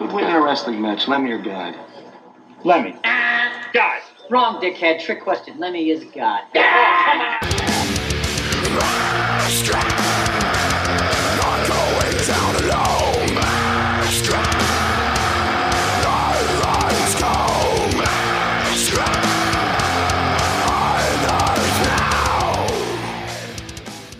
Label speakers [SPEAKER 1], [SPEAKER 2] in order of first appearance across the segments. [SPEAKER 1] wrestling match. Lemmy or God?
[SPEAKER 2] Lemmy.
[SPEAKER 3] God.
[SPEAKER 4] Wrong, dickhead. Trick question. Lemmy is God.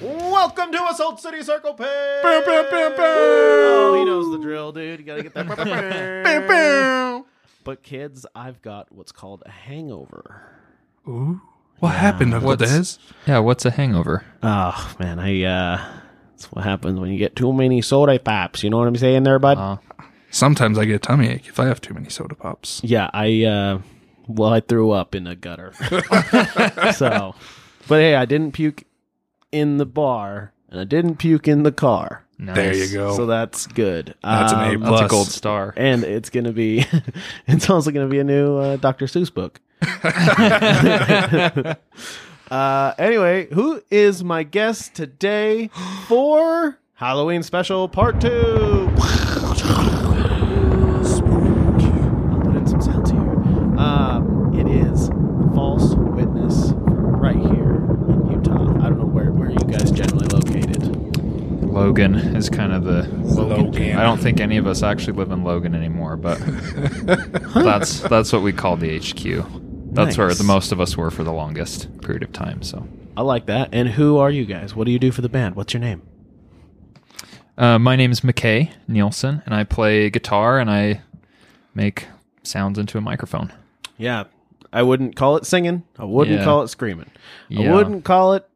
[SPEAKER 5] Welcome to Assault City Circle Pit.
[SPEAKER 2] boom.
[SPEAKER 5] Oh, he knows the drill, dude. You gotta get that. boom, But kids, I've got what's called a hangover.
[SPEAKER 6] What happened, Uncle
[SPEAKER 7] What's-
[SPEAKER 6] Des?
[SPEAKER 7] Yeah, what's a hangover?
[SPEAKER 2] Oh man, I uh, that's what happens when you get too many soda pops. You know what I'm saying, there,
[SPEAKER 5] Uh-huh.
[SPEAKER 2] bud?
[SPEAKER 6] Sometimes I get a tummy ache if I have too many soda pops.
[SPEAKER 2] Yeah, I uh well I threw up in a gutter. so but hey, I didn't puke in the bar and I didn't puke in the car.
[SPEAKER 7] Nice.
[SPEAKER 6] There you go.
[SPEAKER 2] So that's good.
[SPEAKER 6] That's an A
[SPEAKER 2] Um,
[SPEAKER 6] plus.
[SPEAKER 7] That's a gold star.
[SPEAKER 2] And it's going to be it's also going to be a new uh, Dr. Seuss book. uh anyway, who is my guest today for Halloween special part 2? I'll put in some sounds here. Um, it is false witness from right here in Utah. I don't know where where are you guys generally located.
[SPEAKER 7] Logan is kind of the.
[SPEAKER 6] Logan.
[SPEAKER 7] I don't think any of us actually live in Logan anymore, but that's that's what we call the HQ. That's where
[SPEAKER 2] Nice.
[SPEAKER 7] the most of us were for the longest period of time. So,
[SPEAKER 2] I like that. And who are you guys? What do you do for the band? What's your name?
[SPEAKER 7] uh, my name's McKay Nielsen, and I play guitar and I make sounds into a microphone.
[SPEAKER 2] Yeah. I wouldn't call it singing. I wouldn't
[SPEAKER 7] Yeah.
[SPEAKER 2] call it screaming.
[SPEAKER 7] Yeah.
[SPEAKER 2] I wouldn't call it.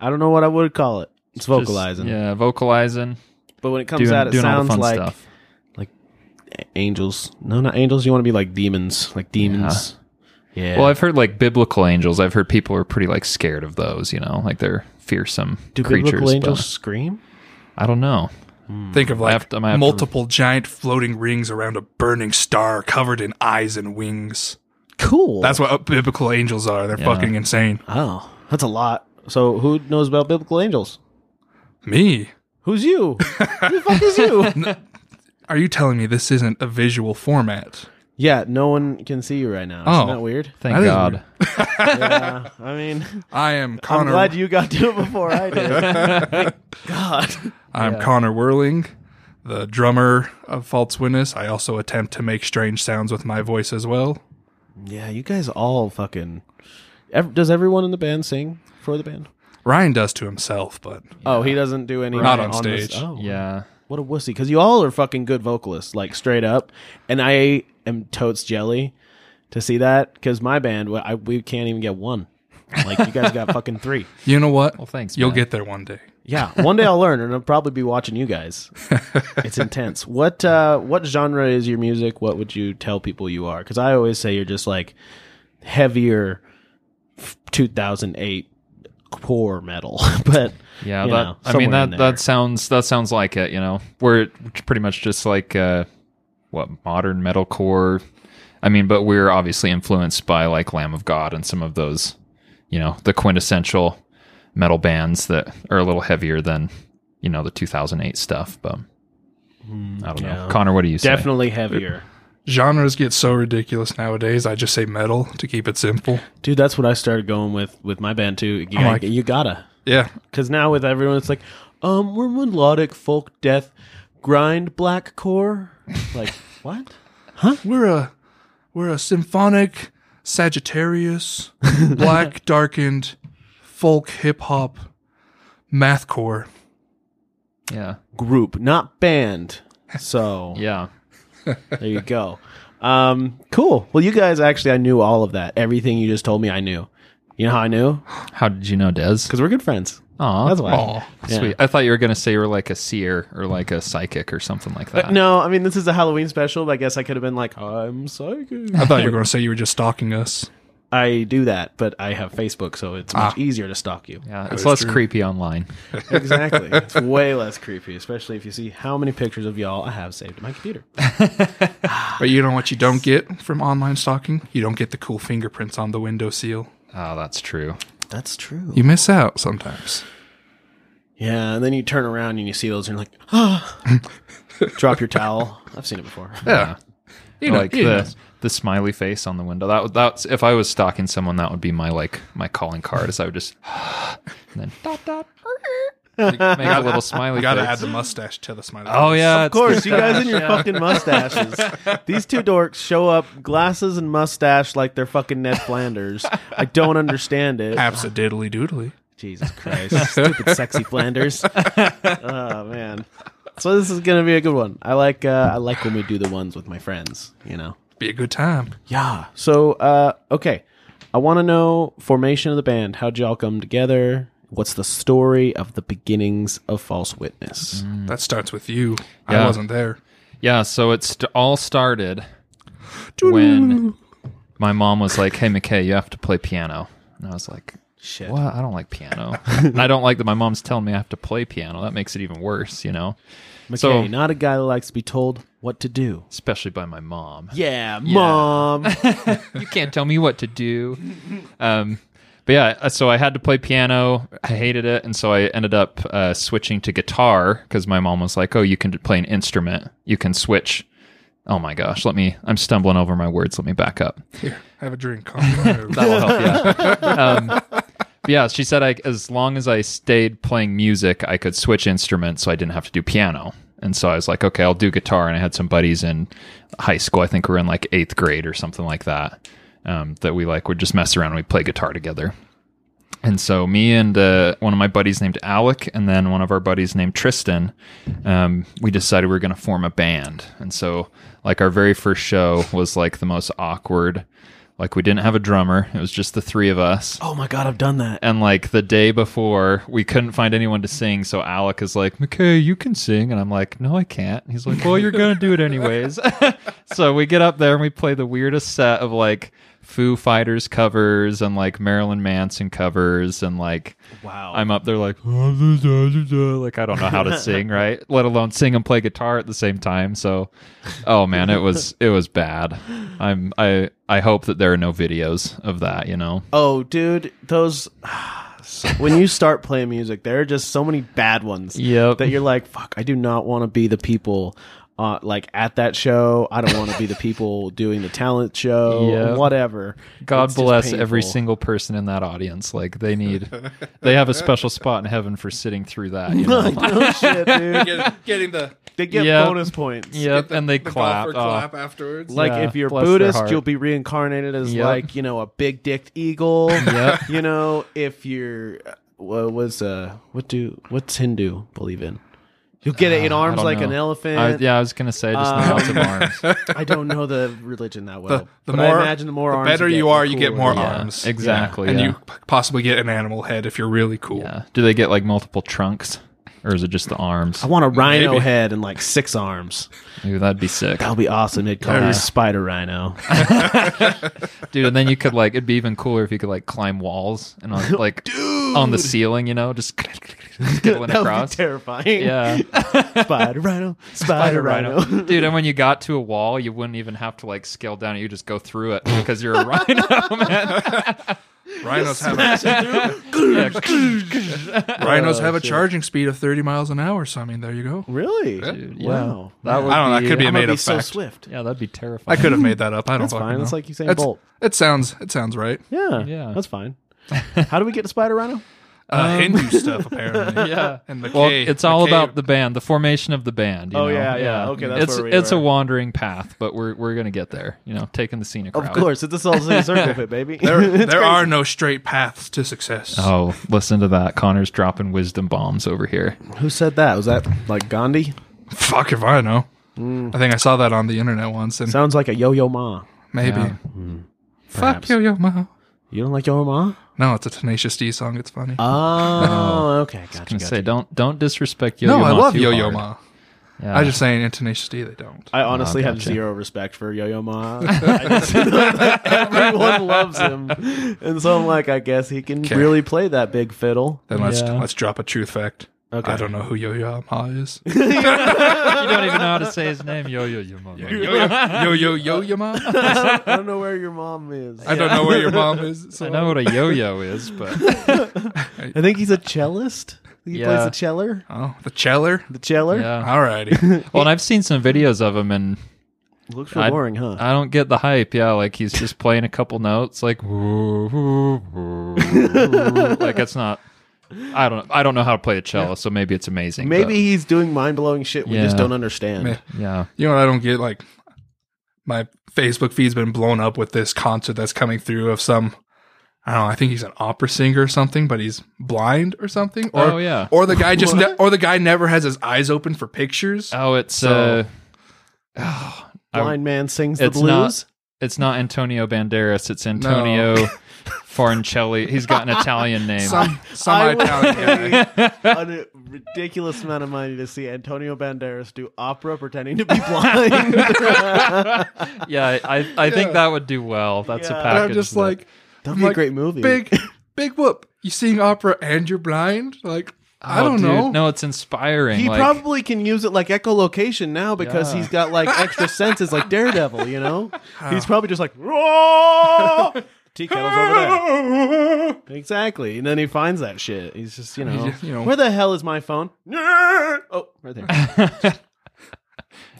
[SPEAKER 2] I don't know what I would call it. It's
[SPEAKER 7] Just-
[SPEAKER 2] vocalizing.
[SPEAKER 7] yeah, vocalizing.
[SPEAKER 2] But when it comes
[SPEAKER 7] Doing,
[SPEAKER 2] out, it
[SPEAKER 7] doing all the
[SPEAKER 2] sounds
[SPEAKER 7] fun
[SPEAKER 2] like
[SPEAKER 7] stuff.
[SPEAKER 2] angels. No, not angels. You want to be like demons. Like demons. Yeah.
[SPEAKER 7] Well, I've heard like biblical angels. I've heard people are pretty like scared of those. You know, like they're fearsome
[SPEAKER 2] do
[SPEAKER 7] creatures.
[SPEAKER 2] biblical
[SPEAKER 7] but
[SPEAKER 2] angels scream?
[SPEAKER 7] I don't know.
[SPEAKER 6] Think of
[SPEAKER 7] I
[SPEAKER 6] like
[SPEAKER 7] have to- I might have to-
[SPEAKER 6] multiple giant floating rings around a burning star covered in eyes and wings.
[SPEAKER 2] Cool.
[SPEAKER 6] That's what uh, biblical angels are. They're fucking insane.
[SPEAKER 2] oh, that's a lot. So who knows about biblical angels?
[SPEAKER 6] Me?
[SPEAKER 2] Who's you? Who the fuck is you?
[SPEAKER 6] Are you telling me this isn't a visual format?
[SPEAKER 2] yeah, no one can see you right now.
[SPEAKER 6] Oh.
[SPEAKER 2] Isn't that weird?
[SPEAKER 7] Thank
[SPEAKER 6] That is
[SPEAKER 7] God.
[SPEAKER 6] weird.
[SPEAKER 2] yeah. I mean,
[SPEAKER 6] I am
[SPEAKER 2] I'm
[SPEAKER 6] Connor.
[SPEAKER 2] glad you got to it before I did. Thank God.
[SPEAKER 6] I'm Connor Whirling, the drummer of False Witness. I also attempt to make strange sounds with my voice as well.
[SPEAKER 2] Yeah, you guys all fucking. Ev- does everyone in the band sing for the band?
[SPEAKER 6] Ryan does to himself, but
[SPEAKER 2] Oh, he doesn't do any.
[SPEAKER 6] Not on
[SPEAKER 2] the-
[SPEAKER 6] stage.
[SPEAKER 2] oh,
[SPEAKER 7] Yeah.
[SPEAKER 2] what a wussy! Because you all are fucking good vocalists, like straight up. And I am totes jelly to see that because my band, we- I, we can't even get one. Like you guys got fucking three.
[SPEAKER 6] you know what?
[SPEAKER 7] Well, thanks.
[SPEAKER 6] You'll
[SPEAKER 7] man.
[SPEAKER 6] get there one day.
[SPEAKER 2] Yeah, one day I'll learn, and I'll probably be watching you guys. It's intense. What uh, what genre is your music? What would you tell people you are? Because I always say you're just like heavier, f- 2008 core metal. but
[SPEAKER 7] Yeah,
[SPEAKER 2] you
[SPEAKER 7] that,
[SPEAKER 2] know,
[SPEAKER 7] I mean
[SPEAKER 2] somewhere in
[SPEAKER 7] that
[SPEAKER 2] there.
[SPEAKER 7] that sounds that sounds like it. You know, we're pretty much just like uh, what modern metalcore. I mean, but we're obviously influenced by like Lamb of God and some of those, you know, the quintessential metal bands that are a little heavier than you know the 2008 stuff. But I don't
[SPEAKER 2] Hmm, yeah.
[SPEAKER 7] know, Connor, what do you say?
[SPEAKER 2] definitely heavier.
[SPEAKER 6] Genres get so ridiculous nowadays. I just say metal to keep it simple.
[SPEAKER 2] Dude, that's what I started going with with my band too. You,
[SPEAKER 6] I'm
[SPEAKER 2] gotta,
[SPEAKER 6] like-
[SPEAKER 2] you gotta,
[SPEAKER 6] Yeah,
[SPEAKER 2] because now with everyone, it's like, um, we're melodic folk death, grind black core. Like what?
[SPEAKER 6] we're a we're a symphonic Sagittarius, black darkened folk hip hop mathcore.
[SPEAKER 7] Yeah,
[SPEAKER 2] group, not band. So
[SPEAKER 7] yeah.
[SPEAKER 2] there you go. Um, cool. Well, you guys actually, I knew all of that. Everything you just told me, I knew. You know how I knew?
[SPEAKER 7] How did you know, Des?
[SPEAKER 2] Because we're good friends.
[SPEAKER 7] Aw,
[SPEAKER 2] That's why. Yeah.
[SPEAKER 7] sweet. I thought you were gonna say you were like a seer or like a psychic or something like that.
[SPEAKER 2] No, I mean this is a Halloween special. But I guess I could have been like, I'm psychic.
[SPEAKER 6] I thought you were going to say you were just stalking us.
[SPEAKER 2] I do that, but I have Facebook, so it's much easier to stalk you.
[SPEAKER 7] Ah. Yeah,
[SPEAKER 6] is
[SPEAKER 7] it's less
[SPEAKER 6] true.
[SPEAKER 7] creepy online.
[SPEAKER 2] Exactly. it's way less creepy, especially if you see how many pictures of y'all I have saved to my computer.
[SPEAKER 6] But you know what you don't get from online stalking? You don't get the cool fingerprints on the window seal.
[SPEAKER 7] Oh, that's true.
[SPEAKER 2] That's true.
[SPEAKER 6] You miss out sometimes.
[SPEAKER 2] Yeah, and then you turn around and you see those, and you're like, ah, drop your towel. I've seen it before.
[SPEAKER 6] Yeah. You
[SPEAKER 7] Or,
[SPEAKER 6] know,
[SPEAKER 7] like
[SPEAKER 6] yeah,
[SPEAKER 7] the
[SPEAKER 6] yeah.
[SPEAKER 7] the smiley face on the window. That would- that's if I was stalking someone, that would be my like my calling card. Is I would just and then dot dot make a little smiley.
[SPEAKER 6] We gotta
[SPEAKER 7] face.
[SPEAKER 6] add the mustache to the smiley.
[SPEAKER 7] Oh
[SPEAKER 6] face.
[SPEAKER 7] yeah,
[SPEAKER 2] Of course, you guys and your fucking mustaches. These two dorks show up, glasses and mustache, like they're fucking Ned Flanders. I don't understand it.
[SPEAKER 6] Absadiddly doodly.
[SPEAKER 2] Jesus Christ, stupid sexy Flanders. oh man. So this is gonna be a good one. I like uh, I like when we do the ones with my friends. You know.
[SPEAKER 6] Be a good time.
[SPEAKER 2] Yeah. So uh, okay, I want to know formation of the band. How'd y'all come together? What's the story of the beginnings of False Witness?
[SPEAKER 6] That starts with you. I
[SPEAKER 7] Yeah.
[SPEAKER 6] wasn't there.
[SPEAKER 7] Yeah, so it st- all started when my mom was like, "Hey, McKay, you have to play piano," and I was like,
[SPEAKER 2] Shit.
[SPEAKER 7] "What? I don't like piano. and I don't like that my mom's telling me I have to play piano. That makes it even worse, you know,
[SPEAKER 2] McKay,
[SPEAKER 7] So-
[SPEAKER 2] not a guy that likes to be told what to do.
[SPEAKER 7] especially by my mom.
[SPEAKER 2] Yeah, mom.
[SPEAKER 7] you can't tell me what to do." Um, but yeah, so I had to play piano. I hated it, and so I ended up uh, switching to guitar because my mom was like, "Oh, you can play an instrument. You can switch." Oh my gosh, let me. I'm stumbling over my words. Let me back up.
[SPEAKER 6] Here, have a drink. Calm
[SPEAKER 7] That
[SPEAKER 6] down.
[SPEAKER 7] will help. Yeah. um, but yeah, she said I, as long as I stayed playing music, I could switch instruments, so I didn't have to do piano. And so I was like, okay, I'll do guitar. And I had some buddies in high school. I think we were in like eighth grade or something like that. Um, that we like would just mess around. and We would play guitar together. And so me and uh, one of my buddies named Alec, and then one of our buddies named Tristan, um, we decided we were going to form a band. And so like our very first show was like the most awkward. Like we didn't have a drummer. It was just the three of us.
[SPEAKER 2] oh my god, I've done that.
[SPEAKER 7] And like the day before, we couldn't find anyone to sing. So Alec is like, McKay, you can sing. And I'm like, no, I can't. And he's like, well, you're going to do it anyways. so we get up there and we play the weirdest set of like Foo Fighters covers and like Marilyn Manson covers. And like,
[SPEAKER 2] Wow.
[SPEAKER 7] I'm up there like, like, I don't know how to sing, right? Let alone sing and play guitar at the same time. So, oh man, it was, it was bad. I'm, I, I hope that there are no videos of that, you know?
[SPEAKER 2] Oh, dude, those. when you start playing music, there are just so many bad ones.
[SPEAKER 7] Yep.
[SPEAKER 2] That you're like, fuck, I do not want to be the people. Uh, like at that show, I don't want to be the people doing the talent show,
[SPEAKER 7] Yep.
[SPEAKER 2] whatever.
[SPEAKER 7] God
[SPEAKER 2] It's just
[SPEAKER 7] bless every
[SPEAKER 2] painful.
[SPEAKER 7] single person in that audience. Like they need, they have a special spot in heaven for sitting through that. You know?
[SPEAKER 2] oh shit, dude.
[SPEAKER 6] Getting, getting the,
[SPEAKER 2] They get
[SPEAKER 7] Yep.
[SPEAKER 2] bonus points.
[SPEAKER 7] yep, and they
[SPEAKER 6] the
[SPEAKER 7] clap.
[SPEAKER 6] golfer
[SPEAKER 7] Oh,
[SPEAKER 6] clap afterwards.
[SPEAKER 2] Like
[SPEAKER 7] Yeah,
[SPEAKER 2] if you're
[SPEAKER 7] bless their
[SPEAKER 2] Buddhist,
[SPEAKER 7] heart.
[SPEAKER 2] you'll be reincarnated as
[SPEAKER 7] Yep.
[SPEAKER 2] like you know a big dicked eagle.
[SPEAKER 7] Yep.
[SPEAKER 2] You know if you're what was uh what do what's Hindu believe in? You'll get it in
[SPEAKER 7] Uh, I
[SPEAKER 2] arms
[SPEAKER 7] don't
[SPEAKER 2] like an
[SPEAKER 7] know.
[SPEAKER 2] elephant.
[SPEAKER 7] I, yeah, I was gonna say just
[SPEAKER 2] Um,
[SPEAKER 7] lots of arms.
[SPEAKER 2] I don't know the religion that well.
[SPEAKER 6] the, the
[SPEAKER 2] but
[SPEAKER 6] more,
[SPEAKER 2] I imagine the more arms
[SPEAKER 6] better you,
[SPEAKER 2] get, the
[SPEAKER 6] are, you get
[SPEAKER 2] cooler
[SPEAKER 6] more
[SPEAKER 2] it is.
[SPEAKER 7] Yeah,
[SPEAKER 6] arms.
[SPEAKER 7] exactly,
[SPEAKER 6] And
[SPEAKER 7] oh, yeah.
[SPEAKER 6] you p- possibly get an animal head if you're really cool.
[SPEAKER 7] Yeah. Do they get like multiple trunks, or is it just the arms?
[SPEAKER 2] I want a rhino
[SPEAKER 6] Maybe.
[SPEAKER 2] head and like six arms.
[SPEAKER 7] Ooh, that'd be sick,
[SPEAKER 2] That'll be awesome. They'd call it spider rhino.
[SPEAKER 7] dude. And then you could like, it'd be even cooler if you could like climb walls and on, like on the ceiling, you know, just skittling
[SPEAKER 2] that would be
[SPEAKER 7] across.
[SPEAKER 2] terrifying.
[SPEAKER 7] Yeah.
[SPEAKER 2] Spider rhino. Spider rhino.
[SPEAKER 7] Dude, and when you got to a wall, you wouldn't even have to like scale down. You just go through it because you're a rhino, man.
[SPEAKER 6] Rhinos have a, rhinos
[SPEAKER 7] Oh,
[SPEAKER 6] have a charging speed of 30 miles an hour. So I mean, there you go.
[SPEAKER 2] Really?
[SPEAKER 7] yeah.
[SPEAKER 2] Wow.
[SPEAKER 7] That would
[SPEAKER 6] I don't know. That could be a
[SPEAKER 2] I'm gonna
[SPEAKER 6] made
[SPEAKER 2] be
[SPEAKER 6] up
[SPEAKER 2] so
[SPEAKER 6] fact.
[SPEAKER 2] swift.
[SPEAKER 7] Yeah, that'd be terrifying.
[SPEAKER 6] I could have made that up. I don't
[SPEAKER 2] That's
[SPEAKER 6] fucking
[SPEAKER 2] fine.
[SPEAKER 6] know.
[SPEAKER 2] It's like Usain
[SPEAKER 6] It's-
[SPEAKER 2] Bolt.
[SPEAKER 6] It sounds. It sounds right.
[SPEAKER 2] Yeah,
[SPEAKER 7] Yeah.
[SPEAKER 2] that's fine. How do we get to Spider Rhino?
[SPEAKER 6] Uh, Hindu stuff apparently.
[SPEAKER 7] Um, Yeah.
[SPEAKER 6] And McKay,
[SPEAKER 7] Well, it's all
[SPEAKER 6] McKay-
[SPEAKER 7] about the band, the formation of the band. you
[SPEAKER 2] Oh,
[SPEAKER 7] know?
[SPEAKER 2] yeah, yeah. Okay, that's
[SPEAKER 7] it's
[SPEAKER 2] where we
[SPEAKER 7] it's a
[SPEAKER 2] were.
[SPEAKER 7] wandering path, but we're we're gonna get there. You know, taking the scenic
[SPEAKER 2] Of
[SPEAKER 7] route.
[SPEAKER 2] course, it's a soul city circle pit, baby.
[SPEAKER 6] There, there are no straight paths to success.
[SPEAKER 7] Oh, listen to that! Connor's dropping wisdom bombs over here.
[SPEAKER 2] Who said that? Was that like Gandhi?
[SPEAKER 6] Fuck if I know.
[SPEAKER 7] Mm.
[SPEAKER 6] I think I saw that on the internet once, and
[SPEAKER 2] Sounds like a yo yo ma.
[SPEAKER 6] maybe.
[SPEAKER 7] Yeah. Hmm.
[SPEAKER 6] Fuck yo yo ma.
[SPEAKER 2] You don't like yo yo ma?
[SPEAKER 6] No, it's a Tenacious D song. It's funny.
[SPEAKER 7] Uh,
[SPEAKER 2] Oh, okay. Gotcha.
[SPEAKER 7] I'm gonna
[SPEAKER 2] gotcha.
[SPEAKER 7] say don't don't disrespect Yo-Yo
[SPEAKER 6] no, I
[SPEAKER 7] Ma
[SPEAKER 6] love
[SPEAKER 7] too
[SPEAKER 6] Yo Yo
[SPEAKER 7] hard.
[SPEAKER 6] Ma.
[SPEAKER 7] Yeah.
[SPEAKER 6] I just saying in Tenacious D they don't.
[SPEAKER 2] I honestly
[SPEAKER 7] Oh,
[SPEAKER 2] have
[SPEAKER 7] gotcha.
[SPEAKER 2] zero respect for Yo Yo Ma. I just know that Everyone loves him, and so I'm like, I guess he can
[SPEAKER 6] Okay.
[SPEAKER 2] really play that big fiddle.
[SPEAKER 6] Then let's
[SPEAKER 7] Yeah.
[SPEAKER 6] let's drop a truth fact.
[SPEAKER 2] Okay.
[SPEAKER 6] I don't know who Yo Yo Ma is.
[SPEAKER 7] you don't even know how to say his name. Yo Yo Yo Ma.
[SPEAKER 6] Yo Yo Yo Yo Ma.
[SPEAKER 2] I don't know where your mom is.
[SPEAKER 6] I don't know where your mom is.
[SPEAKER 7] I
[SPEAKER 6] So.
[SPEAKER 7] know what a yo-yo is, but
[SPEAKER 2] I think he's a cellist. He plays
[SPEAKER 7] Yeah.
[SPEAKER 2] the cellar.
[SPEAKER 6] Oh, the Cheller.
[SPEAKER 2] The cellar.
[SPEAKER 7] yeah.
[SPEAKER 6] Alrighty.
[SPEAKER 7] Well, and I've seen some videos of him, and
[SPEAKER 2] Looks real
[SPEAKER 7] I-
[SPEAKER 2] boring, huh?
[SPEAKER 7] I don't get the hype. Yeah, like he's just playing a couple notes, like like it's not. I don't. I don't know how to play a cello, so maybe it's amazing.
[SPEAKER 2] Maybe he's doing mind blowing shit we just
[SPEAKER 7] Yeah.
[SPEAKER 2] don't understand.
[SPEAKER 6] Meh.
[SPEAKER 7] but- yeah.
[SPEAKER 6] You know what I don't get? Like, my Facebook feed's been blown up with this concert that's coming through of some. I don't know. I think he's an opera singer or something, but he's blind or something. Or,
[SPEAKER 7] Oh, yeah.
[SPEAKER 6] Or the guy just, ne- or the guy never has his eyes open for pictures.
[SPEAKER 7] Oh, it's
[SPEAKER 6] So-
[SPEAKER 7] uh, I-
[SPEAKER 2] Blind man sings the
[SPEAKER 7] it's
[SPEAKER 2] blues.
[SPEAKER 7] not- it's not Antonio Banderas. It's Antonio Farincelli. He's got an Italian name.
[SPEAKER 6] Some, some
[SPEAKER 2] I would
[SPEAKER 6] Italian guy.
[SPEAKER 2] pay a ridiculous amount of money to see Antonio Banderas do opera pretending to be blind.
[SPEAKER 7] yeah, I, I think that would do well. That's
[SPEAKER 2] Yeah.
[SPEAKER 7] a
[SPEAKER 6] And
[SPEAKER 7] package.
[SPEAKER 6] I'm just
[SPEAKER 7] that-
[SPEAKER 6] like,
[SPEAKER 2] That'd
[SPEAKER 6] I'm
[SPEAKER 2] be a
[SPEAKER 6] like,
[SPEAKER 2] great movie.
[SPEAKER 6] Big, big whoop. You sing opera and you're blind? Like, I
[SPEAKER 7] Oh,
[SPEAKER 6] don't
[SPEAKER 7] dude,
[SPEAKER 6] know.
[SPEAKER 7] No, it's inspiring.
[SPEAKER 2] He
[SPEAKER 7] like,
[SPEAKER 2] probably can use it like echolocation now because
[SPEAKER 7] Yeah.
[SPEAKER 2] he's got like extra senses, like Daredevil. You know, he's probably just like, "Oh, tea kettle's over there." Exactly, and then he finds that shit. He's just, you know,
[SPEAKER 6] just, you know-
[SPEAKER 2] where the hell is my phone? Oh, right there. I don't know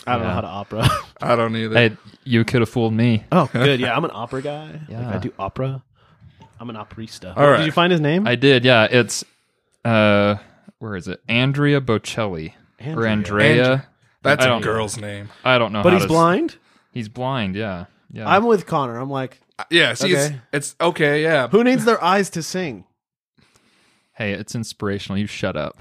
[SPEAKER 7] Yeah.
[SPEAKER 2] how to opera.
[SPEAKER 6] I don't either.
[SPEAKER 7] Hey, you could have fooled me.
[SPEAKER 2] Oh, good. Yeah, I'm an opera guy.
[SPEAKER 7] Yeah.
[SPEAKER 2] Like, I do opera. I'm an operista.
[SPEAKER 6] All
[SPEAKER 2] Did
[SPEAKER 6] right.
[SPEAKER 2] you find his name?
[SPEAKER 7] I did. Yeah, it's uh, where is it? Andrea Bocelli or
[SPEAKER 2] Andrea.
[SPEAKER 7] Andrea?
[SPEAKER 6] Andre- That's
[SPEAKER 7] I
[SPEAKER 6] a
[SPEAKER 7] don't-
[SPEAKER 6] girl's name.
[SPEAKER 7] I don't know.
[SPEAKER 2] but
[SPEAKER 7] how
[SPEAKER 2] he's
[SPEAKER 7] to s-
[SPEAKER 2] blind.
[SPEAKER 7] He's blind. Yeah. Yeah.
[SPEAKER 2] I'm with Connor. I'm like,
[SPEAKER 6] Yeah, see,
[SPEAKER 2] Okay.
[SPEAKER 6] It's, it's okay, yeah.
[SPEAKER 2] who needs their eyes to sing?
[SPEAKER 7] hey, it's inspirational. You shut up.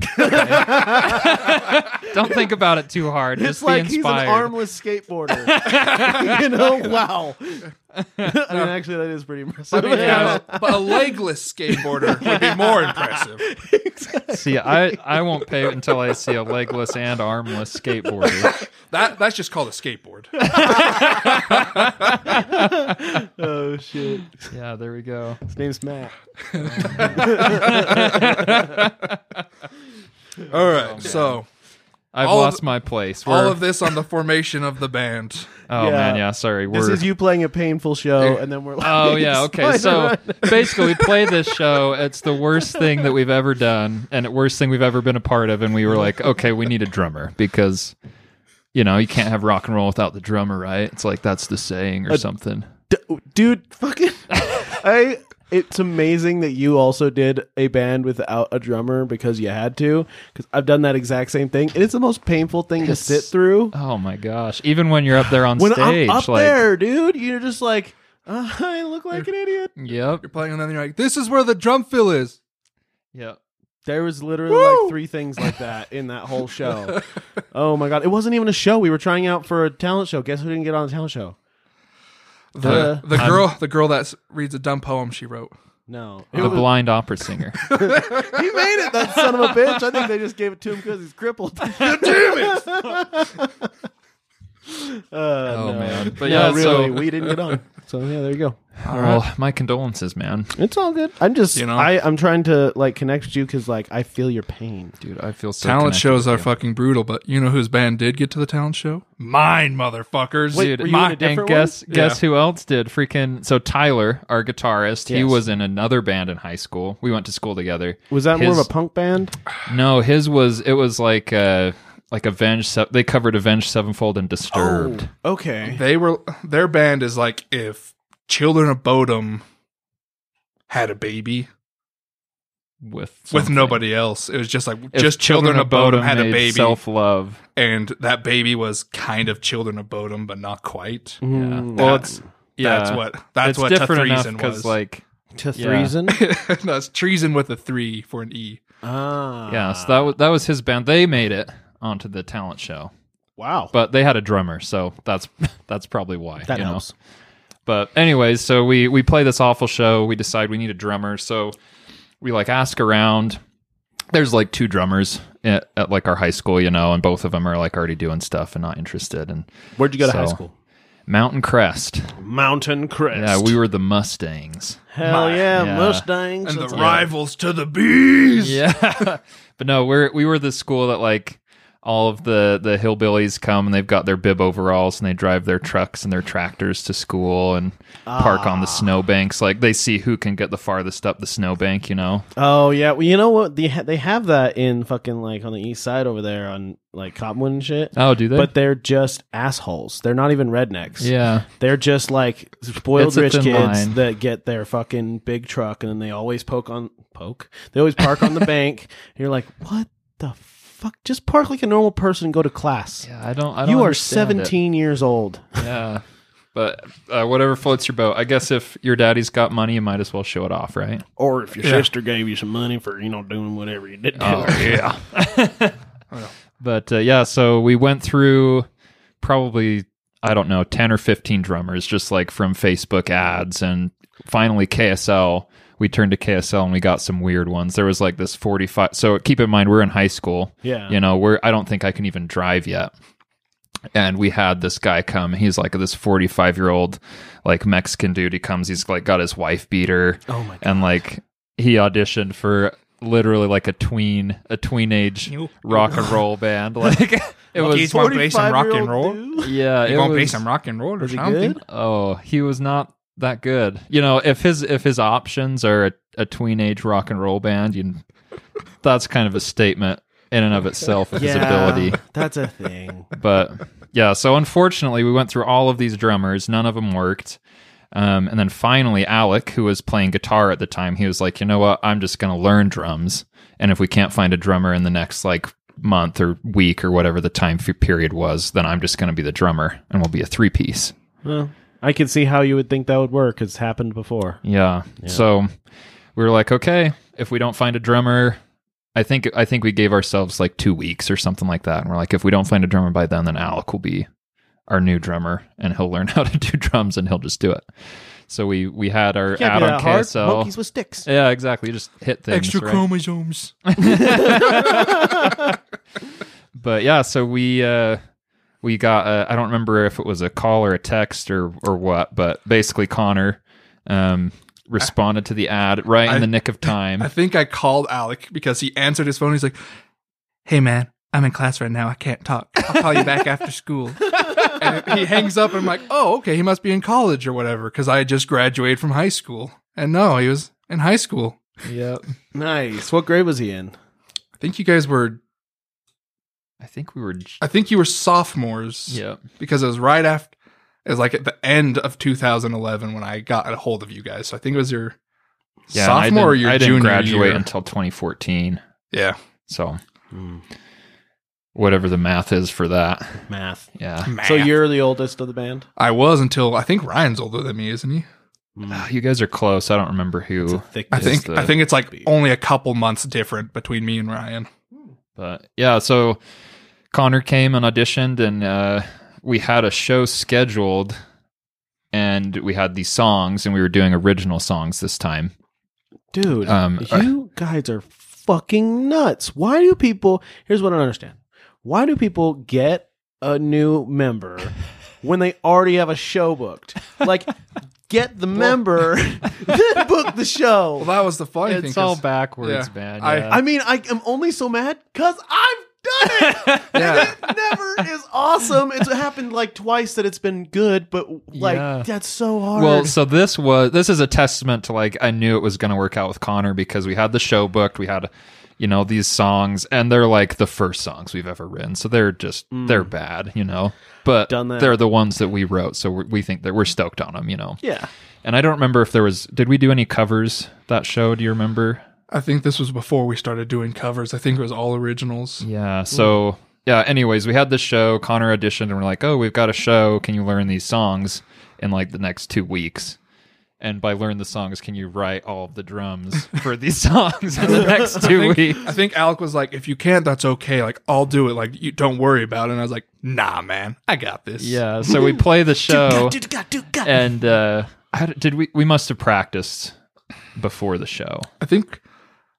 [SPEAKER 7] don't think about it too hard.
[SPEAKER 2] It's
[SPEAKER 7] just be
[SPEAKER 2] like he's
[SPEAKER 7] inspired.
[SPEAKER 2] an armless skateboarder. you know, wow. I mean, actually, that is pretty impressive.
[SPEAKER 6] Yeah, but a legless skateboarder would be more impressive.
[SPEAKER 7] see, I I won't pay until I see a legless and armless skateboarder.
[SPEAKER 6] That that's just called a skateboard.
[SPEAKER 2] oh shit.
[SPEAKER 7] yeah. There we go.
[SPEAKER 2] His name's Matt.
[SPEAKER 6] All right, so
[SPEAKER 7] I've
[SPEAKER 6] All of-
[SPEAKER 7] lost my place.
[SPEAKER 6] all
[SPEAKER 7] We're-
[SPEAKER 6] of this on the formation of the band.
[SPEAKER 7] Oh
[SPEAKER 2] Yeah.
[SPEAKER 7] man, yeah. Sorry,
[SPEAKER 2] This
[SPEAKER 7] we're.
[SPEAKER 2] is you playing a painful show, and then we're like,
[SPEAKER 7] oh yeah. Okay.
[SPEAKER 2] sliding
[SPEAKER 7] So
[SPEAKER 2] around.
[SPEAKER 7] basically, we play this show. It's the worst thing that we've ever done, and the worst thing we've ever been a part of. And we were like, okay, we need a drummer because, you know, you can't have rock and roll without the drummer, right? It's like that's the saying or something.
[SPEAKER 2] D- dude, fucking, I. It's amazing that you also did a band without a drummer because you had to. Because I've done that exact same thing, and it's the most painful thing to
[SPEAKER 7] It's-
[SPEAKER 2] sit through.
[SPEAKER 7] Oh my gosh! Even when you're up there on
[SPEAKER 2] When
[SPEAKER 7] stage,
[SPEAKER 2] I'm up
[SPEAKER 7] like,
[SPEAKER 2] there, dude, you're just like, "Uh, I look like an idiot.
[SPEAKER 7] yep,
[SPEAKER 6] You're playing, and then you're like, "This is where the drum fill is."
[SPEAKER 7] yep.
[SPEAKER 2] There was literally like three things like that in that whole show. oh my god, it wasn't even a show. We were trying out for a talent show. Guess who didn't get on the talent show?
[SPEAKER 6] The
[SPEAKER 2] Uh,
[SPEAKER 6] the girl the girl that s- reads a dumb poem she wrote.
[SPEAKER 2] No, It
[SPEAKER 7] The
[SPEAKER 2] was-
[SPEAKER 7] blind opera singer.
[SPEAKER 2] he made it. That son of a bitch. I think they just gave it to him because he's crippled. Damn
[SPEAKER 6] it!
[SPEAKER 7] Oh man! But
[SPEAKER 2] yeah,
[SPEAKER 7] yeah,
[SPEAKER 2] really,
[SPEAKER 7] so
[SPEAKER 2] we didn't get on. So yeah, there you go.
[SPEAKER 7] well, my condolences, man.
[SPEAKER 2] It's all good. I'm just,
[SPEAKER 6] You know?
[SPEAKER 2] I, I'm trying to like connect with you because like I feel your pain.
[SPEAKER 7] Dude, I feel so
[SPEAKER 6] Talent
[SPEAKER 7] connected
[SPEAKER 6] shows
[SPEAKER 7] with
[SPEAKER 6] are
[SPEAKER 7] you.
[SPEAKER 6] fucking brutal, but you know whose band did get to the talent show? Mine, motherfuckers.
[SPEAKER 2] Wait,
[SPEAKER 7] Dude,
[SPEAKER 2] were you
[SPEAKER 7] my-
[SPEAKER 2] in a different
[SPEAKER 7] and guess
[SPEAKER 6] one?
[SPEAKER 7] guess who else did? Freaking so Tyler, our guitarist, he
[SPEAKER 2] Yes.
[SPEAKER 7] was in another band in high school. We went to school together.
[SPEAKER 2] Was that more
[SPEAKER 7] His-
[SPEAKER 2] of a punk band?
[SPEAKER 7] No, his was it was like uh like Avenged. Se- They covered Avenged Sevenfold and
[SPEAKER 6] Oh.
[SPEAKER 7] Disturbed.
[SPEAKER 2] Okay.
[SPEAKER 6] They were their band is like if Children of Bodom had a baby
[SPEAKER 7] With
[SPEAKER 6] with
[SPEAKER 7] something.
[SPEAKER 6] nobody else. It was just like just Children, of Bodom, had a baby,
[SPEAKER 7] Self love.
[SPEAKER 6] and that baby was kind of Children of Bodom, but not quite.
[SPEAKER 2] Mm,
[SPEAKER 7] Well,
[SPEAKER 6] That's-
[SPEAKER 7] it's yeah.
[SPEAKER 6] That's what that's
[SPEAKER 7] it's
[SPEAKER 6] what
[SPEAKER 7] different enough
[SPEAKER 6] Tethreason was.
[SPEAKER 7] like
[SPEAKER 2] to
[SPEAKER 7] yeah.
[SPEAKER 2] threason.
[SPEAKER 6] that's treason with a three for an E.
[SPEAKER 2] ah.
[SPEAKER 7] yeah. So that was that was his band. They made it onto the talent show,
[SPEAKER 2] Wow.
[SPEAKER 7] but they had a drummer, so that's that's probably why.
[SPEAKER 2] that
[SPEAKER 7] you know?
[SPEAKER 2] helps.
[SPEAKER 7] But anyways, so we we play this awful show. We decide we need a drummer, so we like ask around. There's like two drummers at, at like our high school, you know, and both of them are like already doing stuff and not interested. And
[SPEAKER 2] Where'd you go to high
[SPEAKER 7] So-
[SPEAKER 2] school?
[SPEAKER 7] Mountain Crest,
[SPEAKER 2] Mountain Crest.
[SPEAKER 7] yeah, we were the Mustangs.
[SPEAKER 2] Hell yeah,
[SPEAKER 7] yeah.
[SPEAKER 2] Mustangs.
[SPEAKER 6] And the
[SPEAKER 2] That's
[SPEAKER 6] rivals to the bees.
[SPEAKER 7] Yeah, but no, we're we were the school that like all of the the hillbillies come and they've got their bib overalls and they drive their trucks and their tractors to school and park on the snowbanks. Like they see who can get the farthest up the snowbank, you know.
[SPEAKER 2] Oh yeah, well you know what? They ha- they have that in fucking like on the east side over there on like Cottonwood and shit.
[SPEAKER 7] Oh, do they?
[SPEAKER 2] But they're just assholes. They're not even rednecks.
[SPEAKER 7] yeah.
[SPEAKER 2] They're just like spoiled
[SPEAKER 7] It's a
[SPEAKER 2] rich
[SPEAKER 7] thin
[SPEAKER 2] kids
[SPEAKER 7] line.
[SPEAKER 2] that get their fucking big truck and then they always poke on poke. They always park on the bank. And you're like, what the fuck? Just park like a normal person and go to class.
[SPEAKER 7] Yeah, I don't I don't
[SPEAKER 2] you are
[SPEAKER 7] understand it.
[SPEAKER 2] 17 years old.
[SPEAKER 7] Yeah. But uh, whatever floats your boat. I guess if your daddy's got money, you might as well show it off, right?
[SPEAKER 2] Or if your
[SPEAKER 6] Yeah. Oh.
[SPEAKER 2] sister gave you some money for, you know, doing whatever you did.
[SPEAKER 7] yeah. but uh, yeah, so we went through probably I don't know ten or fifteen drummers, just like from Facebook ads, and finally KSL. We turned to KSL and we got some weird ones. There was like this forty-five. So keep in mind, we're in high school.
[SPEAKER 2] Yeah.
[SPEAKER 7] you know, we're I don't think I can even drive yet. And we had this guy come. He's like this forty-five-year-old, like Mexican dude. He comes. He's like got his wife beater
[SPEAKER 2] Oh my God.
[SPEAKER 7] and like he auditioned for literally like a tween a tween age
[SPEAKER 6] You-
[SPEAKER 7] rock and roll band like it
[SPEAKER 6] Do you
[SPEAKER 7] was
[SPEAKER 6] want to play some rock and
[SPEAKER 2] 45-year-old
[SPEAKER 6] roll?
[SPEAKER 2] dude?
[SPEAKER 7] yeah
[SPEAKER 6] You
[SPEAKER 7] it
[SPEAKER 6] want to play
[SPEAKER 7] was-
[SPEAKER 6] some rock and roll or
[SPEAKER 2] he
[SPEAKER 6] something?
[SPEAKER 2] good?
[SPEAKER 7] oh he was not that good you know if his if his options are a, a tween age rock and roll band you that's kind of a statement in and of itself of his ability
[SPEAKER 2] That's a thing.
[SPEAKER 7] but yeah, so unfortunately, we went through all of these drummers. None of them worked. Um, and then finally, Alec, who was playing guitar at the time, he was like, you know what? I'm just going to learn drums. And if we can't find a drummer in the next like month or week or whatever the time f- period was, then I'm just going to be the drummer and we'll be a three piece.
[SPEAKER 2] Well, I can see how you would think that would work. It's happened before.
[SPEAKER 7] Yeah. So we were like, okay, if we don't find a drummer, I think I think we gave ourselves like two weeks or something like that. And we're like, if we don't find a drummer by then, then Alec will be our new drummer and he'll learn how to do drums and he'll just do it. So we we had our
[SPEAKER 2] Can't
[SPEAKER 7] ad
[SPEAKER 2] be
[SPEAKER 7] on
[SPEAKER 2] that hard.
[SPEAKER 7] KSL.
[SPEAKER 2] Monkeys with sticks.
[SPEAKER 7] yeah, exactly. You just hit things.
[SPEAKER 6] Extra
[SPEAKER 7] right?
[SPEAKER 6] chromosomes.
[SPEAKER 7] but yeah, so we uh, we got uh, I don't remember if it was a call or a text or or what, but basically Connor um, responded to the ad right
[SPEAKER 6] I-
[SPEAKER 7] in the nick of time.
[SPEAKER 6] I think I called Alec because he answered his phone. He's like, "Hey man, I'm in class right now. I can't talk. I'll call you back after school." And he hangs up. And I'm like, "Oh, okay. He must be in college or whatever." Because I had just graduated from high school, and no, he was in high school.
[SPEAKER 7] Yep.
[SPEAKER 2] Nice. What grade was he in?
[SPEAKER 6] I think you guys were.
[SPEAKER 7] I think we were.
[SPEAKER 6] I think you were sophomores.
[SPEAKER 7] Yeah.
[SPEAKER 6] Because it was right after. It was like at the end of 2011 when I got a hold of you guys. So I think it was your
[SPEAKER 7] Yeah. and I
[SPEAKER 6] sophomore or
[SPEAKER 7] didn't-
[SPEAKER 6] your
[SPEAKER 7] I didn't
[SPEAKER 6] junior
[SPEAKER 7] graduate
[SPEAKER 6] year.
[SPEAKER 7] until 2014.
[SPEAKER 6] yeah.
[SPEAKER 7] So whatever the math is for that.
[SPEAKER 2] Math.
[SPEAKER 7] Yeah.
[SPEAKER 2] So you're the oldest of the band.
[SPEAKER 6] I was until I think Ryan's older than me, isn't he?
[SPEAKER 7] Ah, You guys are close. I don't remember who,
[SPEAKER 2] Thick.
[SPEAKER 6] I
[SPEAKER 7] is
[SPEAKER 6] think
[SPEAKER 7] the-
[SPEAKER 6] I think it's like only a couple months different between me and Ryan.
[SPEAKER 7] but yeah. So Connor came and auditioned, and uh, we had a show scheduled, and we had these songs, and we were doing original songs this time.
[SPEAKER 2] Dude,
[SPEAKER 7] Um,
[SPEAKER 2] you guys are fucking nuts. Why do people? Here's what I don't understand. Why do people get a new member when they already have a show booked? Like, get the member, then book the show.
[SPEAKER 6] Well, that was the funny thing.
[SPEAKER 7] It's all
[SPEAKER 6] 'cause-
[SPEAKER 7] backwards,
[SPEAKER 6] yeah.
[SPEAKER 7] man.
[SPEAKER 6] I-
[SPEAKER 7] yeah.
[SPEAKER 2] I mean, I am only so mad because I've done it.
[SPEAKER 6] Yeah.
[SPEAKER 2] It never is awesome. It's happened like twice that it's been good, but like
[SPEAKER 7] Yeah.
[SPEAKER 2] that's so hard.
[SPEAKER 7] Well, so this was this is a testament to like I knew it was going to work out with Connor because we had the show booked, we had you know these songs, and they're like the first songs we've ever written, so they're just they're bad, you know. But
[SPEAKER 2] Mm. Done that.
[SPEAKER 7] they're the ones that we wrote, so we we think that we're stoked on them, you know.
[SPEAKER 2] yeah.
[SPEAKER 7] And I don't remember if there was did we do any covers that show? Do you remember?
[SPEAKER 6] I think this was before we started doing covers. I think it was all originals.
[SPEAKER 7] Yeah. So yeah. Anyways, we had this show. Connor auditioned, and we're like, "Oh, we've got a show. Can you learn these songs in like the next two weeks?" And by learn the songs, can you write all of the drums for these songs in the next two weeks?
[SPEAKER 6] I think Alec was like, "If you can't, that's okay. Like I'll do it. Like you don't worry about it." And I was like, "Nah, man, I got this."
[SPEAKER 7] Yeah. So we play the show, and uh, how did, did we? We must have practiced before the show.
[SPEAKER 6] I think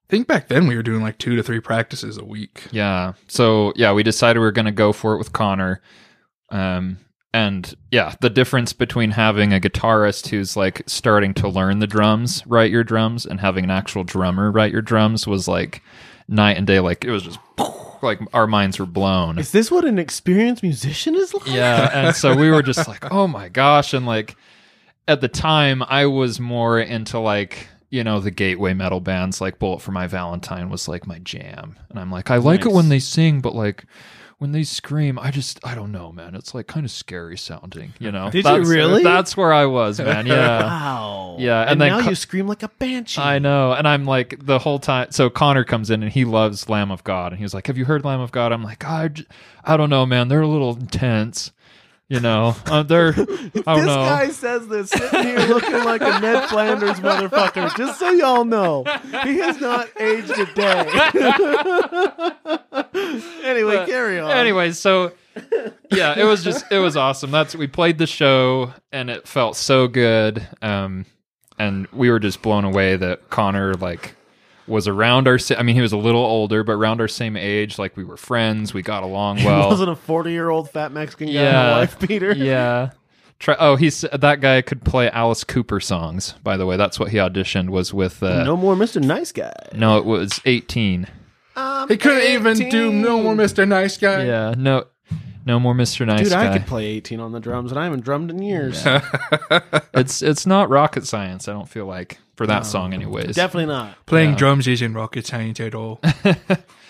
[SPEAKER 6] I think back then we were doing like two to three practices a week.
[SPEAKER 7] Yeah. So yeah, we decided we were going to go for it with Connor. Um, and yeah, the difference between having a guitarist who's like starting to learn the drums, write your drums, and having an actual drummer write your drums was like night and day. Like it was just like our minds were blown.
[SPEAKER 2] Is this what an experienced musician is like?
[SPEAKER 7] Yeah, and so we were just like, "Oh my gosh!" And like at the time, I was more into like you know the gateway metal bands, like Bullet for My Valentine was like my jam, and I'm like, I like it
[SPEAKER 2] Nice.
[SPEAKER 7] when they sing, but like when they scream, I just I don't know, man. It's like kind of scary sounding, you know.
[SPEAKER 2] Did you
[SPEAKER 7] That's-
[SPEAKER 2] really?
[SPEAKER 7] That's where I was, man. Yeah.
[SPEAKER 2] Wow.
[SPEAKER 7] Yeah,
[SPEAKER 2] And,
[SPEAKER 7] and then
[SPEAKER 2] now
[SPEAKER 7] co-
[SPEAKER 2] you scream like a banshee.
[SPEAKER 7] I know. And I'm like, the whole time. So Connor comes in and he loves Lamb of God. And he was like, Have you heard Lamb of God? I'm like, I, j- I don't know, man. They're a little intense. You know, uh, they're, I don't
[SPEAKER 2] this
[SPEAKER 7] know.
[SPEAKER 2] guy says this sitting here looking like a Ned Flanders motherfucker. Just so y'all know, he has not aged a day. anyway, carry on.
[SPEAKER 7] anyway, so yeah, it was just, it was awesome. That's, we played the show and it felt so good. Um, and we were just blown away that Connor, like, was around our, sa- I mean, he was a little older, but around our same age. Like, we were friends. We got along well.
[SPEAKER 2] he wasn't a forty-year-old fat Mexican guy
[SPEAKER 7] Yeah.
[SPEAKER 2] in life, Peter.
[SPEAKER 7] yeah. Try, oh, he's that guy could play Alice Cooper songs. By the way, that's what he auditioned was with. Uh,
[SPEAKER 2] No more Mr. Nice Guy.
[SPEAKER 7] No, it was eighteen.
[SPEAKER 6] He couldn't even do no more Mr. Nice Guy.
[SPEAKER 7] Yeah. No. No more Mr. Nice
[SPEAKER 2] Dude,
[SPEAKER 7] Guy.
[SPEAKER 2] I could play 18 on the drums, and I haven't drummed in years.
[SPEAKER 7] It's it's not rocket science. I don't feel like for that song, anyways.
[SPEAKER 2] Definitely not.
[SPEAKER 6] Playing drums isn't rocket science at all.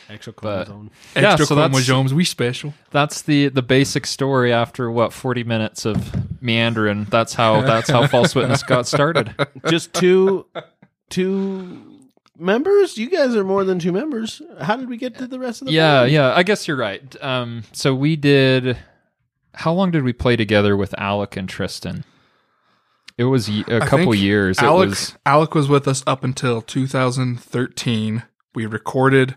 [SPEAKER 2] Extra
[SPEAKER 7] But-
[SPEAKER 2] chromosome.
[SPEAKER 7] Yeah,
[SPEAKER 6] Extra
[SPEAKER 7] so that's-
[SPEAKER 6] chromosomes, we special.
[SPEAKER 7] that's the the basic story. After what forty minutes of meandering, that's how that's how False Witness got started.
[SPEAKER 2] Just two, two members. You guys are more than two members. How did we get to the rest of the?
[SPEAKER 7] yeah
[SPEAKER 2] band?
[SPEAKER 7] yeah i guess you're right um so we did how long did we play together with alec and tristan it was y- a
[SPEAKER 6] I
[SPEAKER 7] couple
[SPEAKER 6] think
[SPEAKER 7] years
[SPEAKER 6] Alec
[SPEAKER 7] it was
[SPEAKER 6] Alec was with us up until 2013. We recorded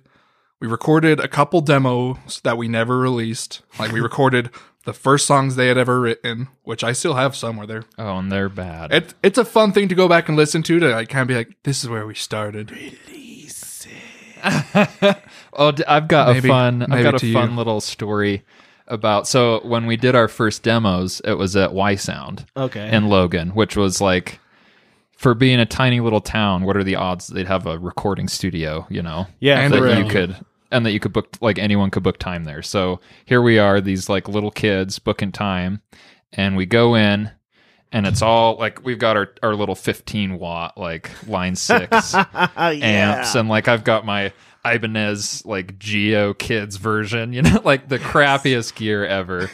[SPEAKER 6] we recorded a couple demos that we never released. Like we recorded the first songs they had ever written, which I still have somewhere there.
[SPEAKER 7] oh and they're bad
[SPEAKER 6] It, it's a fun thing to go back and listen to to like kind of be like, this is where we started.
[SPEAKER 7] oh d- i've got
[SPEAKER 6] Maybe-
[SPEAKER 7] a fun
[SPEAKER 6] maybe
[SPEAKER 7] i've got
[SPEAKER 6] to
[SPEAKER 7] a fun
[SPEAKER 6] you.
[SPEAKER 7] little story about so when we did our first demos it was at y sound
[SPEAKER 2] Okay.
[SPEAKER 7] in logan which was like for being a tiny little town what are the odds that they'd have a recording studio you know
[SPEAKER 2] yeah.
[SPEAKER 6] And
[SPEAKER 2] for
[SPEAKER 7] that
[SPEAKER 2] real.
[SPEAKER 7] you could and that you could book like anyone could book time there. So here we are, these like little kids booking time, and we go in and it's all like we've got our, our little 15 watt like line six
[SPEAKER 2] Ah, yeah.
[SPEAKER 7] amps and like I've got my Ibanez like Geo Kids version, you know, like the crappiest gear ever.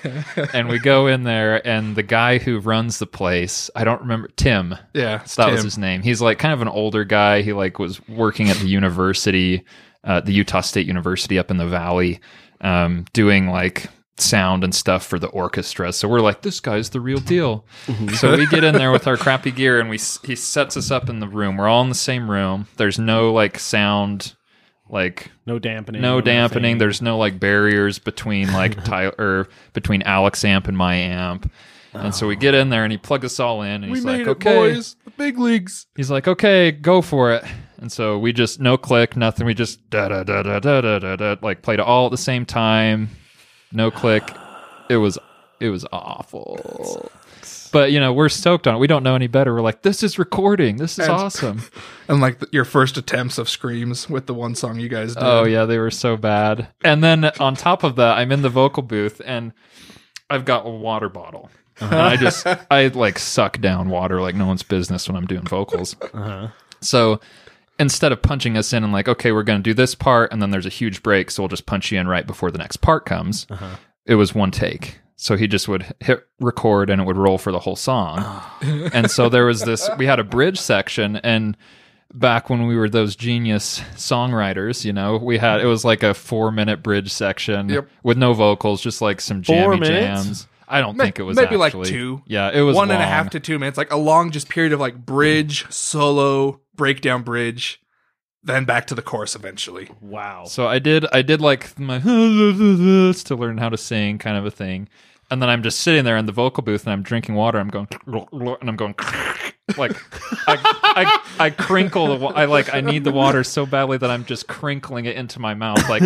[SPEAKER 7] and we go in there and the guy who runs the place, I don't remember Tim,
[SPEAKER 6] Yeah, it's
[SPEAKER 7] that
[SPEAKER 6] Tim.
[SPEAKER 7] was his name. He's like kind of an older guy. He like was working at the university, uh, the Utah State University up in the valley, um, doing like sound and stuff for the orchestra. So we're like, this guy's the real deal.
[SPEAKER 6] Mm-hmm.
[SPEAKER 7] so we get in there with our crappy gear, and we s- he sets us up in the room. We're all in the same room. There's no like sound, like
[SPEAKER 2] No dampening.
[SPEAKER 7] no dampening.
[SPEAKER 2] nothing.
[SPEAKER 7] There's no like barriers between like Tyler or between Alex amp and my amp. And so we get in there, and he plugs us all in, and
[SPEAKER 6] Ah. we
[SPEAKER 7] he's
[SPEAKER 6] made
[SPEAKER 7] like,
[SPEAKER 6] it,
[SPEAKER 7] "Okay,
[SPEAKER 6] boys. The big leagues.
[SPEAKER 7] he's like, okay, go for it. And so we just no click, nothing. We just da da da da da da da da, like played it all at the same time, no click. It was it was awful. But you know we're stoked on it. We don't know any better. We're like, this is recording. This is
[SPEAKER 6] And-
[SPEAKER 7] awesome.
[SPEAKER 6] And like the, your first attempts of screams with the one song you guys did.
[SPEAKER 7] Oh yeah, they were so bad. And then on top of that, I'm in the vocal booth and I've got a water bottle. And I just I like suck down water like no one's business when I'm doing vocals. So instead of punching us in and like, okay, we're going to do this part, and then there's a huge break, so we'll just punch you in right before the next part comes. It was one take. So he just would hit record and it would roll for the whole song. and so there was this, we had a bridge section, and back when we were those genius songwriters, you know, we had, it was like a four minute bridge section
[SPEAKER 6] Yep.
[SPEAKER 7] with no vocals, just like some jammy
[SPEAKER 2] minutes?
[SPEAKER 7] jams. I don't
[SPEAKER 6] Ma-
[SPEAKER 7] think it was
[SPEAKER 6] maybe like
[SPEAKER 7] actually-
[SPEAKER 6] two.
[SPEAKER 7] Yeah, it was
[SPEAKER 6] One and a half
[SPEAKER 7] long.
[SPEAKER 6] to two minutes, like a long just period of like bridge, solo, breakdown bridge, then back to the chorus eventually.
[SPEAKER 2] Wow.
[SPEAKER 7] So I did I did like my to learn how to sing kind of a thing. And then I'm just sitting there in the vocal booth and I'm drinking water. I'm going and I'm going like I, I I crinkle the wa- I like I need the water so badly that I'm just crinkling it into my mouth like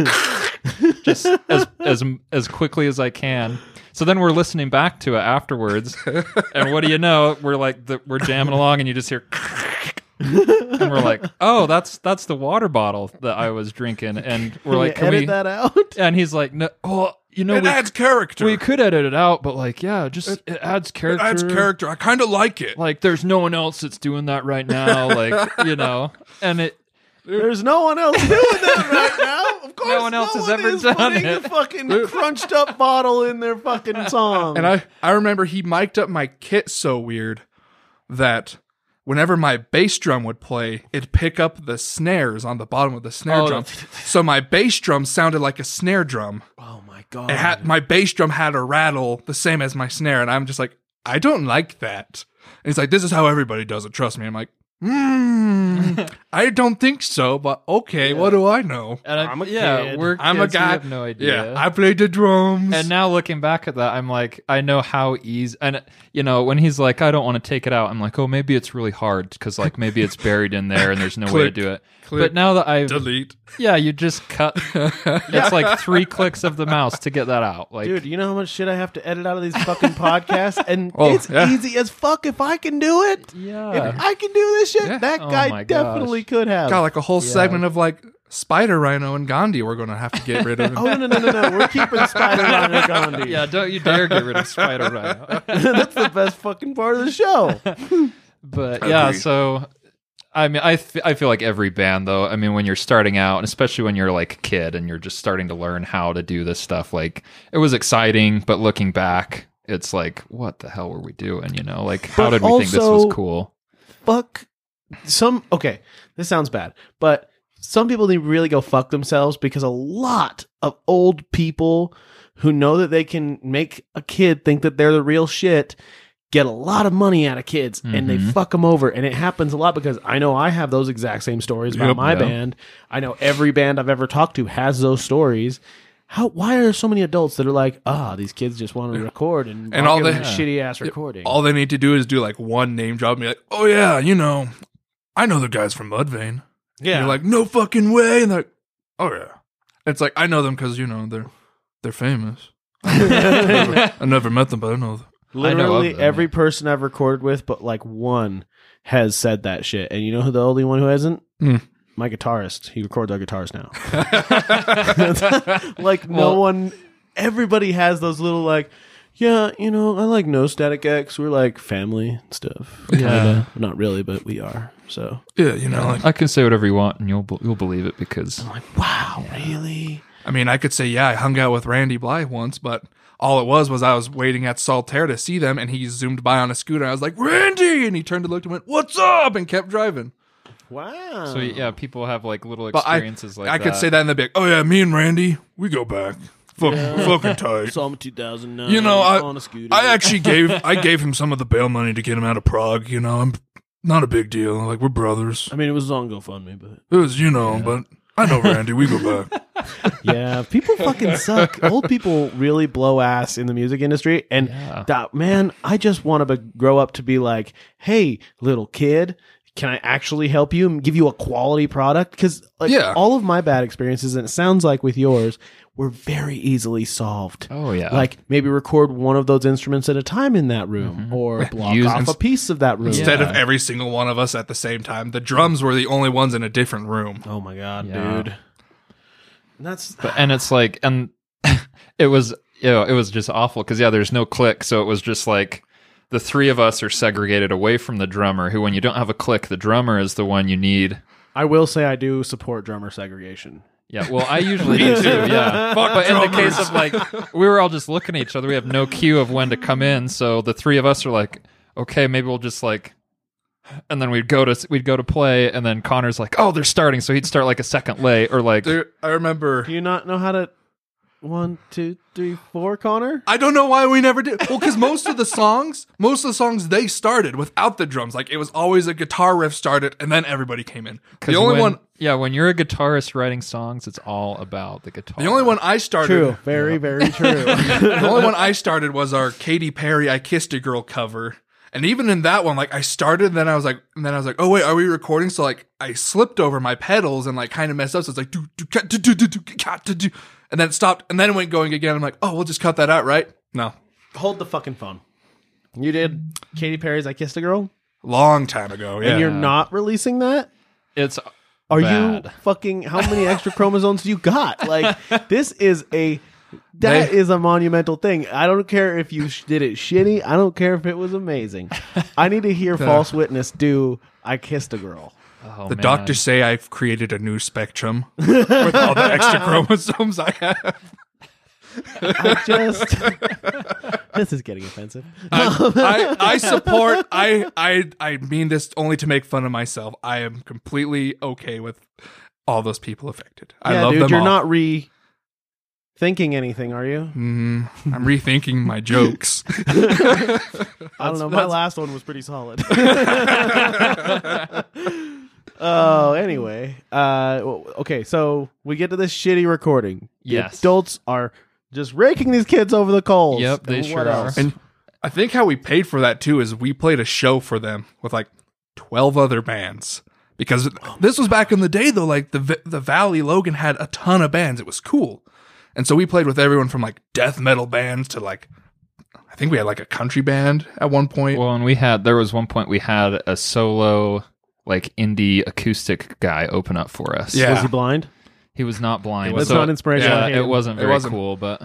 [SPEAKER 7] just as as as quickly as I can. So then we're listening back to it afterwards, and what do you know? We're like the, we're jamming along, and you just hear and we're like, "Oh, that's that's the water bottle that I was drinking." And we're like, "Can
[SPEAKER 2] edit
[SPEAKER 7] we?"
[SPEAKER 2] that out.
[SPEAKER 7] And he's like, "No, well, you know,
[SPEAKER 6] it
[SPEAKER 7] we,
[SPEAKER 6] adds character.
[SPEAKER 7] we could edit it out, but like, yeah, just it, adds
[SPEAKER 6] it
[SPEAKER 7] character.
[SPEAKER 6] adds character. I kind of like it.
[SPEAKER 7] Like, there's no one else that's doing that right now. Like, you know, and it."
[SPEAKER 2] There's no one else doing that right now. Of course,
[SPEAKER 7] one else has ever
[SPEAKER 2] is
[SPEAKER 7] done
[SPEAKER 2] putting
[SPEAKER 7] it.
[SPEAKER 2] a fucking crunched up bottle in their fucking song.
[SPEAKER 6] And I, I remember he mic'd up my kit so weird that whenever my bass drum would play, it'd pick up the snares on the bottom of the snare
[SPEAKER 7] Oh,
[SPEAKER 6] drum. So my bass drum sounded like a snare drum.
[SPEAKER 2] oh my
[SPEAKER 6] It
[SPEAKER 2] god!
[SPEAKER 6] had, my bass drum had a rattle the same as my snare, and I'm just like, I don't like that. And he's like, This is how everybody does it. Trust me. I'm like, Hmm, I don't think so, but okay, what do I know?
[SPEAKER 7] And I,
[SPEAKER 2] I'm a
[SPEAKER 7] yeah,
[SPEAKER 2] kid.
[SPEAKER 7] we're
[SPEAKER 6] I'm a
[SPEAKER 7] Uh, kids, we
[SPEAKER 6] guy.
[SPEAKER 7] have no idea.
[SPEAKER 6] Yeah, I played the drums.
[SPEAKER 7] and now looking back at that, I'm like, I know how easy. And you know, when he's like, I don't want to take it out, I'm like, oh, maybe it's really hard because like maybe it's buried in there and there's no way to
[SPEAKER 6] Click,
[SPEAKER 7] do it.
[SPEAKER 6] click,
[SPEAKER 7] but now that I've
[SPEAKER 6] delete.
[SPEAKER 7] yeah, you just cut. It's like three clicks of the mouse to get that out. Like,
[SPEAKER 2] Dude, you know how much shit I have to edit out of these fucking podcasts, and
[SPEAKER 6] Oh,
[SPEAKER 2] it's
[SPEAKER 6] yeah.
[SPEAKER 2] easy as fuck if I can do it.
[SPEAKER 7] yeah,
[SPEAKER 2] If I can do this shit,
[SPEAKER 6] Yeah.
[SPEAKER 2] that
[SPEAKER 7] Oh
[SPEAKER 2] guy
[SPEAKER 7] my
[SPEAKER 2] definitely
[SPEAKER 7] gosh.
[SPEAKER 2] could have.
[SPEAKER 6] Got like a whole segment of like Spider Rhino and Gandhi. We're gonna have to get rid of.
[SPEAKER 2] oh no no no no! no. We're keeping Spider Man and Gandhi.
[SPEAKER 7] yeah. Don't you dare get rid of Spider Rhino.
[SPEAKER 2] That's the best fucking part of the show.
[SPEAKER 7] but yeah
[SPEAKER 6] Agreed.
[SPEAKER 7] so i mean I, f- I feel like every band though i mean when you're starting out and especially when you're like a kid and you're just starting to learn how to do this stuff like it was exciting but looking back it's like what the hell were we doing you know like how
[SPEAKER 2] But
[SPEAKER 7] did we think this was
[SPEAKER 2] also-
[SPEAKER 7] cool
[SPEAKER 2] fuck some okay this sounds bad but some people need to really go fuck themselves because a lot of old people who know that they can make a kid think that they're the real shit get a lot of money out of kids and they
[SPEAKER 6] Mm-hmm.
[SPEAKER 7] Mhm.
[SPEAKER 2] fuck them over and it happens a lot because i know i have those exact same stories about
[SPEAKER 6] Yep.
[SPEAKER 2] my
[SPEAKER 7] Yeah.
[SPEAKER 2] band i know every band i've ever talked to has those stories how why are there so many adults that are like ah these kids just want to record and,
[SPEAKER 6] And
[SPEAKER 2] I'll
[SPEAKER 6] all
[SPEAKER 2] give
[SPEAKER 6] the-
[SPEAKER 2] them a shitty ass recording
[SPEAKER 6] All they need to do is do like one name drop and be like, "Oh yeah, you know, I know the guys from Mudvayne."
[SPEAKER 2] yeah
[SPEAKER 6] You're like, "No fucking way!" And they're like, "Oh yeah." It's like I know them because you know they're they're famous. I never, I never met them, but I know them.
[SPEAKER 7] I know of
[SPEAKER 2] Literally
[SPEAKER 7] them,
[SPEAKER 2] every person I've recorded with, but like one has said that shit. And you know who the only one who hasn't?
[SPEAKER 6] Hmm.
[SPEAKER 2] My guitarist. He records our guitars now. like no
[SPEAKER 7] Well-
[SPEAKER 2] one. Everybody has those little like. Yeah, you know, I like No Static X. We're like family and stuff.
[SPEAKER 7] Yeah.
[SPEAKER 2] Kinda. not really, but we are. So
[SPEAKER 6] Yeah, you know, like
[SPEAKER 7] i can say whatever you want and you'll be- you'll believe it because
[SPEAKER 2] I'm like, wow, really?
[SPEAKER 6] I mean, I could say, yeah, I hung out with Randy Bly once, but all it was was I was waiting at Saltaire to see them, and he zoomed by on a scooter. I was like, Randy, and he turned and looked and went, "What's up?" and kept driving.
[SPEAKER 2] Wow.
[SPEAKER 7] so yeah people have like little
[SPEAKER 6] But I,
[SPEAKER 7] experiences like
[SPEAKER 6] I
[SPEAKER 7] that
[SPEAKER 6] could say that in the big. Oh yeah, me and Randy, we go back. Fuck, fucking tight.
[SPEAKER 2] Saw him in 2009.
[SPEAKER 6] you know, I,
[SPEAKER 2] on a scooter.
[SPEAKER 6] I actually gave I gave him some of the bail money to get him out of Prague. You know, I'm not a big deal. Like we're brothers.
[SPEAKER 2] I mean, it was on GoFundMe, but
[SPEAKER 6] It was, you know, but I know Randy. We go back.
[SPEAKER 2] yeah, people fucking suck. Old people really blow ass in the music industry, and
[SPEAKER 7] Yeah.
[SPEAKER 2] that man, I just want to be, grow up to be like, hey, little kid, can I actually help you and give you a quality product? Because like,
[SPEAKER 6] Yeah.
[SPEAKER 2] all of my bad experiences, and it sounds like with yours, were very easily solved.
[SPEAKER 7] oh yeah
[SPEAKER 2] Like maybe record one of those instruments at a time in that room, or block
[SPEAKER 7] Use-
[SPEAKER 2] off a piece of that room.
[SPEAKER 6] Instead
[SPEAKER 7] Yeah.
[SPEAKER 6] of every single one of us at the same time, the drums were the only ones in a different room.
[SPEAKER 2] oh my god,
[SPEAKER 7] Yeah.
[SPEAKER 2] dude, And that's
[SPEAKER 7] But and it's like and it was you know, it was just awful because yeah, there's no click, so it was just like the three of us are segregated away from the drummer. Who, when you don't have a click, the drummer is the one you need.
[SPEAKER 2] I will say I do support drummer segregation.
[SPEAKER 7] Yeah, well, I usually do. Yeah, but in the case of like we were all just looking at each other, we have no cue of when to come in, so the three of us are like, okay, maybe we'll just like. And then we'd go to we'd go to play, and then Connor's like, "Oh, they're starting," so he'd start like a second lay or like
[SPEAKER 6] Dude, I remember.
[SPEAKER 2] Do you not know how to? One, two, three, four, Connor.
[SPEAKER 6] I don't know why we never did. Well, because most of the songs, most of the songs, they started without the drums. Like it was always a guitar riff started, and then everybody came in. The
[SPEAKER 7] 'Cause
[SPEAKER 6] only
[SPEAKER 7] when-
[SPEAKER 6] one,
[SPEAKER 7] yeah. When you're a guitarist writing songs, it's all about the guitar.
[SPEAKER 6] the only one I started,
[SPEAKER 2] True, very, very true.
[SPEAKER 6] the only one I started was our Katy Perry "I Kissed a Girl" cover. And even in that one, like I started, and then I was like, and then I was like, oh wait, are we recording? So like I slipped over my pedals and like kind of messed up. So it's like do do ca- do do do do ca- do do, and then it stopped, and then it went going again. I'm like, oh, we'll just cut that out, right? No,
[SPEAKER 2] Hold the fucking phone. You did Katy Perry's "I Kissed a Girl."
[SPEAKER 6] long time ago. Yeah,
[SPEAKER 2] And you're not releasing that?
[SPEAKER 7] It's
[SPEAKER 2] Are you
[SPEAKER 7] bad.
[SPEAKER 2] fucking how many extra chromosomes do you got? Like this is a that is
[SPEAKER 6] They-
[SPEAKER 2] a monumental thing. I don't care if you sh- did it shitty. I don't care if it was amazing. I need to hear false witness do I kissed a girl.
[SPEAKER 7] Oh,
[SPEAKER 6] the
[SPEAKER 7] man.
[SPEAKER 6] doctors say I've created a new spectrum with all the extra chromosomes I have.
[SPEAKER 2] I just This is getting offensive.
[SPEAKER 6] I, I support. I I I mean this only to make fun of myself. I am completely okay with all those people affected. I
[SPEAKER 2] yeah,
[SPEAKER 6] love
[SPEAKER 2] dude,
[SPEAKER 6] them
[SPEAKER 2] you're
[SPEAKER 6] all.
[SPEAKER 2] not re thinking anything, are you?
[SPEAKER 6] Mm, I'm rethinking my jokes.
[SPEAKER 2] I don't know. My last one was pretty solid. Oh, anyway. Uh, w- okay, so we get to this shitty recording. The
[SPEAKER 7] Yes.
[SPEAKER 2] adults are just raking these kids over the coals.
[SPEAKER 7] Yep, they
[SPEAKER 2] And
[SPEAKER 7] sure
[SPEAKER 2] what
[SPEAKER 7] are.
[SPEAKER 2] else?
[SPEAKER 6] And I think how we paid for that too is we played a show for them with like 12 other bands because this was back in the day though like the V- the Valley Logan had a ton of bands it was cool. And so we played with everyone from like death metal bands to like I think we had like a country band at one point.
[SPEAKER 7] Well, and we had there was one point we had a solo like indie acoustic guy open up for us.
[SPEAKER 6] Yeah.
[SPEAKER 2] Was he blind?
[SPEAKER 7] he was not blind.
[SPEAKER 2] That's
[SPEAKER 7] so-
[SPEAKER 2] not inspirational.
[SPEAKER 7] Yeah,
[SPEAKER 2] to
[SPEAKER 7] it
[SPEAKER 2] him.
[SPEAKER 7] wasn't
[SPEAKER 6] It
[SPEAKER 7] very
[SPEAKER 6] wasn't.
[SPEAKER 7] cool, but,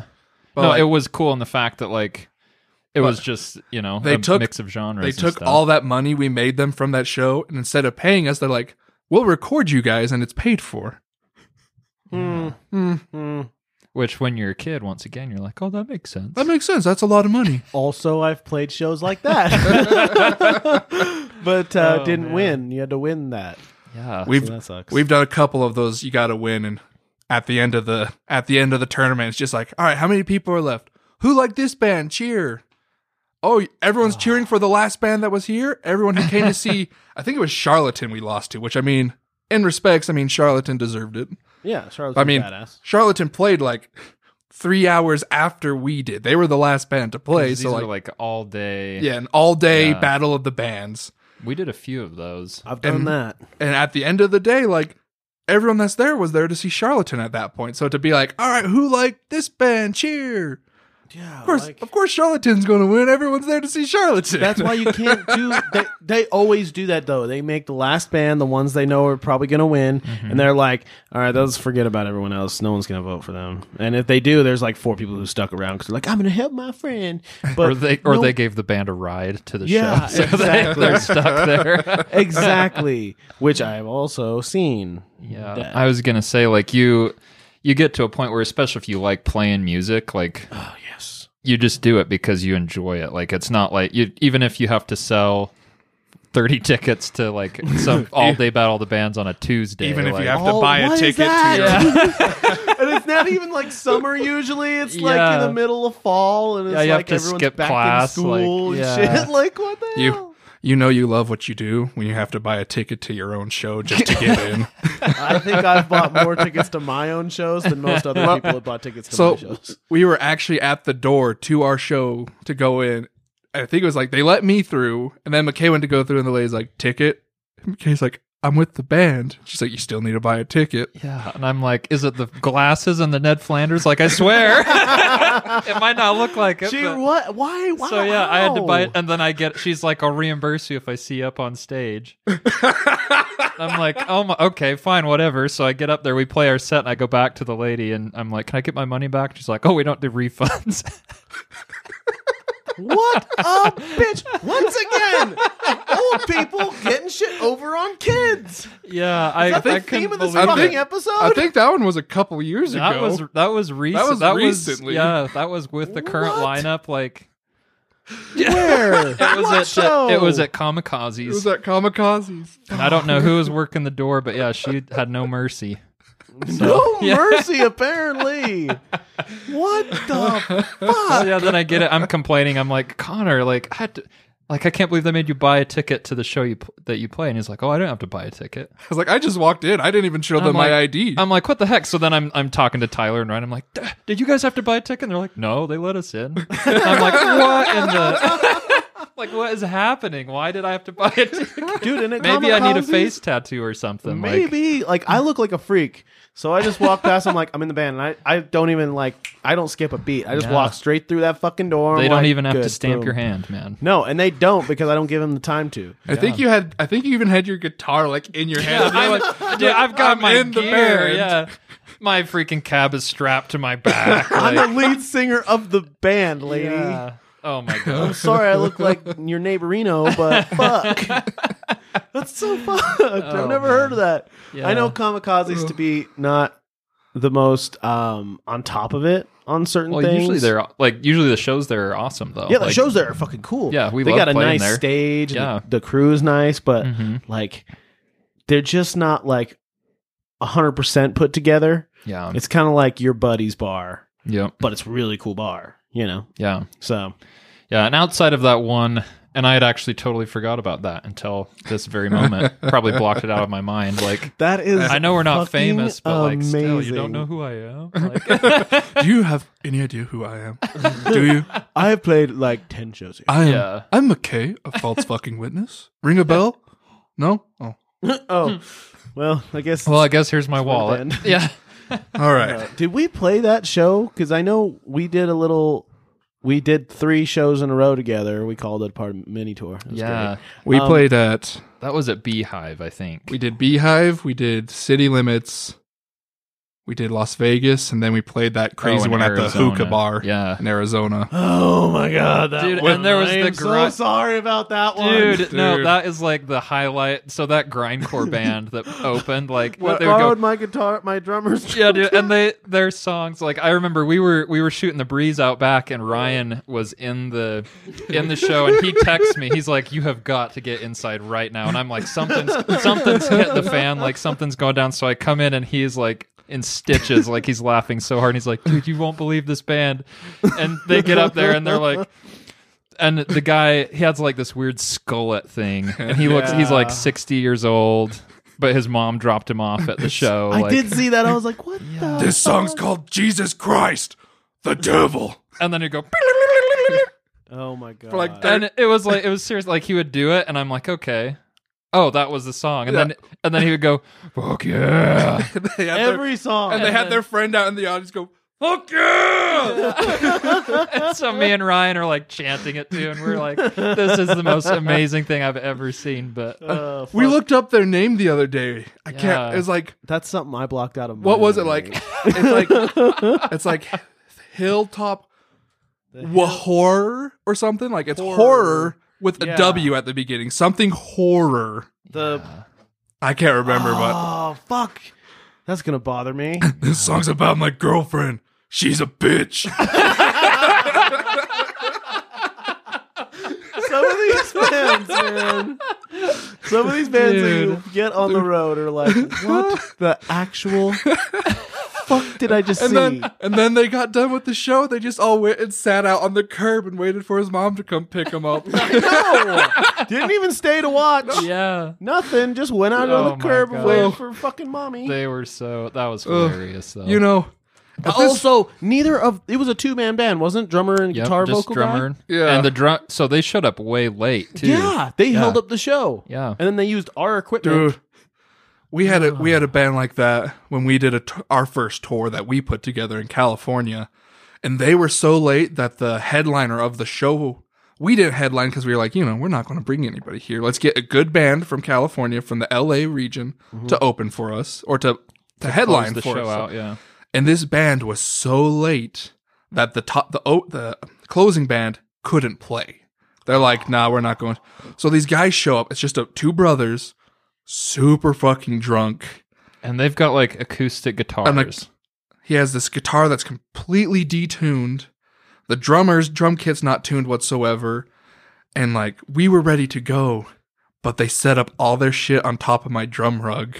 [SPEAKER 6] But,
[SPEAKER 7] no,
[SPEAKER 6] like,
[SPEAKER 7] it was cool in the fact that like it was
[SPEAKER 6] But
[SPEAKER 7] just you know
[SPEAKER 6] they
[SPEAKER 7] a
[SPEAKER 6] took-
[SPEAKER 7] mix of genres.
[SPEAKER 6] they
[SPEAKER 7] and
[SPEAKER 6] took
[SPEAKER 7] stuff.
[SPEAKER 6] all that money we made them from that show and instead of paying us they're like we'll record you guys and it's paid for.
[SPEAKER 7] which when you're a kid, once again, you're like, oh, that makes sense.
[SPEAKER 6] That makes sense. That's a lot of money.
[SPEAKER 2] Also, I've played shows like that, but uh,
[SPEAKER 7] Oh,
[SPEAKER 2] didn't win. You had to win that.
[SPEAKER 7] yeah,
[SPEAKER 6] We've
[SPEAKER 2] So that sucks.
[SPEAKER 6] We've done a couple of those. You got to win, and at the end of the at the end of the tournament, it's just like, all right, how many people are left? Who liked this band? Cheer! Oh, everyone's cheering for the last band that was here. Everyone who came to see, I think it was Charlatan we lost to. Which I mean, in respects, I mean Charlatan deserved it.
[SPEAKER 2] yeah, Charlotte's
[SPEAKER 6] I mean,
[SPEAKER 2] badass.
[SPEAKER 6] Charlatan played like three hours after we did. They were the last band to play,
[SPEAKER 7] these
[SPEAKER 6] so
[SPEAKER 7] are
[SPEAKER 6] like,
[SPEAKER 7] like all day.
[SPEAKER 6] yeah, an all day
[SPEAKER 7] Yeah.
[SPEAKER 6] battle of the bands.
[SPEAKER 7] we did a few of those.
[SPEAKER 2] I've done
[SPEAKER 6] and-
[SPEAKER 2] that.
[SPEAKER 6] And at the end of the day, like everyone that's there was there to see Charlatan at that point. So to be like, all right, who liked this band? Cheer!
[SPEAKER 2] Yeah,
[SPEAKER 6] Of course, of course, Charlatan's going to win. Everyone's there to see Charlatan.
[SPEAKER 2] That's why you can't do. They, they always do that though. They make the last band the ones they know are probably going to win,
[SPEAKER 7] Mm-hmm.
[SPEAKER 2] and they're like, "All right, let's forget about everyone else. No one's going to vote for them." And if they do, there's like four people who stuck around because they're like, "I'm going to help my friend," but
[SPEAKER 7] or they or
[SPEAKER 2] no-
[SPEAKER 7] they gave the band a ride to the
[SPEAKER 2] Yeah,
[SPEAKER 7] show, so they,
[SPEAKER 2] exactly.
[SPEAKER 7] they're stuck there.
[SPEAKER 2] exactly, which I have also seen.
[SPEAKER 7] Yeah.
[SPEAKER 2] That-
[SPEAKER 7] I was gonna say like you you get to a point where especially if you like playing music, like
[SPEAKER 2] Oh yes,
[SPEAKER 7] you just do it because you enjoy it. Like it's not like you even if you have to sell thirty tickets to like some all day battle of the bands on a Tuesday.
[SPEAKER 6] Even if
[SPEAKER 7] like-
[SPEAKER 6] you have
[SPEAKER 2] Oh,
[SPEAKER 6] to buy
[SPEAKER 2] what
[SPEAKER 6] a
[SPEAKER 2] is
[SPEAKER 6] ticket to
[SPEAKER 2] that?
[SPEAKER 6] your
[SPEAKER 2] and it's not even like summer usually. It's like in
[SPEAKER 7] Yeah.
[SPEAKER 2] the middle of fall, and it's
[SPEAKER 7] Yeah, you have
[SPEAKER 2] like
[SPEAKER 7] to
[SPEAKER 2] everyone's
[SPEAKER 7] skip
[SPEAKER 2] back
[SPEAKER 7] class,
[SPEAKER 2] in school
[SPEAKER 7] like,
[SPEAKER 2] and
[SPEAKER 7] yeah.
[SPEAKER 2] shit. Like what the
[SPEAKER 6] You-
[SPEAKER 2] hell?
[SPEAKER 6] you know you love what you do when you have to buy a ticket to your own show just to get in.
[SPEAKER 2] I think I've bought more tickets to my own shows than most other
[SPEAKER 6] Well,
[SPEAKER 2] people have bought tickets to my
[SPEAKER 6] so
[SPEAKER 2] shows.
[SPEAKER 6] we were actually at the door to our show to go in. I think it was like they let me through, and then McKay went to go through, and the lady's like, "Ticket." And McKay's like, "I'm with the band." She's like, "You still need to buy a ticket."
[SPEAKER 7] Yeah, and I'm like, is it the glasses and the Ned Flanders? Like, I swear, it might not look like it.
[SPEAKER 2] Gee,
[SPEAKER 7] but-
[SPEAKER 2] what? Why? Wow.
[SPEAKER 7] So yeah, I had to buy it, and then I get. She's like, "I'll reimburse you if I see you up on stage." I'm like, "Oh my, okay, fine, whatever." So I get up there, we play our set, and I go back to the lady, and I'm like, "Can I get my money back?" She's like, "Oh, we don't do refunds."
[SPEAKER 2] What a bitch! Once again, old people getting shit over on kids. Is
[SPEAKER 7] yeah, I,
[SPEAKER 2] that the
[SPEAKER 7] I couldn't
[SPEAKER 2] theme of this
[SPEAKER 7] believe
[SPEAKER 2] fucking
[SPEAKER 7] it.
[SPEAKER 2] episode?
[SPEAKER 6] I think that one was a couple years
[SPEAKER 7] That
[SPEAKER 6] ago.
[SPEAKER 7] was that was recent.
[SPEAKER 6] was
[SPEAKER 7] that
[SPEAKER 6] recently.
[SPEAKER 7] Was, yeah, that was with the current
[SPEAKER 2] What?
[SPEAKER 7] lineup. Like
[SPEAKER 2] Where?
[SPEAKER 7] it was
[SPEAKER 2] what
[SPEAKER 7] at
[SPEAKER 2] show?
[SPEAKER 7] it was at
[SPEAKER 6] it was
[SPEAKER 7] Kamikazes.
[SPEAKER 6] at Kamikazes.
[SPEAKER 7] and I don't know who was working the door, but yeah, she had no mercy.
[SPEAKER 2] No mercy, apparently. What the
[SPEAKER 7] So,
[SPEAKER 2] fuck?
[SPEAKER 7] Oh, yeah, then I get it. I'm complaining. I'm like, Connor, like I had to, like I can't believe they made you buy a ticket to the show you pl- that you play. And he's like, Oh, I don't have to buy a ticket.
[SPEAKER 6] I was like, I just walked in. I didn't even show
[SPEAKER 7] I'm
[SPEAKER 6] them my
[SPEAKER 7] like-
[SPEAKER 6] ID.
[SPEAKER 7] I'm like, What the heck? So then I'm I'm talking to Tyler and Ryan. I'm like, "Duh, Did you guys have to buy a ticket? And they're like, No, they let us in. And I'm like, What in the? like, what is happening? Why did I have to buy a ticket?
[SPEAKER 2] dude. And at
[SPEAKER 7] Maybe I need a
[SPEAKER 2] Kamikazes,
[SPEAKER 7] face tattoo or something. Like,
[SPEAKER 2] Maybe like, I look like a freak, so I just walk past. I'm like I'm in the band, and I, I don't even like I don't skip a beat. I just
[SPEAKER 7] Yeah.
[SPEAKER 2] walk straight through that fucking door.
[SPEAKER 7] they
[SPEAKER 2] I'm
[SPEAKER 7] don't
[SPEAKER 2] like,
[SPEAKER 7] even have to
[SPEAKER 2] good,
[SPEAKER 7] stamp
[SPEAKER 2] boom.
[SPEAKER 7] your hand, man.
[SPEAKER 2] No, and they don't because I don't give them the time to.
[SPEAKER 6] I think you had. I think you even had your guitar like in your hand. You're like,
[SPEAKER 7] Dude, I've got
[SPEAKER 6] I'm
[SPEAKER 7] my
[SPEAKER 6] in the
[SPEAKER 7] gear.
[SPEAKER 6] band.
[SPEAKER 7] yeah, my freaking cab is strapped to my back.
[SPEAKER 2] I'm
[SPEAKER 7] like,
[SPEAKER 2] the lead singer of the band, lady.
[SPEAKER 7] yeah. Oh my god.
[SPEAKER 2] I'm sorry I look like your neighborino, but fuck. That's so fucked.
[SPEAKER 7] Oh,
[SPEAKER 2] I've never heard of that. I know kamikazes to be not the most um, on top of it on certain
[SPEAKER 7] Well,
[SPEAKER 2] things.
[SPEAKER 7] usually they're like usually the shows there are awesome though.
[SPEAKER 2] yeah, the
[SPEAKER 7] like,
[SPEAKER 2] shows there are fucking cool.
[SPEAKER 7] Yeah, we
[SPEAKER 2] they
[SPEAKER 7] love
[SPEAKER 2] got a nice
[SPEAKER 7] playing there.
[SPEAKER 2] stage.
[SPEAKER 7] Yeah.
[SPEAKER 2] Yeah. The, the crew's nice, but
[SPEAKER 7] Mhm.
[SPEAKER 2] like they're just not like hundred percent put together.
[SPEAKER 7] Yeah.
[SPEAKER 2] It's kind of like your buddy's bar,
[SPEAKER 7] Yep.
[SPEAKER 2] but it's really cool bar. You know,
[SPEAKER 7] Yeah.
[SPEAKER 2] so
[SPEAKER 7] Yeah. And outside of that one, and I had actually totally forgot about that until this very moment. Probably blocked it out of my mind. Like
[SPEAKER 2] that is.
[SPEAKER 7] I know we're not
[SPEAKER 2] fucking
[SPEAKER 7] famous, but like still, you
[SPEAKER 2] amazing.
[SPEAKER 7] don't know who I am. Like,
[SPEAKER 6] Do you have any idea who I am? Do you?
[SPEAKER 2] I have played like ten shows. Here.
[SPEAKER 6] I am.
[SPEAKER 7] Yeah.
[SPEAKER 6] I'm McKay, a false fucking witness. Ring a bell? No. Oh,
[SPEAKER 2] Oh, well, I guess.
[SPEAKER 7] well, I guess here's my
[SPEAKER 2] the
[SPEAKER 7] wallet.
[SPEAKER 2] band.
[SPEAKER 7] Yeah.
[SPEAKER 6] all right.
[SPEAKER 2] did we play that show? Because I know we did a little. We did three shows in a row together. We called it part of mini tour. It was
[SPEAKER 7] Yeah.
[SPEAKER 2] great.
[SPEAKER 6] we
[SPEAKER 2] um,
[SPEAKER 6] played at.
[SPEAKER 7] That was at Beehive, I think.
[SPEAKER 6] We did Beehive. We did City Limits. We did Las Vegas, and then we played that crazy
[SPEAKER 7] in
[SPEAKER 6] one at the
[SPEAKER 7] Arizona.
[SPEAKER 6] hookah bar
[SPEAKER 7] Yeah.
[SPEAKER 6] in Arizona.
[SPEAKER 2] Oh my god, that
[SPEAKER 7] Dude,
[SPEAKER 2] one-
[SPEAKER 7] and there was
[SPEAKER 2] I
[SPEAKER 7] the
[SPEAKER 2] am so
[SPEAKER 7] gri-
[SPEAKER 2] sorry about that one,
[SPEAKER 7] Dude, no,
[SPEAKER 6] Dude.
[SPEAKER 7] that is like the highlight. So that grindcore band that opened, like
[SPEAKER 2] I
[SPEAKER 7] they would go,
[SPEAKER 2] borrowed my guitar, my drummer's.
[SPEAKER 7] yeah, dude, and they their songs like I remember we were we were shooting the breeze out back, and Ryan was in the in the show, and he texts me. He's like, "You have got to get inside right now," and I'm like, "Something's something's hit the fan, like something's going down." So I come in, and he is like in stitches, like he's laughing so hard. And he's like, "Dude, you won't believe this band," and they get up there, and they're like. And the guy, he has like this weird skullet thing, and he looks, he's like
[SPEAKER 2] Yeah.
[SPEAKER 7] 60 years old, but his mom dropped him off at the show.
[SPEAKER 2] I
[SPEAKER 7] like,
[SPEAKER 2] did see that. I was like, what the?
[SPEAKER 6] This song's called Jesus Christ, the Devil.
[SPEAKER 7] and then you go
[SPEAKER 2] Oh my god!
[SPEAKER 6] like, that-
[SPEAKER 7] and it was like it was serious like he would do it and i'm like okay oh that was the song and then and then he would go fuck yeah
[SPEAKER 6] they had their,
[SPEAKER 2] every song.
[SPEAKER 6] and they had their friend out in the audience go, "Fuck yeah!"
[SPEAKER 7] and so me and ryan are like chanting it too and we're like this is the most amazing thing i've ever seen but
[SPEAKER 2] Uh,
[SPEAKER 6] We
[SPEAKER 2] fuck.
[SPEAKER 6] looked up their name the other day. I
[SPEAKER 7] Yeah.
[SPEAKER 6] can't. It's like
[SPEAKER 2] That's something I blocked out of.
[SPEAKER 6] what
[SPEAKER 2] my
[SPEAKER 6] was it
[SPEAKER 2] memory.
[SPEAKER 6] like? It's like it's like hilltop wha- horror or something. Like it's horror, with a
[SPEAKER 2] Yeah.
[SPEAKER 6] W at the beginning. Something horror.
[SPEAKER 2] The
[SPEAKER 6] I can't remember,
[SPEAKER 2] oh fuck, that's gonna bother me.
[SPEAKER 6] but this song's about my girlfriend. She's a bitch.
[SPEAKER 2] Some of these bands, man. Some of these bands that you
[SPEAKER 7] Dude.
[SPEAKER 2] get on the road are like, what the actual fuck did I just
[SPEAKER 6] and
[SPEAKER 2] see?
[SPEAKER 6] then and then they got done with the show. They just all went and sat out on the curb and waited for his mom to come pick him up.
[SPEAKER 2] no, didn't even stay to watch.
[SPEAKER 7] yeah
[SPEAKER 2] Nothing. Just went out
[SPEAKER 7] Oh
[SPEAKER 2] on
[SPEAKER 7] my
[SPEAKER 2] the curb and
[SPEAKER 7] God.
[SPEAKER 2] waited for fucking mommy.
[SPEAKER 7] they were so that was hilarious though
[SPEAKER 6] you know. at this-
[SPEAKER 2] also, neither of it was a two man band, wasn't it? drummer and
[SPEAKER 7] Yep,
[SPEAKER 2] guitar
[SPEAKER 7] just
[SPEAKER 2] vocal
[SPEAKER 7] drummer
[SPEAKER 2] guy.
[SPEAKER 6] Yeah.
[SPEAKER 7] and the drum so they showed up way late too
[SPEAKER 2] Yeah, they held up the show.
[SPEAKER 7] Yeah.
[SPEAKER 2] and then they used our equipment.
[SPEAKER 6] dude. We had a we
[SPEAKER 7] Ah.
[SPEAKER 6] had a band like that when we did a t- our first tour that we put together in California, and they were so late that the headliner of the show we didn't headline because we were like, you know, we're not going to bring anybody here. Let's get a good band from California from the L.A. region to open for us or to to, headline
[SPEAKER 7] Closed Mm-hmm. the
[SPEAKER 6] for
[SPEAKER 7] show
[SPEAKER 6] us.
[SPEAKER 7] out yeah
[SPEAKER 6] And this band was so late that the top the oh, the closing band couldn't play. They're like, "Nah, we're not going." So these guys show up. It's just a, two brothers, super fucking drunk.
[SPEAKER 7] and they've got like acoustic guitars
[SPEAKER 6] He has this guitar that's completely detuned. The drummer's drum kit's not tuned whatsoever. And like, we were ready to go, but they set up all their shit on top of my drum rug.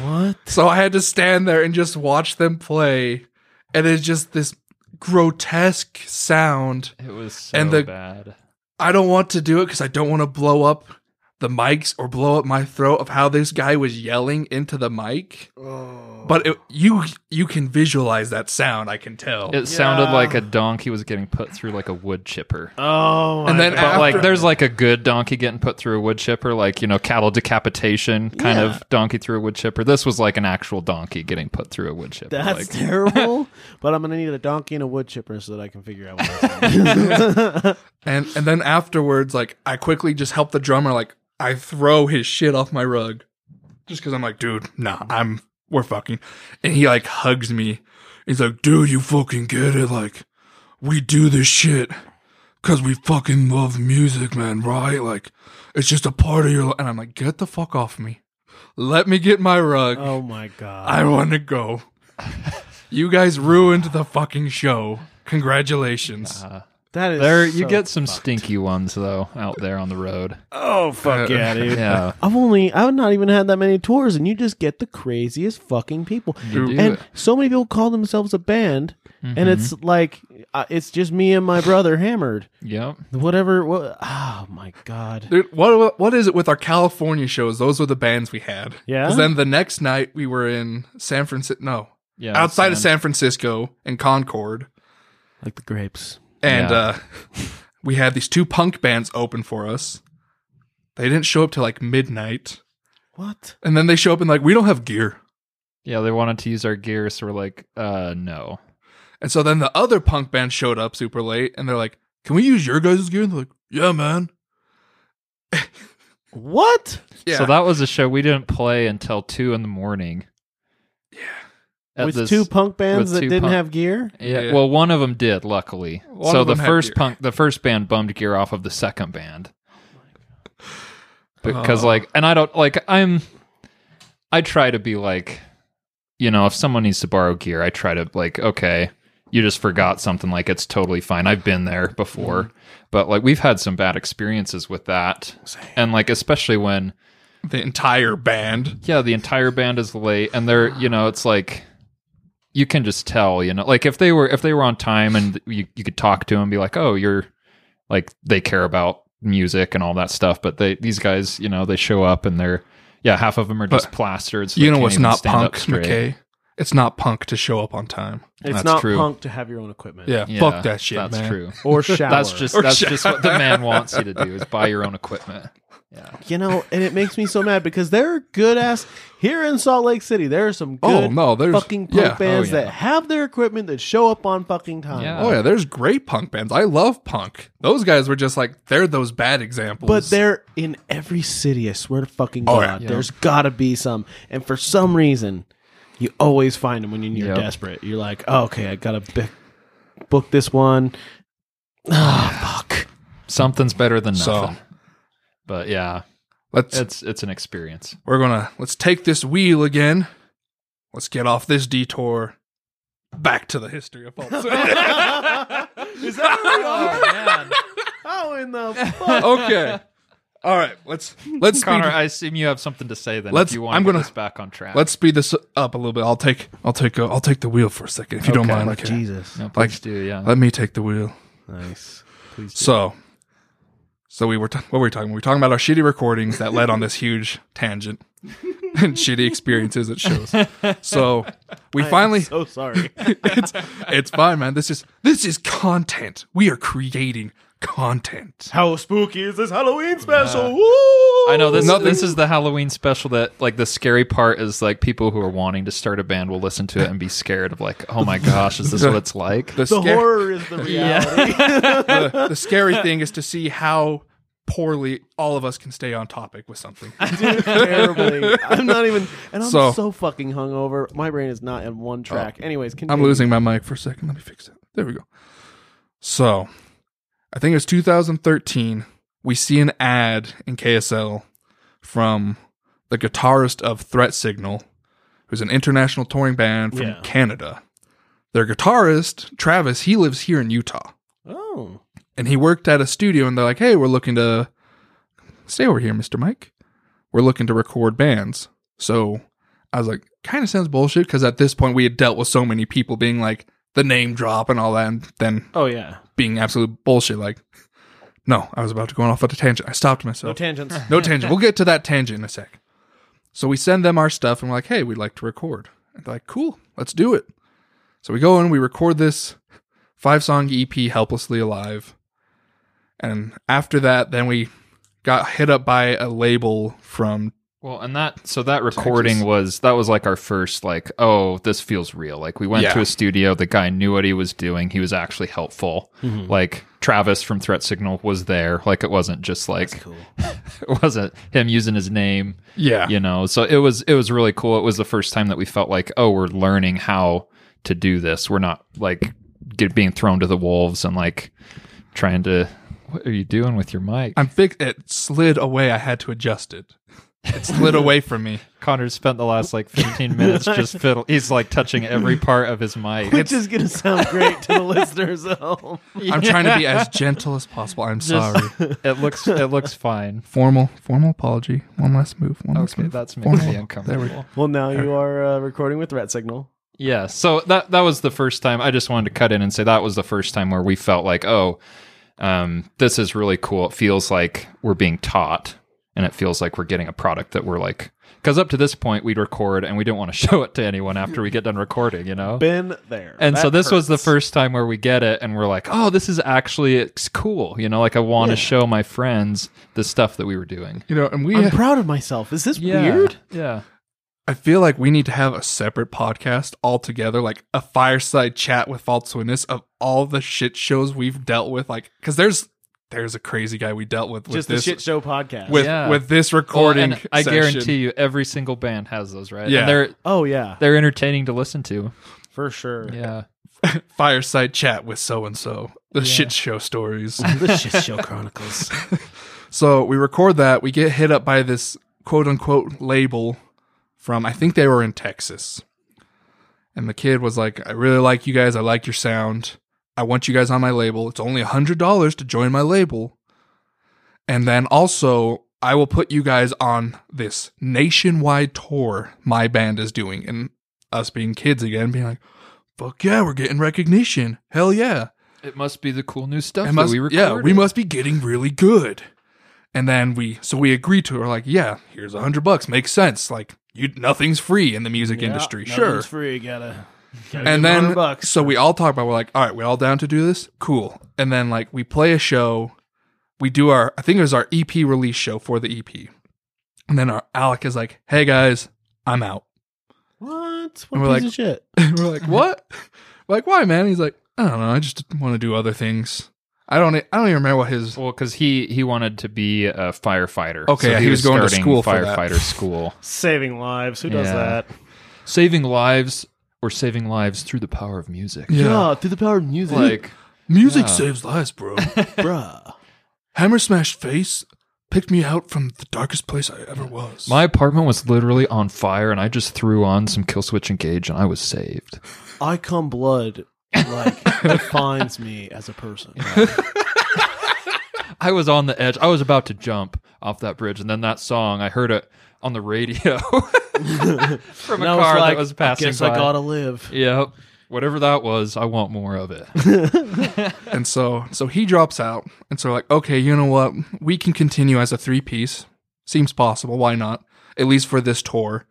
[SPEAKER 2] What?
[SPEAKER 6] So I had to stand there and just watch them play. And it's just this grotesque sound.
[SPEAKER 7] it was so
[SPEAKER 6] and the-
[SPEAKER 7] bad
[SPEAKER 6] I don't want to do it because I don't want to blow up the mics or blow up my throat of how this guy was yelling into the mic. But it, you you can visualize that sound. I can tell.
[SPEAKER 7] It sounded like a donkey was getting put through like a wood chipper.
[SPEAKER 2] Oh,
[SPEAKER 6] and then
[SPEAKER 7] but like
[SPEAKER 6] after-
[SPEAKER 7] there's like a good donkey getting put through a wood chipper, like you know, cattle decapitation kind
[SPEAKER 2] Yeah.
[SPEAKER 7] of donkey through a wood chipper. This was like an actual donkey getting put through a wood chipper.
[SPEAKER 2] that's
[SPEAKER 7] like,
[SPEAKER 2] terrible. but I'm gonna need a donkey and a wood chipper so that I can figure out what that's like.
[SPEAKER 6] And and then afterwards, like I quickly just help the drummer. Like I throw his shit off my rug, just because I'm like, dude, nah, I'm we're fucking. And he like hugs me. He's like, dude, you fucking get it. Like we do this shit because we fucking love music, man. Right? Like it's just a part of your. li-" And I'm like, get the fuck off me. Let me get my rug.
[SPEAKER 2] Oh my god.
[SPEAKER 6] I want to go. you guys ruined the fucking show. Congratulations.
[SPEAKER 2] Uh, That is
[SPEAKER 7] there you
[SPEAKER 2] so-
[SPEAKER 7] get some stinky ones though out there on the road.
[SPEAKER 2] Oh fuck
[SPEAKER 6] Uh,
[SPEAKER 2] yeah, dude.
[SPEAKER 7] Yeah.
[SPEAKER 2] I've only I've not even had that many tours, and you just get the craziest fucking people.
[SPEAKER 7] You do
[SPEAKER 2] and
[SPEAKER 7] it. Mm-hmm.
[SPEAKER 2] so many people call themselves a band, and it's like uh, it's just me and my brother hammered.
[SPEAKER 7] Yep.
[SPEAKER 2] Whatever. What, oh my god.
[SPEAKER 6] Dude, what what is it with our California shows? Those were the bands we had.
[SPEAKER 2] Yeah?
[SPEAKER 6] 'Cause then the next night we were in San Francisco. No,
[SPEAKER 7] Yeah.
[SPEAKER 6] outside of
[SPEAKER 7] Sam.
[SPEAKER 6] San Francisco in Concord,
[SPEAKER 2] Like the grapes.
[SPEAKER 6] and
[SPEAKER 7] Yeah.
[SPEAKER 6] uh, we had these two punk bands open for us. They didn't show up till like midnight,
[SPEAKER 2] What?
[SPEAKER 6] and then they show up and like we don't have gear.
[SPEAKER 7] Yeah, they wanted to use our gear, so we're like, uh, no.
[SPEAKER 6] And so then the other punk band showed up super late, and they're like, "Can we use your guys' gear?" And they're like, "Yeah, man."
[SPEAKER 2] What?
[SPEAKER 6] Yeah.
[SPEAKER 7] So that was a show we didn't play until two in the morning. Yeah.
[SPEAKER 2] with two punk bands
[SPEAKER 7] with
[SPEAKER 2] that
[SPEAKER 7] two
[SPEAKER 2] didn't
[SPEAKER 7] punk-
[SPEAKER 2] have gear.
[SPEAKER 7] Yeah.
[SPEAKER 6] Yeah.
[SPEAKER 7] Well, one of them did, luckily.
[SPEAKER 6] One
[SPEAKER 7] so
[SPEAKER 6] of
[SPEAKER 7] the
[SPEAKER 6] 'em had
[SPEAKER 7] first
[SPEAKER 6] gear.
[SPEAKER 7] punk, the first band bummed gear off of the second band. Because
[SPEAKER 6] Oh.
[SPEAKER 7] like, and I don't like. I'm. I try to be like, you know, if someone needs to borrow gear, I try to like, okay, you just forgot something. Like it's totally fine. I've been there before,
[SPEAKER 6] Mm-hmm.
[SPEAKER 7] but like we've had some bad experiences with that, and like especially when
[SPEAKER 6] the entire band.
[SPEAKER 7] yeah the entire band is late and they're you know it's like you can just tell you know like if they were if they were on time and you, you could talk to them be like oh you're like they care about music and all that stuff but they these guys you know they show up and they're yeah half of them are just
[SPEAKER 6] But
[SPEAKER 7] plastered so
[SPEAKER 6] You
[SPEAKER 7] they
[SPEAKER 6] know
[SPEAKER 7] can't
[SPEAKER 6] what's
[SPEAKER 7] even
[SPEAKER 6] not
[SPEAKER 7] stand up
[SPEAKER 6] punk,
[SPEAKER 7] straight.
[SPEAKER 6] McKay? It's not punk to show up on time.
[SPEAKER 2] It's
[SPEAKER 7] That's
[SPEAKER 2] not
[SPEAKER 7] true.
[SPEAKER 2] punk to have your own equipment.
[SPEAKER 6] Yeah,
[SPEAKER 7] Yeah,
[SPEAKER 6] fuck that shit,
[SPEAKER 7] that's
[SPEAKER 6] man. Oh,
[SPEAKER 7] true
[SPEAKER 2] Or shower.
[SPEAKER 7] that's just
[SPEAKER 6] Or
[SPEAKER 7] that's
[SPEAKER 6] shower.
[SPEAKER 7] just what the man wants you to do is buy your own equipment yeah
[SPEAKER 2] you know, and it makes me so mad because there are good ass here in Salt Lake City. There are some
[SPEAKER 6] Oh,
[SPEAKER 2] good
[SPEAKER 6] no, there's-
[SPEAKER 2] fucking punk
[SPEAKER 6] yeah. Oh,
[SPEAKER 2] bands
[SPEAKER 7] yeah.
[SPEAKER 2] that have their equipment that show up on fucking time.
[SPEAKER 7] Yeah.
[SPEAKER 6] Oh yeah, there's great punk bands. I love punk. Those guys were just like they're those bad examples.
[SPEAKER 2] But they're in every city. I swear to fucking
[SPEAKER 6] Oh,
[SPEAKER 2] god,
[SPEAKER 6] yeah. Yeah.
[SPEAKER 2] there's gotta be some. And for some reason, you always find them when you're
[SPEAKER 7] Yep.
[SPEAKER 2] desperate. You're like, oh, okay, I gotta b- book this one. Ah, fuck.
[SPEAKER 7] something's better than
[SPEAKER 6] So-
[SPEAKER 7] nothing but yeah
[SPEAKER 6] let's
[SPEAKER 7] it's it's an experience
[SPEAKER 6] we're gonna let's take this wheel again. Let's get off this detour. Back to the history of pulp.
[SPEAKER 2] Is that where we are? How Oh, in the fuck?
[SPEAKER 6] okay. All right. Let's let's speed,
[SPEAKER 7] Connor, I assume you have something to say then.
[SPEAKER 6] Let's-
[SPEAKER 7] if you want
[SPEAKER 6] I'm
[SPEAKER 7] to get
[SPEAKER 6] gonna-
[SPEAKER 7] this back on track.
[SPEAKER 6] let's speed this up a little bit. I'll take I'll take uh, I'll take the wheel for a second if you don't
[SPEAKER 7] Okay.
[SPEAKER 6] mind.
[SPEAKER 2] Oh,
[SPEAKER 6] Okay.
[SPEAKER 2] Jesus.
[SPEAKER 7] no,
[SPEAKER 6] like-
[SPEAKER 7] please do. Yeah,
[SPEAKER 6] Let me take the wheel.
[SPEAKER 2] Nice.
[SPEAKER 6] So, so we were t- what were we talking? We were talking about our shitty recordings that led on this huge tangent and shitty experiences at shows. So we finally,
[SPEAKER 2] So Oh, sorry.
[SPEAKER 6] it's it's fine, man. This is this is content. We are creating content.
[SPEAKER 2] How spooky is this Halloween special?
[SPEAKER 7] I know this.
[SPEAKER 6] Nothing-
[SPEAKER 7] This is the Halloween special that like the scary part is like people who are wanting to start a band will listen to it and be scared of like, oh my gosh, is this what it's like?
[SPEAKER 6] The,
[SPEAKER 2] the
[SPEAKER 6] scar-
[SPEAKER 2] horror is the reality.
[SPEAKER 6] the, the scary thing is to see how poorly all of us can stay on topic with something.
[SPEAKER 2] Terribly. I'm not even. And I'm
[SPEAKER 6] So-
[SPEAKER 2] so, fucking hungover. My brain is not in one track.
[SPEAKER 7] Oh,
[SPEAKER 2] Anyways, continue.
[SPEAKER 6] I'm losing my mic for a second. Let me fix it. There we go. So, I think it was 2013. We see an ad in KSL from the guitarist of Threat Signal, who's an international touring band from
[SPEAKER 2] Yeah.
[SPEAKER 6] Canada. Their guitarist, Travis, he lives here in Utah.
[SPEAKER 2] Oh.
[SPEAKER 6] And he worked at a studio, and they're like, hey, we're looking to stay over here, Mr. Mike. We're looking to record bands. So I was like, kind of sounds bullshit because at this point we had dealt with so many people being like the name drop and all that, and then
[SPEAKER 2] Oh, yeah.
[SPEAKER 6] being absolute bullshit. Like No, I was about to go off on a tangent. I stopped myself.
[SPEAKER 5] No tangents.
[SPEAKER 6] No tangent. We'll get to that tangent in a sec. So we send them our stuff and we're like, hey, we'd like to record. And they're like, cool, let's do it. So we go and we record this five song EP, Helplessly Alive. And after that, then we got hit up by a label from
[SPEAKER 7] Well, and that so that recording was that was like our first like oh this feels real like we went
[SPEAKER 6] Yeah.
[SPEAKER 7] to a studio the guy knew what he was doing he was actually helpful
[SPEAKER 6] Mm-hmm.
[SPEAKER 7] like Travis from Threat Signal was there like it wasn't just like it wasn't him using his name
[SPEAKER 6] Yeah.
[SPEAKER 7] you know so it was it was really cool it was the first time that we felt like oh we're learning how to do this we're not like get, being thrown to the wolves and like trying to what are you doing with your mic
[SPEAKER 6] I'm fix it slid away. I had to adjust it. It slid away from me.
[SPEAKER 7] Connor spent the last like 15 minutes just fiddle. He's like touching every part of his mic.
[SPEAKER 5] Which is gonna sound great to the listeners at home.
[SPEAKER 6] I'm trying to be as gentle as possible. I'm sorry.
[SPEAKER 7] It looks it looks fine.
[SPEAKER 6] Formal formal apology. One last move. One last
[SPEAKER 7] Okay,
[SPEAKER 6] move.
[SPEAKER 7] that's making me
[SPEAKER 6] Formal. There we go.
[SPEAKER 7] uncomfortable.
[SPEAKER 5] Well, now you are uh, recording with Rat Signal.
[SPEAKER 7] Yeah, so that that was the first time. I just wanted to cut in and say that was the first time where we felt like, oh, um, this is really cool. It feels like we're being taught, and it feels like we're getting a product that we're like. Because up to this point, we'd record and we didn't want to show it to anyone after we get done recording, you know.
[SPEAKER 5] Been there.
[SPEAKER 7] And so
[SPEAKER 5] That
[SPEAKER 7] this was the
[SPEAKER 5] hurts.
[SPEAKER 7] first time where we get it, and we're like, "Oh, this is actually it's cool," you know. Like I want to show my friends the stuff that we were doing.
[SPEAKER 6] You know, and we
[SPEAKER 5] I'm proud of myself. Is this weird?
[SPEAKER 7] Yeah.
[SPEAKER 6] I feel like we need to have a separate podcast altogether, like a fireside chat with Falsewitness of all the shit shows we've dealt with. Like, because there's there's a crazy guy we dealt with with
[SPEAKER 5] Just the
[SPEAKER 6] this
[SPEAKER 5] shit show podcast.
[SPEAKER 6] with
[SPEAKER 7] Yeah.
[SPEAKER 6] with this
[SPEAKER 7] Well,
[SPEAKER 6] recording.
[SPEAKER 7] and I
[SPEAKER 6] session.
[SPEAKER 7] guarantee you, every single band has those, right?
[SPEAKER 6] Yeah.
[SPEAKER 7] And they're
[SPEAKER 5] oh yeah,
[SPEAKER 7] they're entertaining to listen to.
[SPEAKER 5] for sure.
[SPEAKER 7] Yeah.
[SPEAKER 6] fireside chat with so and so the shit show stories.
[SPEAKER 5] the shit show chronicles.
[SPEAKER 6] so we record that. We get hit up by this quote unquote label from I think they were in Texas, and the kid was like, "I really like you guys. I like your sound. I want you guys on my label. It's only a hundred dollars to join my label, and then also." I will put you guys on this nationwide tour my band is doing. And us being kids again, being like, fuck yeah, we're getting recognition. Hell yeah.
[SPEAKER 7] It must be the cool new stuff
[SPEAKER 6] It must-
[SPEAKER 7] that we recorded.
[SPEAKER 6] yeah, we must be getting really good. And then we, so we agree to it. We're like, yeah, here's a hundred bucks. Makes sense. Like, you nothing's free in the music industry, sure.
[SPEAKER 5] Nothing's free. Gotta. gotta give
[SPEAKER 6] And
[SPEAKER 5] 100
[SPEAKER 6] then,
[SPEAKER 5] bucks.
[SPEAKER 6] so we all talk about. We're like, all right, we all down to do this. Cool. And then, like, we play a show. We do our, I think it was our EP release show for the EP. And then our Alec is like, hey guys, I'm out.
[SPEAKER 5] what? What
[SPEAKER 6] And
[SPEAKER 5] piece
[SPEAKER 6] we're like-
[SPEAKER 5] of shit?
[SPEAKER 6] And we're like,
[SPEAKER 5] Mm-hmm.
[SPEAKER 6] what? We're like, why, man? He's like, I don't know. I just want to do other things. I don't. I don't even remember what his
[SPEAKER 7] Well, because he he wanted to be a firefighter.
[SPEAKER 6] Okay, yeah, he was going to
[SPEAKER 7] starting
[SPEAKER 6] school for that.
[SPEAKER 7] firefighter school,
[SPEAKER 5] Saving lives. Who does
[SPEAKER 7] Yeah.
[SPEAKER 5] that?
[SPEAKER 7] saving lives or saving lives through the power of music.
[SPEAKER 2] Ah,
[SPEAKER 5] through the power of music,
[SPEAKER 7] Like
[SPEAKER 6] Music
[SPEAKER 7] Yeah.
[SPEAKER 6] saves lives, bro.
[SPEAKER 5] bruh.
[SPEAKER 6] Hammer smashed face picked me out from the darkest place I ever was.
[SPEAKER 7] my apartment was literally on fire, and I just threw on some Killswitch Engage, and I was saved.
[SPEAKER 5] I come blood like defines me as a person.
[SPEAKER 7] I was on the edge. I was about to jump off that bridge, and then that song I heard it on the radio from a
[SPEAKER 5] And I was
[SPEAKER 7] car that
[SPEAKER 5] like,
[SPEAKER 7] was passing
[SPEAKER 5] I guess
[SPEAKER 7] by.
[SPEAKER 5] I gotta live.
[SPEAKER 7] yep. Whatever that was, I want more of it.
[SPEAKER 6] and so so he drops out, and so we're like, okay, you know what? We can continue as a three piece. Seems possible. Why not? At least for this tour.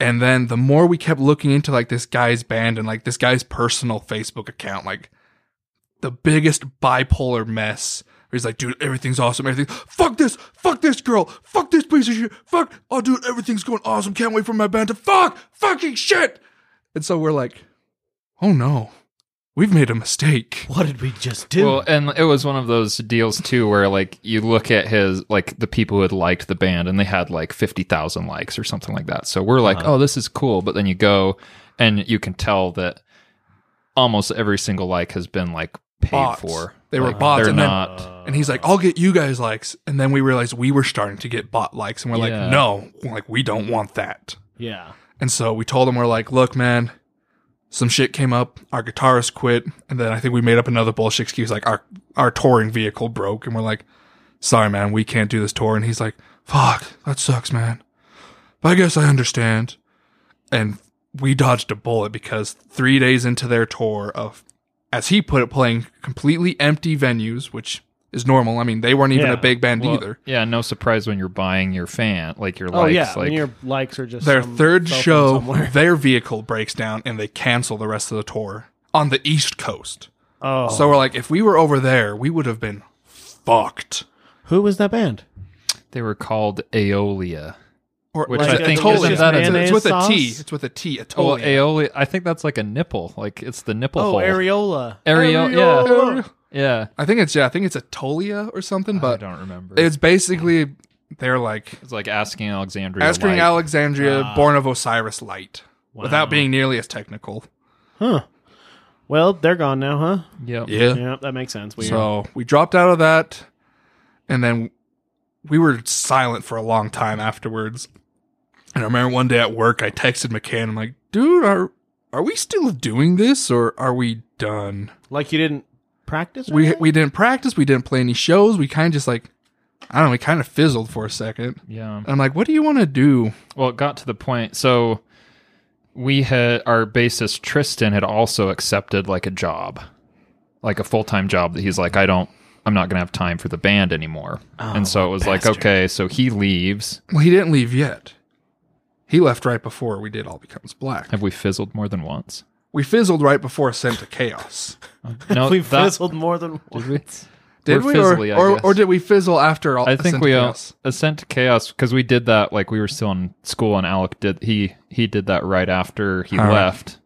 [SPEAKER 6] And then the more we kept looking into like this guy's band and like this guy's personal Facebook account, like the biggest bipolar mess. Where he's like, dude, everything's awesome. Everything. Fuck this. Fuck this girl. Fuck this piece of shit. Fuck. Oh, dude, everything's going awesome. Can't wait for my band to fuck. Fucking shit. And so we're like, oh no, we've made a mistake.
[SPEAKER 5] What did we just do?
[SPEAKER 7] Well, and it was one of those deals too, where like you look at his like the people who had liked the band, and they had like fifty thousand likes or something like that. So we're like, oh, this is cool. But then you go and you can tell that almost every single like has been like paid
[SPEAKER 6] Bots.
[SPEAKER 7] for.
[SPEAKER 6] They were
[SPEAKER 7] Like,
[SPEAKER 6] bots,
[SPEAKER 7] They're
[SPEAKER 6] and then-
[SPEAKER 7] not.
[SPEAKER 6] And he's like, I'll get you guys likes. And then we realized we were starting to get bot likes. And we're
[SPEAKER 7] Yeah.
[SPEAKER 6] like, no, like, we don't want that.
[SPEAKER 5] yeah.
[SPEAKER 6] And so we told him, we're like, look, man, some shit came up. Our guitarist quit. And then I think we made up another bullshit excuse like, our, our touring vehicle broke. And we're like, sorry, man, we can't do this tour. And he's like, fuck, that sucks, man. But I guess I understand. And we dodged a bullet because three days into their tour of, as he put it, playing completely empty venues, which is normal. I mean, they weren't even
[SPEAKER 2] Yeah.
[SPEAKER 6] a big band
[SPEAKER 7] Well,
[SPEAKER 6] either.
[SPEAKER 7] Yeah, no surprise when you're buying your fan, like your
[SPEAKER 2] Oh
[SPEAKER 7] likes.
[SPEAKER 2] yeah,
[SPEAKER 7] like
[SPEAKER 2] when your likes are just
[SPEAKER 6] Their
[SPEAKER 2] some
[SPEAKER 6] third
[SPEAKER 2] cell phone
[SPEAKER 6] show,
[SPEAKER 2] somewhere.
[SPEAKER 6] their vehicle breaks down and they cancel the rest of the tour on the East Coast.
[SPEAKER 2] Oh,
[SPEAKER 6] So we're like, if we were over there, we would have been fucked.
[SPEAKER 2] who was that band?
[SPEAKER 7] they were called Aeolia.
[SPEAKER 6] Or
[SPEAKER 7] Which
[SPEAKER 2] I think
[SPEAKER 6] Atoli-
[SPEAKER 2] is just
[SPEAKER 6] it's, it's
[SPEAKER 2] mayonnaise
[SPEAKER 6] with a T.
[SPEAKER 2] sauce?
[SPEAKER 6] It's with a T.
[SPEAKER 7] Oh,
[SPEAKER 6] Atolia.
[SPEAKER 7] Aeolia. I think that's like a nipple. Like it's the nipple
[SPEAKER 2] Oh,
[SPEAKER 7] hole.
[SPEAKER 2] Areola.
[SPEAKER 7] Areola. Yeah.
[SPEAKER 6] Areola.
[SPEAKER 7] Yeah.
[SPEAKER 6] I think it's yeah. I think it's Atolia or something.
[SPEAKER 7] I
[SPEAKER 6] But
[SPEAKER 7] don't remember.
[SPEAKER 6] it's basically they're like
[SPEAKER 7] It's like asking Alexandria.
[SPEAKER 6] asking
[SPEAKER 7] Light.
[SPEAKER 6] Alexandria,
[SPEAKER 7] Ah.
[SPEAKER 6] born of Osiris light, without being nearly as technical.
[SPEAKER 2] Well, they're gone now, huh?
[SPEAKER 7] Yep.
[SPEAKER 2] Yeah, that makes sense. Weird.
[SPEAKER 6] So we dropped out of that, and then we were silent for a long time afterwards. And I remember one day at work, I texted McCann. I'm like, "Dude, are are we still doing this, or are we done?
[SPEAKER 2] like you didn't practice. or
[SPEAKER 6] We
[SPEAKER 2] anything?
[SPEAKER 6] we didn't practice. We didn't play any shows. We kind of just like, I don't know. We kind of fizzled for a second.
[SPEAKER 7] Yeah.
[SPEAKER 6] And I'm like, what do you want to do?
[SPEAKER 7] Well, it got to the point. So we had our bassist Tristan had also accepted like a job, like a full time job that he's like, I don't, I'm not gonna have time for the band anymore.
[SPEAKER 2] Oh,
[SPEAKER 7] and so it was like, okay, so he leaves.
[SPEAKER 6] Well, he didn't leave yet. He left right before we did All Becomes Black.
[SPEAKER 7] Have we fizzled more than once?
[SPEAKER 6] We fizzled right before Ascent to Chaos.
[SPEAKER 7] No,
[SPEAKER 2] we
[SPEAKER 7] that-
[SPEAKER 2] fizzled more than
[SPEAKER 7] Did we?
[SPEAKER 6] Did
[SPEAKER 7] We're
[SPEAKER 6] we, or,
[SPEAKER 7] fizzly, I
[SPEAKER 6] or,
[SPEAKER 7] guess.
[SPEAKER 6] or did we fizzle after? All,
[SPEAKER 7] I think
[SPEAKER 6] Ascent
[SPEAKER 7] we
[SPEAKER 6] to
[SPEAKER 7] all,
[SPEAKER 6] Chaos?
[SPEAKER 7] ascent to chaos because we did that like we were still in school and Alec did he he did that right after he
[SPEAKER 6] All right.
[SPEAKER 7] left.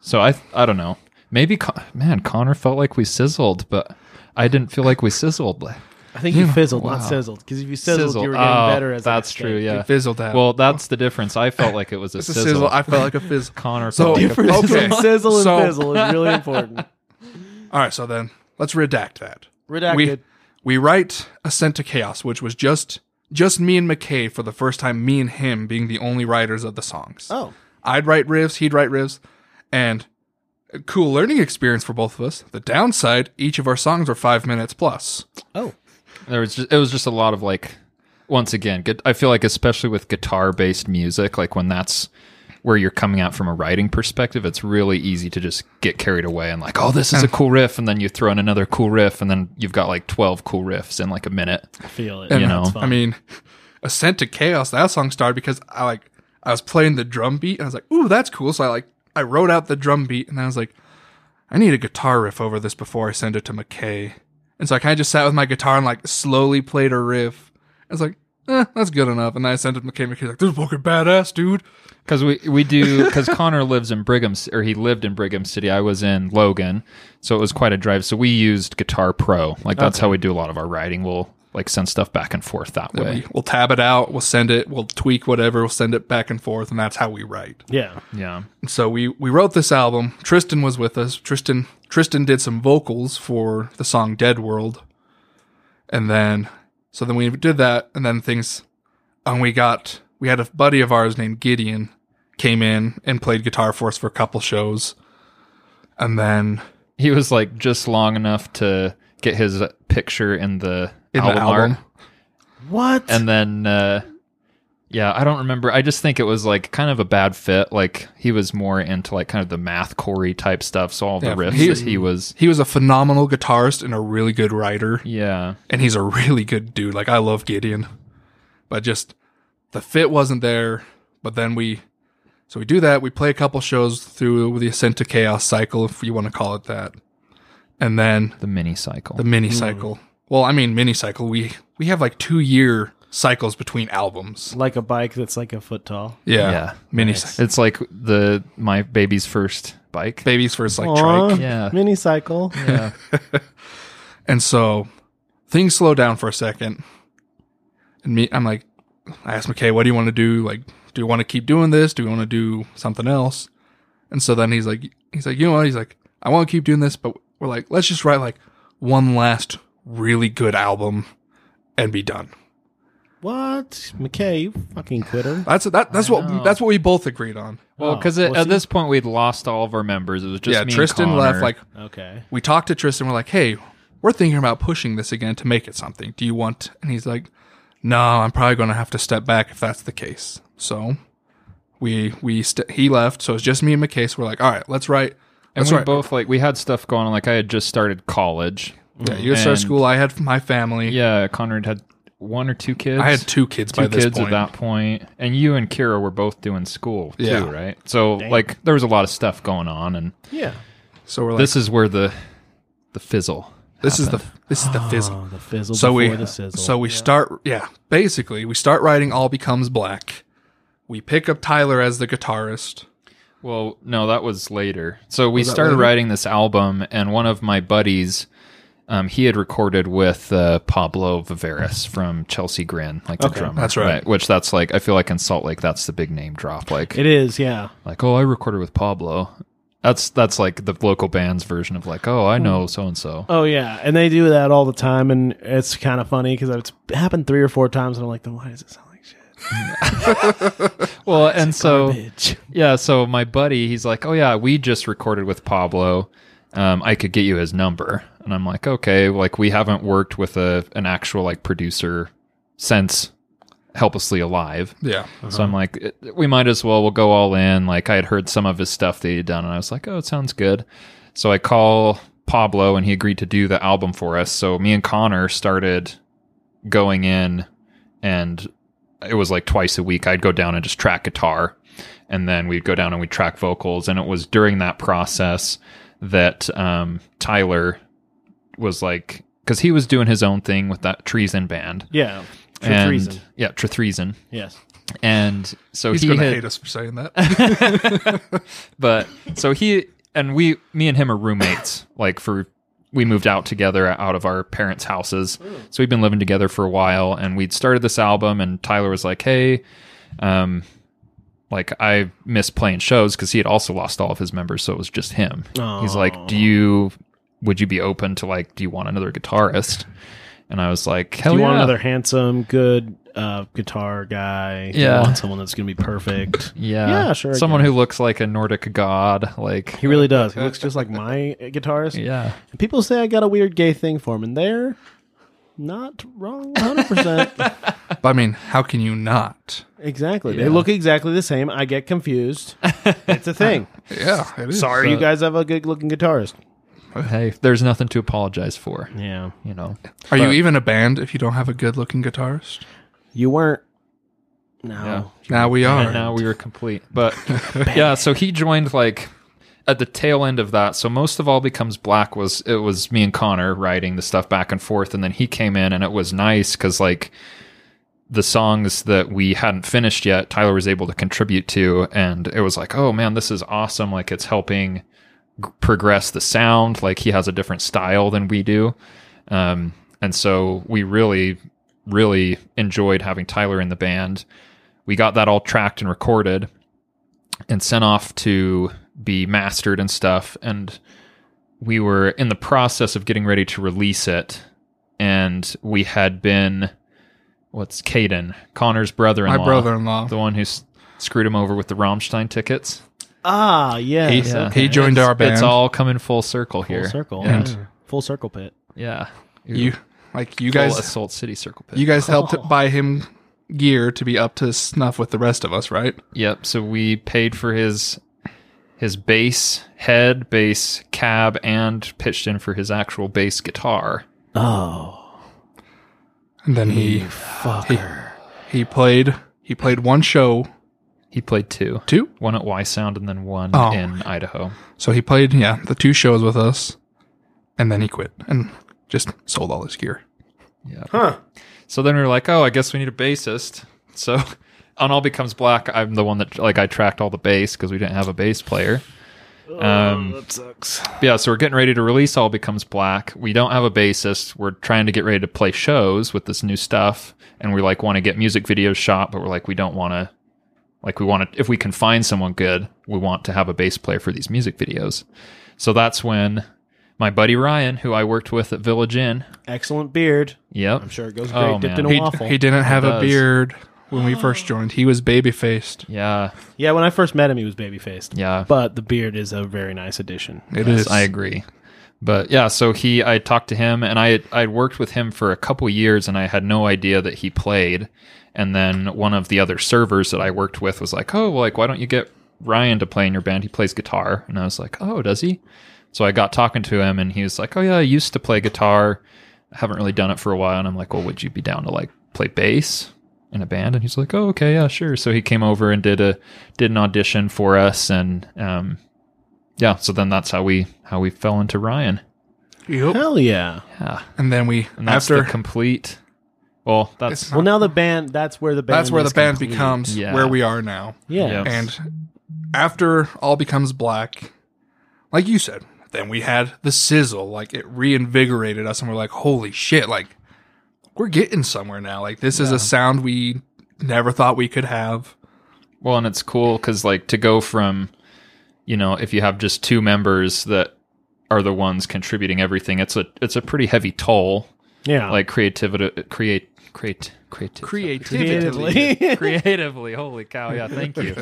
[SPEAKER 7] So I I don't know. Maybe Con- man Connor felt like we sizzled, but I didn't feel like we sizzled.
[SPEAKER 2] I think you fizzled, not
[SPEAKER 7] Wow.
[SPEAKER 2] sizzled. Because if you sizzled,
[SPEAKER 7] Sizzled.
[SPEAKER 2] you were getting
[SPEAKER 7] Oh,
[SPEAKER 2] better as
[SPEAKER 7] that's
[SPEAKER 2] an
[SPEAKER 7] true.
[SPEAKER 2] escape.
[SPEAKER 7] Yeah,
[SPEAKER 6] fizzled out.
[SPEAKER 7] Well, that's the difference. I felt like it was a,
[SPEAKER 6] It's a
[SPEAKER 7] sizzle.
[SPEAKER 6] sizzle. I felt like a fizzle.
[SPEAKER 7] Connor
[SPEAKER 6] So-
[SPEAKER 7] felt like a
[SPEAKER 6] Different-
[SPEAKER 2] Difference
[SPEAKER 6] Okay.
[SPEAKER 2] between sizzle and
[SPEAKER 6] So-
[SPEAKER 2] fizzle is really important.
[SPEAKER 6] all right, so then let's redact that.
[SPEAKER 2] Redacted.
[SPEAKER 6] We we write Ascent to Chaos, which was just just me and McKay for the first time. Me and him being the only writers of the songs.
[SPEAKER 2] oh,
[SPEAKER 6] I'd write riffs, he'd write riffs, and a cool learning experience for both of us. The downside: each of our songs were five minutes plus.
[SPEAKER 7] There was just, it was just a lot of like once again, gu- I feel like especially with guitar based music, like when that's where you're coming out from a writing perspective, it's really easy to just get carried away and like, oh, this is a cool riff, and then you throw in another cool riff, and then you've got like twelve cool riffs in like a minute.
[SPEAKER 2] I feel it.
[SPEAKER 6] And
[SPEAKER 7] You know.
[SPEAKER 6] I mean, Ascent to Chaos. That song started because I like I was playing the drum beat and I was like, "Ooh, that's cool." So I like I wrote out the drum beat and I was like, "I need a guitar riff over this before I send it to McKay." And so I kind of just sat with my guitar and like slowly played a riff. I was like, eh, "That's good enough." And then I sent it to McKay. McKay's like, "This is fucking badass, dude."
[SPEAKER 7] Because we we do because Connor lives in Brigham C- or he lived in Brigham City. I was in Logan, so it was quite a drive. So we used Guitar Pro, like that's how we do a lot of our writing. We'll like send stuff back and forth that
[SPEAKER 6] Then
[SPEAKER 7] way.
[SPEAKER 6] we, we'll tab it out. We'll send it. We'll tweak whatever. We'll send it back and forth, and that's how we write.
[SPEAKER 2] yeah.
[SPEAKER 7] Yeah,
[SPEAKER 6] so we we wrote this album. Tristan was with us. Tristan Tristan did some vocals for the song Dead World. And then so then we did that and then things and we got we had a buddy of ours named Gideon came in and played guitar for us for a couple shows. And then
[SPEAKER 7] he was like just long enough to get his picture in the,
[SPEAKER 6] in
[SPEAKER 7] album,
[SPEAKER 6] the album,
[SPEAKER 7] art.
[SPEAKER 2] What?
[SPEAKER 7] and then uh, yeah, I don't remember. I just think it was like kind of a bad fit. Like he was more into like kind of the math corey type stuff. So all the
[SPEAKER 6] Yeah,
[SPEAKER 7] riffs
[SPEAKER 6] he-
[SPEAKER 7] that he was.
[SPEAKER 6] he was a phenomenal guitarist and a really good writer.
[SPEAKER 7] Yeah,
[SPEAKER 6] and he's a really good dude. Like I love Gideon, but just the fit wasn't there. But then we, so we do that. We play a couple shows through the Ascent to Chaos cycle, if you want to call it that, and then
[SPEAKER 7] the mini cycle.
[SPEAKER 6] the mini cycle. Well, I mean mini cycle. We we have like two year cycles between albums.
[SPEAKER 2] like a bike that's like a foot tall.
[SPEAKER 6] Yeah,
[SPEAKER 7] Yeah.
[SPEAKER 6] mini cycle.
[SPEAKER 7] it's like the my baby's first bike.
[SPEAKER 6] Baby's first like
[SPEAKER 2] Aw,
[SPEAKER 6] trike,
[SPEAKER 7] Yeah.
[SPEAKER 2] Mini cycle.
[SPEAKER 7] Yeah.
[SPEAKER 6] and so things slow down for a second, and me, I'm like, I asked McKay, what do you want to do? Like, do you want to keep doing this? Do you want to do something else? And so then he's like, he's like, you know what? He's like, I want to keep doing this, but we're like, let's just write like one last really good album and be done.
[SPEAKER 2] What? McKay, you fucking quitter.
[SPEAKER 6] That's that. That's what that's what we both agreed on.
[SPEAKER 7] Well,
[SPEAKER 2] Oh,
[SPEAKER 7] because
[SPEAKER 2] well,
[SPEAKER 7] at
[SPEAKER 2] see-
[SPEAKER 7] this point we'd lost all of our members. It was just
[SPEAKER 6] yeah,
[SPEAKER 7] me and
[SPEAKER 6] Tristan
[SPEAKER 7] Connor.
[SPEAKER 6] left. Like,
[SPEAKER 2] Okay.
[SPEAKER 6] we talked to Tristan. We're like, hey, we're thinking about pushing this again to make it something. Do you want? And he's like, no, I'm probably going to have to step back if that's the case. So we we st- he left. So it's just me and McKay. So we're like, all right, let's write.
[SPEAKER 7] and
[SPEAKER 6] Let's
[SPEAKER 7] we
[SPEAKER 6] write.
[SPEAKER 7] both like we had stuff going on. Like I had just started college,
[SPEAKER 6] Yeah, you guys started
[SPEAKER 7] Mm, And-
[SPEAKER 6] school. I had my family.
[SPEAKER 7] Yeah, Conrad had one or two kids.
[SPEAKER 6] I had two kids by
[SPEAKER 7] two
[SPEAKER 6] this
[SPEAKER 7] kids
[SPEAKER 6] point.
[SPEAKER 7] at that point, and you and Kira were both doing school too,
[SPEAKER 6] Yeah.
[SPEAKER 7] right? So like there was a lot of stuff going on, and
[SPEAKER 2] Yeah.
[SPEAKER 6] So we're like,
[SPEAKER 7] this is where the the fizzle.
[SPEAKER 6] this is the this
[SPEAKER 7] Ah,
[SPEAKER 6] is the fizzle.
[SPEAKER 2] Oh, the fizzle
[SPEAKER 6] so
[SPEAKER 2] before
[SPEAKER 6] we
[SPEAKER 2] the sizzle.
[SPEAKER 6] so we start yeah basically we start writing all becomes black we pick up tyler as the guitarist
[SPEAKER 7] Well, no, that was later. So we
[SPEAKER 6] that
[SPEAKER 7] started
[SPEAKER 6] later?
[SPEAKER 7] writing this album, and one of my buddies, um, he had recorded with uh, Pablo Viveras from Chelsea Grin, like the drummer.
[SPEAKER 6] that's right.
[SPEAKER 7] Which that's like I feel like in Salt Lake, that's the big name drop. Like
[SPEAKER 2] it is, yeah.
[SPEAKER 7] like oh, I recorded with Pablo. That's that's like the local band's version of like oh, I know so and so.
[SPEAKER 2] Oh yeah, and they do that all the time, and it's kind of funny because it's happened three or four times, and I'm like, then why does it sound like shit?
[SPEAKER 7] Well, and so
[SPEAKER 2] Bitch.
[SPEAKER 7] yeah, so my buddy, he's like, "Oh yeah, we just recorded with Pablo. Um, I could get you his number." And I'm like, "Okay, like we haven't worked with a an actual like producer since Helplessly Alive."
[SPEAKER 6] yeah
[SPEAKER 7] So I'm like, "It- "We might as well we'll go all in." Like I had heard some of his stuff that he'd done, and I was like, "Oh, it sounds good." So I call Pablo, and he agreed to do the album for us. So me and Connor started going in and it was like twice a week i'd go down and just track guitar and then we'd go down and we'd track vocals and it was during that process that um, tyler was like because he was doing his own thing with that treason band
[SPEAKER 2] Yeah, for
[SPEAKER 7] and
[SPEAKER 2] treason.
[SPEAKER 7] yeah treason
[SPEAKER 2] Yes.
[SPEAKER 7] and so
[SPEAKER 6] he's
[SPEAKER 7] he
[SPEAKER 6] gonna
[SPEAKER 7] had-
[SPEAKER 6] hate us for saying that
[SPEAKER 7] but so he and we me and him are roommates like for we moved out together out of our parents' houses so we've been living together for a while and we'd started this album and tyler was like hey um like i miss playing shows because he had also lost all of his members so it was just him he's like do you would you be open to like do you want another guitarist and i was like hell
[SPEAKER 2] Do you
[SPEAKER 7] yeah.
[SPEAKER 2] want another handsome, good uh, guitar guy? You
[SPEAKER 7] Yeah.
[SPEAKER 2] want someone that's gonna be perfect.
[SPEAKER 7] yeah
[SPEAKER 2] Yeah, sure, I
[SPEAKER 7] someone
[SPEAKER 2] guess.
[SPEAKER 7] who looks like a nordic god like
[SPEAKER 2] He really does. He looks just like my guitarist.
[SPEAKER 7] yeah
[SPEAKER 2] And people say I got a weird gay thing for him, and they're not wrong 100%.
[SPEAKER 6] but i mean how can you not
[SPEAKER 2] exactly. They look exactly the same. I get confused. It's a thing.
[SPEAKER 6] yeah it is.
[SPEAKER 2] Sorry, you guys have a good looking guitarist.
[SPEAKER 7] hey there's nothing to apologize for
[SPEAKER 2] Yeah.
[SPEAKER 7] you know
[SPEAKER 6] are you even a band if you don't have a good looking guitarist
[SPEAKER 2] You weren't. No.
[SPEAKER 6] now we
[SPEAKER 7] and
[SPEAKER 6] are
[SPEAKER 7] now we were complete. But yeah, so he joined like at the tail end of that. So most of all becomes black was it was me and Connor writing the stuff back and forth, and then he came in, and it was nice because like the songs that we hadn't finished yet, Tyler was able to contribute to, and it was like, oh man, this is awesome! Like it's helping g- progress the sound. Like he has a different style than we do, um, and so we really, really enjoyed having Tyler in the band we got that all tracked and recorded and sent off to be mastered and stuff and we were in the process of getting ready to release it and we had been what's Caden Connor's brother-in-law
[SPEAKER 6] my brother-in-law
[SPEAKER 7] the one who s- screwed him over with the Rammstein tickets
[SPEAKER 2] Ah, yes.
[SPEAKER 7] He- yeah.
[SPEAKER 6] he joined
[SPEAKER 7] it's,
[SPEAKER 6] our band
[SPEAKER 7] it's all coming full circle
[SPEAKER 2] Full
[SPEAKER 7] here
[SPEAKER 2] circle.
[SPEAKER 7] and
[SPEAKER 2] Yeah. Full circle pit.
[SPEAKER 7] yeah
[SPEAKER 6] you like you
[SPEAKER 7] you guys
[SPEAKER 6] guys
[SPEAKER 7] assault city circle pit
[SPEAKER 6] you guys helped buy him gear to be up to snuff with the rest of us right
[SPEAKER 7] Yep. So we paid for his his bass head, bass cab, and pitched in for his actual bass guitar.
[SPEAKER 2] Oh.
[SPEAKER 6] and then he
[SPEAKER 2] Fucker.
[SPEAKER 6] he played he played one show
[SPEAKER 7] He played two,
[SPEAKER 6] two
[SPEAKER 7] one at Y Sound and then one
[SPEAKER 6] Oh.
[SPEAKER 7] in Idaho.
[SPEAKER 6] So he played, yeah, the two shows with us, and then he quit and just sold all his gear.
[SPEAKER 7] Yeah. Huh. So then we were like, oh, I guess we need a bassist. So on All Becomes Black, I'm the one that like I tracked all the bass because we didn't have a bass player. Um,
[SPEAKER 2] Oh, That sucks.
[SPEAKER 7] yeah, so we're getting ready to release All Becomes Black. We don't have a bassist. We're trying to get ready to play shows with this new stuff, and we like want to get music videos shot, but we're like we don't want to, like we want to. If we can find someone good, we want to have a bass player for these music videos. So that's when my buddy Ryan, who I worked with at Village Inn,
[SPEAKER 2] Excellent beard.
[SPEAKER 7] yep,
[SPEAKER 2] I'm sure it goes great
[SPEAKER 7] Oh,
[SPEAKER 2] dipped
[SPEAKER 7] man.
[SPEAKER 2] in a
[SPEAKER 6] He,
[SPEAKER 2] waffle.
[SPEAKER 6] he didn't have a
[SPEAKER 7] does.
[SPEAKER 6] beard when we first joined. He was baby faced.
[SPEAKER 7] yeah,
[SPEAKER 2] yeah, when I first met him, he was baby faced.
[SPEAKER 7] yeah,
[SPEAKER 2] But the beard is a very nice addition.
[SPEAKER 6] It
[SPEAKER 7] Yes,
[SPEAKER 6] is.
[SPEAKER 7] I agree. But yeah, so he, I talked to him, and I, had- I'd worked with him for a couple years, and I had no idea that he played. And then one of the other servers that I worked with was like, "Oh, well, like, why don't you get Ryan to play in your band? He plays guitar." And I was like, "Oh, does he?" So I got talking to him, and he was like, "Oh yeah, I used to play guitar. I haven't really done it for a while." And I'm like, "Well, would you be down to like play bass in a band?" And he's like, "Oh okay, yeah, sure." So he came over and did a did an audition for us, and um, yeah. So then that's how we how we fell into Ryan.
[SPEAKER 6] Yep.
[SPEAKER 2] Hell yeah.
[SPEAKER 7] Yeah,
[SPEAKER 6] And then we
[SPEAKER 7] and that's
[SPEAKER 6] after
[SPEAKER 7] the complete. Well, that's
[SPEAKER 6] It's
[SPEAKER 2] Well, now the band, that's where the band
[SPEAKER 6] that's where the
[SPEAKER 2] is
[SPEAKER 6] band
[SPEAKER 2] complete.
[SPEAKER 6] becomes
[SPEAKER 7] Yeah.
[SPEAKER 6] where we are now.
[SPEAKER 2] Yeah.
[SPEAKER 7] yeah.
[SPEAKER 6] And after all becomes black, like you said, then we had the sizzle. Like it reinvigorated us, and we're like, holy shit! Like we're getting somewhere now. Like this is a sound we never thought we could have.
[SPEAKER 7] Well, and it's cool because like to go from, you know, if you have just two members that are the ones contributing everything, it's a it's a pretty heavy toll.
[SPEAKER 2] Yeah.
[SPEAKER 7] Like creativity, create, create, creative,
[SPEAKER 6] Creativity,
[SPEAKER 2] Creatively.
[SPEAKER 7] creatively. Holy cow! Yeah, thank you.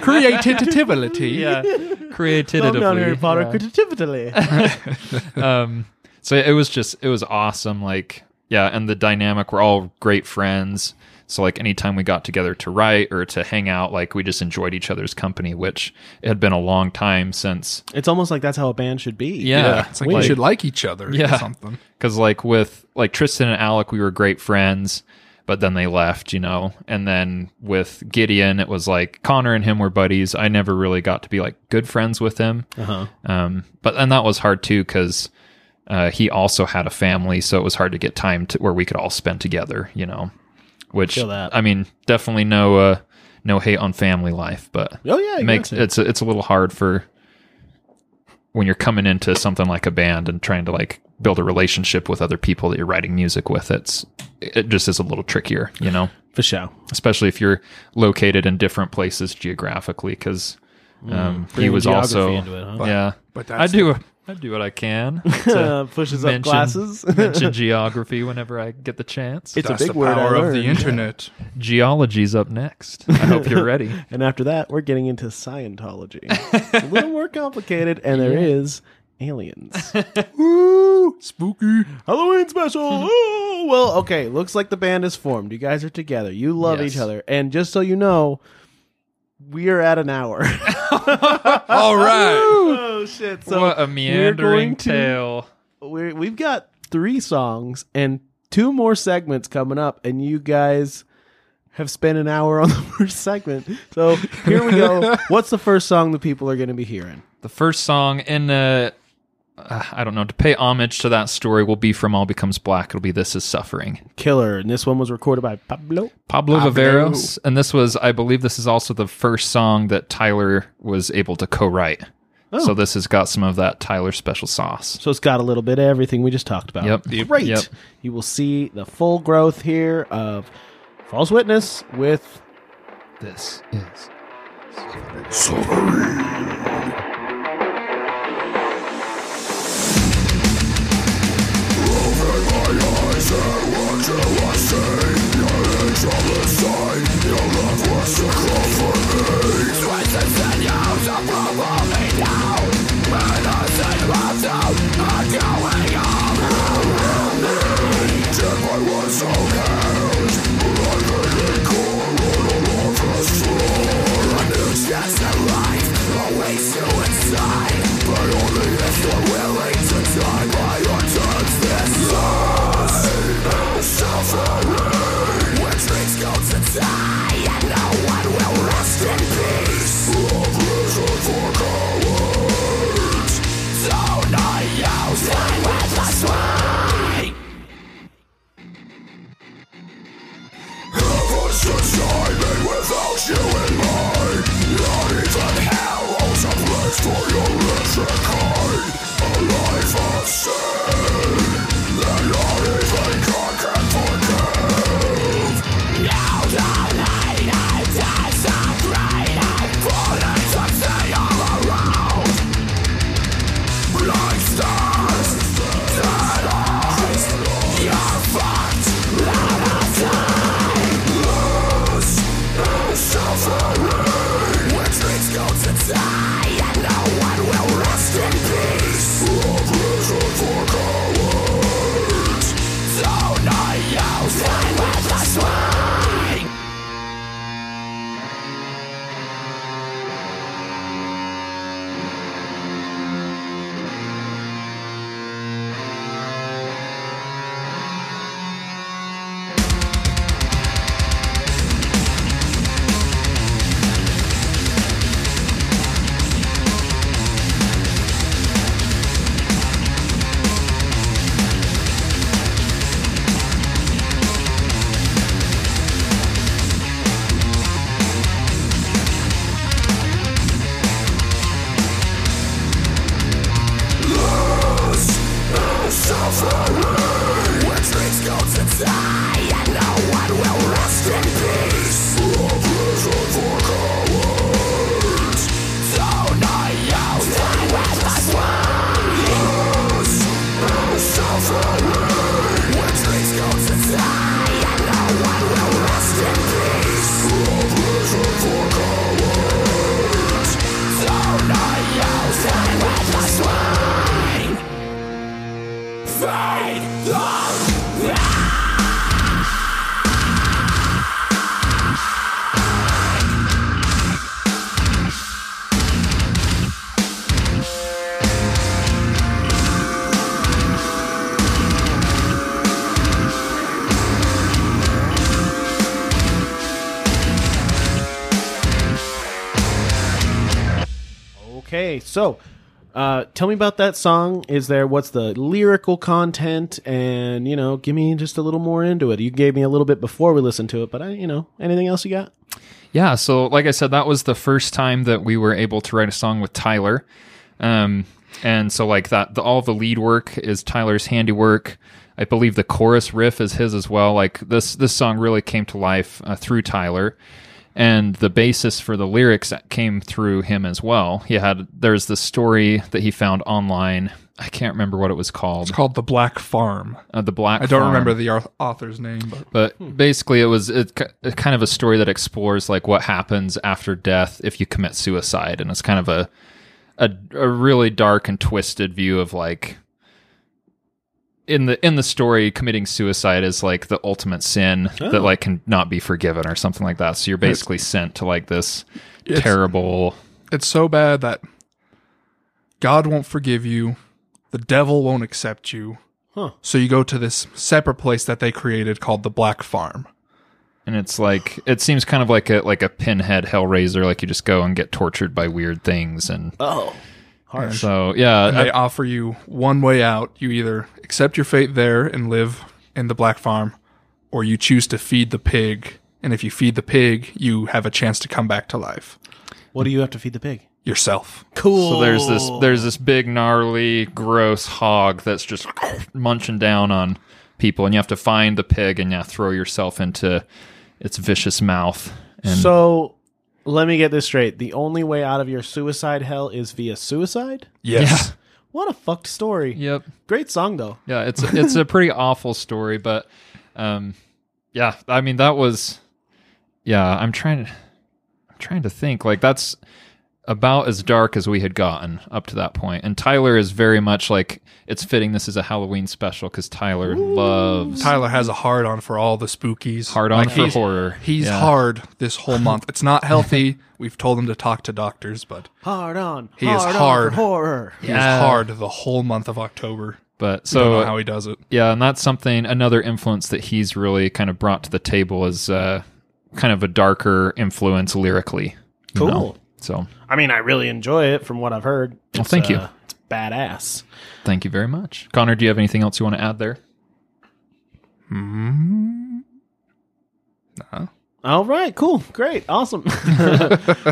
[SPEAKER 6] creativity.
[SPEAKER 2] Calm
[SPEAKER 7] yeah,
[SPEAKER 2] down, Harry
[SPEAKER 7] creatively.
[SPEAKER 2] Potter. Creatively.
[SPEAKER 7] um, so it was just it was awesome. Like yeah, and the dynamic. We're all great friends. So like anytime we got together to write or to hang out, like we just enjoyed each other's company, which it had been a long time since
[SPEAKER 2] It's almost like that's how a band should be.
[SPEAKER 7] Yeah.
[SPEAKER 6] it's like
[SPEAKER 2] Wait.
[SPEAKER 6] we should like each other
[SPEAKER 7] Yeah.
[SPEAKER 6] or something.
[SPEAKER 7] because like with like Tristan and Alec, we were great friends, but then they left, you know. And then with Gideon, it was like Connor and him were buddies. I never really got to be like good friends with him.
[SPEAKER 2] Uh-huh.
[SPEAKER 7] Um, but and that was hard too because uh, he also had a family, so it was hard to get time to where we could all spend together, you know. Which
[SPEAKER 2] Feel that.
[SPEAKER 7] I mean, definitely no uh, no hate on family life, but
[SPEAKER 2] Oh, yeah.
[SPEAKER 7] it
[SPEAKER 2] I
[SPEAKER 7] makes
[SPEAKER 2] gotcha.
[SPEAKER 7] it's a, it's a little hard for when you're coming into something like a band and trying to like build a relationship with other people that you're writing music with it's it just is a little trickier you know
[SPEAKER 2] For sure.
[SPEAKER 7] especially if you're located in different places geographically because um, he
[SPEAKER 2] Bringing
[SPEAKER 7] was
[SPEAKER 2] Mm, geography
[SPEAKER 7] also
[SPEAKER 2] into it, huh?
[SPEAKER 7] yeah
[SPEAKER 6] But
[SPEAKER 7] i
[SPEAKER 6] that's
[SPEAKER 7] do i do what i can
[SPEAKER 2] Uh, pushes up
[SPEAKER 7] mention-
[SPEAKER 2] glasses.
[SPEAKER 7] mention geography whenever i get the chance
[SPEAKER 2] It's a
[SPEAKER 6] that's
[SPEAKER 2] big
[SPEAKER 6] the
[SPEAKER 2] word I
[SPEAKER 6] power of the
[SPEAKER 2] learned.
[SPEAKER 6] internet.
[SPEAKER 7] geology's up next i hope you're ready
[SPEAKER 2] And after that, we're getting into Scientology. it's a little more complicated, and there is aliens.
[SPEAKER 6] Woo! Spooky.
[SPEAKER 2] Halloween special. Oh, well, okay. Looks like the band is formed. You guys are together. You love
[SPEAKER 7] Yes.
[SPEAKER 2] each other. And just so you know, we are at an hour. Ah,
[SPEAKER 6] All right.
[SPEAKER 2] oh shit! So
[SPEAKER 7] what a meandering
[SPEAKER 2] going to-
[SPEAKER 7] tale
[SPEAKER 2] we're, we've got three songs and two more segments coming up, and you guys have spent an hour on the first segment. So here we go. What's the first song the people are going to be hearing?
[SPEAKER 7] The first song in uh, uh, I don't know, to pay homage to that story will be from All Becomes Black. It'll be This Is Suffering.
[SPEAKER 2] Killer, and this one was recorded by Pablo.
[SPEAKER 7] Pablo Viveros. And this was, I believe, this is also the first song that Tyler was able to co write. So this has got some of that Tyler special sauce.
[SPEAKER 2] So it's got a little bit of everything we just talked about.
[SPEAKER 7] Yep.
[SPEAKER 2] Great.
[SPEAKER 7] Yep.
[SPEAKER 2] You will see the full growth here of False Witness with
[SPEAKER 7] This is.
[SPEAKER 2] Okay, so uh, tell me about that song. Is there what's the lyrical content, and you know, give me just a little more into it. You gave me a little bit before we listened to it, but I, you know, anything else you got?
[SPEAKER 7] Yeah, so like I said, that was the first time that we were able to write a song with Tyler, um, and so like that, the, all the lead work is Tyler's handiwork. I believe the chorus riff is his as well. Like this, this song really came to life uh, through Tyler, and the basis for the lyrics came through him as well. He had there's this story that he found online. I can't remember what it was called.
[SPEAKER 6] It's called The Black Farm.
[SPEAKER 7] Uh, the black.
[SPEAKER 6] I don't
[SPEAKER 7] Farm
[SPEAKER 6] remember the auth- author's name, but
[SPEAKER 7] but basically it was it, it kind of a story that explores like what happens after death if you commit suicide and it's kind of a a, a really dark and twisted view of like in the in the story committing suicide is like the ultimate sin that like can not be forgiven or something like that so you're basically sent to like this
[SPEAKER 6] It's-
[SPEAKER 7] terrible
[SPEAKER 6] it's so bad that God won't forgive you, the devil won't accept you.
[SPEAKER 2] Huh.
[SPEAKER 6] So you go to this separate place that they created called the Black Farm.
[SPEAKER 7] and it's like it seems kind of like a like a pinhead hellraiser like you just go and get tortured by weird things and
[SPEAKER 2] Oh, harsh.
[SPEAKER 7] so yeah
[SPEAKER 6] And
[SPEAKER 7] I-
[SPEAKER 6] they offer you one way out. You either accept your fate there and live in the Black Farm, or you choose to feed the pig. And if you feed the pig, you have a chance to come back to life
[SPEAKER 2] What do you have to feed the pig?
[SPEAKER 6] yourself.
[SPEAKER 2] Cool.
[SPEAKER 7] So there's this there's this big gnarly gross hog that's just munching down on people, and you have to find the pig and yeah, throw yourself into its vicious mouth. And
[SPEAKER 2] So let me get this straight. The only way out of your suicide hell is via suicide?
[SPEAKER 6] Yes.
[SPEAKER 2] What a fucked story.
[SPEAKER 7] yep,
[SPEAKER 2] Great song though.
[SPEAKER 7] yeah, it's it's a pretty awful story, but um, yeah, I mean that was yeah. I'm trying to I'm trying to think like that's about as dark as we had gotten up to that point. And Tyler is very much like it's fitting. This is a Halloween special because Tyler loves
[SPEAKER 6] Tyler has a hard on for all the spookies.
[SPEAKER 7] hard on
[SPEAKER 6] Like,
[SPEAKER 7] for
[SPEAKER 6] he's-
[SPEAKER 7] horror.
[SPEAKER 6] He's
[SPEAKER 7] Yeah.
[SPEAKER 6] hard this whole month. It's not healthy. We've told him to talk to doctors, but
[SPEAKER 2] Hard on.
[SPEAKER 6] He is
[SPEAKER 2] hard on for
[SPEAKER 6] hard.
[SPEAKER 2] horror.
[SPEAKER 6] he's
[SPEAKER 7] Yeah.
[SPEAKER 6] hard the whole month of October.
[SPEAKER 7] But
[SPEAKER 6] So don't know
[SPEAKER 7] so
[SPEAKER 6] how he does it.
[SPEAKER 7] yeah, and that's something another influence that he's really kind of brought to the table is uh, kind of a darker influence lyrically. you
[SPEAKER 2] Cool.
[SPEAKER 7] know? So
[SPEAKER 2] I mean, I really enjoy it from what I've heard. It's, uh,
[SPEAKER 7] thank you.
[SPEAKER 2] It's badass.
[SPEAKER 7] thank you very much, Connor. Do you have anything else you want to add there?
[SPEAKER 2] All right, cool, great, awesome. so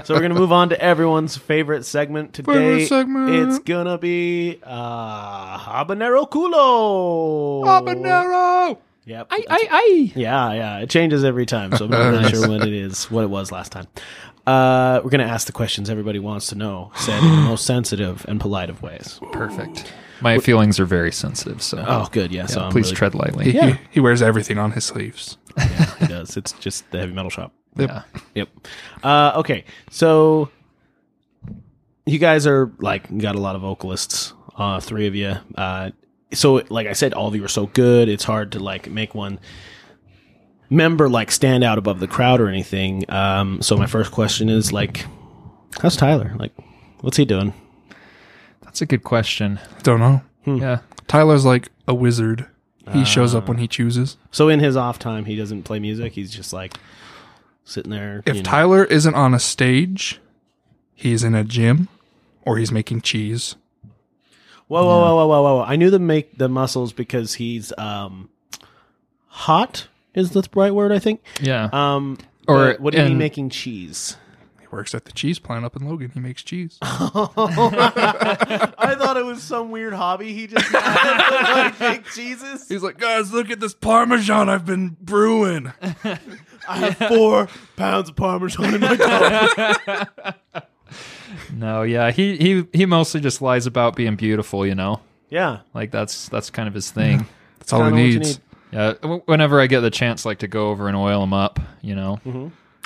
[SPEAKER 2] we're gonna move on to everyone's favorite segment today.
[SPEAKER 6] Favorite segment.
[SPEAKER 2] It's gonna be uh, habanero culo.
[SPEAKER 6] Habanero.
[SPEAKER 2] Yep. that's- Yeah, yeah. It changes every time, so I'm not really sure what it is, what it was last time. Uh, we're gonna ask the questions everybody wants to know, said in the most sensitive and polite of ways.
[SPEAKER 7] Perfect. My feelings are very sensitive, so
[SPEAKER 2] Oh, good. Yeah. so I'm
[SPEAKER 7] please
[SPEAKER 2] really-
[SPEAKER 7] tread lightly.
[SPEAKER 2] Yeah.
[SPEAKER 6] He, he wears everything on his sleeves.
[SPEAKER 2] He does. It's just the heavy metal shop.
[SPEAKER 7] Yeah.
[SPEAKER 2] Yep. Uh, okay, so you guys are like you got a lot of vocalists, uh, three of you. Uh, so like I said, all of you are so good. It's hard to like make one member like stand out above the crowd or anything. Um, so my first question is like, how's Tyler? Like, what's he doing?
[SPEAKER 7] That's a good question.
[SPEAKER 6] Don't know.
[SPEAKER 7] Yeah.
[SPEAKER 6] Tyler's like a wizard. He shows up when he chooses.
[SPEAKER 2] So in his off time, he doesn't play music. He's just like sitting there.
[SPEAKER 6] If
[SPEAKER 2] you know.
[SPEAKER 6] Tyler isn't on a stage, he's in a gym or he's making cheese.
[SPEAKER 2] Whoa, whoa, whoa, whoa, whoa, whoa! I knew the make the muscles because he's um, hot is the right word I think.
[SPEAKER 7] Yeah.
[SPEAKER 2] Um,
[SPEAKER 7] Or-
[SPEAKER 2] or what do you mean
[SPEAKER 7] and-
[SPEAKER 2] making cheese?
[SPEAKER 6] He works at the cheese plant up in Logan. He makes cheese.
[SPEAKER 2] I thought it was some weird hobby. He just like make cheeses.
[SPEAKER 6] He's like, guys, look at this Parmesan I've been brewing.
[SPEAKER 2] I have four pounds of parmesan in my car.
[SPEAKER 7] no. Yeah. He he he mostly just lies about being beautiful. You know,
[SPEAKER 2] yeah,
[SPEAKER 7] like that's that's kind of his thing.
[SPEAKER 6] That's all he
[SPEAKER 2] Kinda what you
[SPEAKER 6] needs.
[SPEAKER 2] need.
[SPEAKER 7] Yeah, w- whenever I get the chance, like to go over and oil them up, you know,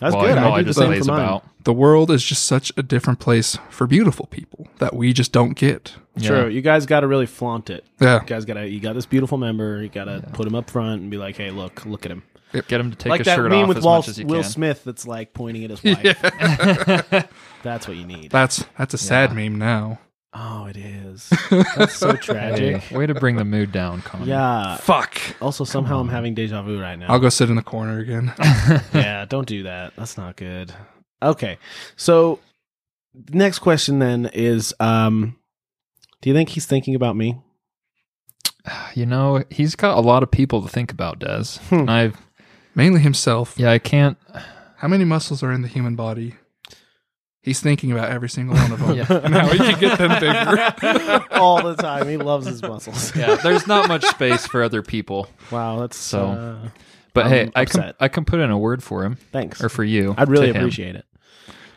[SPEAKER 2] That's
[SPEAKER 7] Well,
[SPEAKER 2] good.
[SPEAKER 7] know
[SPEAKER 2] I, did the same
[SPEAKER 7] lays
[SPEAKER 2] for mine.
[SPEAKER 6] The world is just such a different place for beautiful people that we just don't get.
[SPEAKER 7] Yeah.
[SPEAKER 2] True. You guys got to really flaunt it.
[SPEAKER 6] Yeah.
[SPEAKER 2] You guys got to. You got this beautiful member. You got to put him up front and be like, "Hey, look, look at him."
[SPEAKER 7] Get him to take
[SPEAKER 2] like
[SPEAKER 7] his
[SPEAKER 2] that
[SPEAKER 7] shirt
[SPEAKER 2] meme
[SPEAKER 7] off
[SPEAKER 2] with
[SPEAKER 7] as
[SPEAKER 2] Wal-
[SPEAKER 7] much as you
[SPEAKER 2] Will
[SPEAKER 7] can.
[SPEAKER 2] Smith that's like pointing at his wife. that's what you need.
[SPEAKER 6] That's that's a sad meme now.
[SPEAKER 2] Oh, it is. That's so tragic.
[SPEAKER 7] Hey, way to bring the mood down, Connor.
[SPEAKER 2] Yeah.
[SPEAKER 6] Fuck.
[SPEAKER 2] Also, somehow I'm having deja vu right
[SPEAKER 6] I'll
[SPEAKER 2] now.
[SPEAKER 6] go sit in the corner again.
[SPEAKER 2] yeah, don't do that. That's not good. Okay. So, next question then is um, do you think he's thinking about me?
[SPEAKER 7] You know, he's got a lot of people to think about, Des.
[SPEAKER 2] Hmm.
[SPEAKER 7] And I've
[SPEAKER 6] Mainly himself.
[SPEAKER 7] yeah, I can't
[SPEAKER 6] How many muscles are in the human body? He's thinking about every single one of them and how he can get them bigger.
[SPEAKER 2] All the time. He loves his muscles.
[SPEAKER 7] yeah, there's not much space for other people.
[SPEAKER 2] Wow, that's
[SPEAKER 7] So-
[SPEAKER 2] so. Uh,
[SPEAKER 7] But
[SPEAKER 2] I'm
[SPEAKER 7] hey, I can
[SPEAKER 2] upset.
[SPEAKER 7] I can put in a word for him
[SPEAKER 2] thanks.
[SPEAKER 7] or for you.
[SPEAKER 2] I'd really
[SPEAKER 7] to him.
[SPEAKER 2] appreciate it.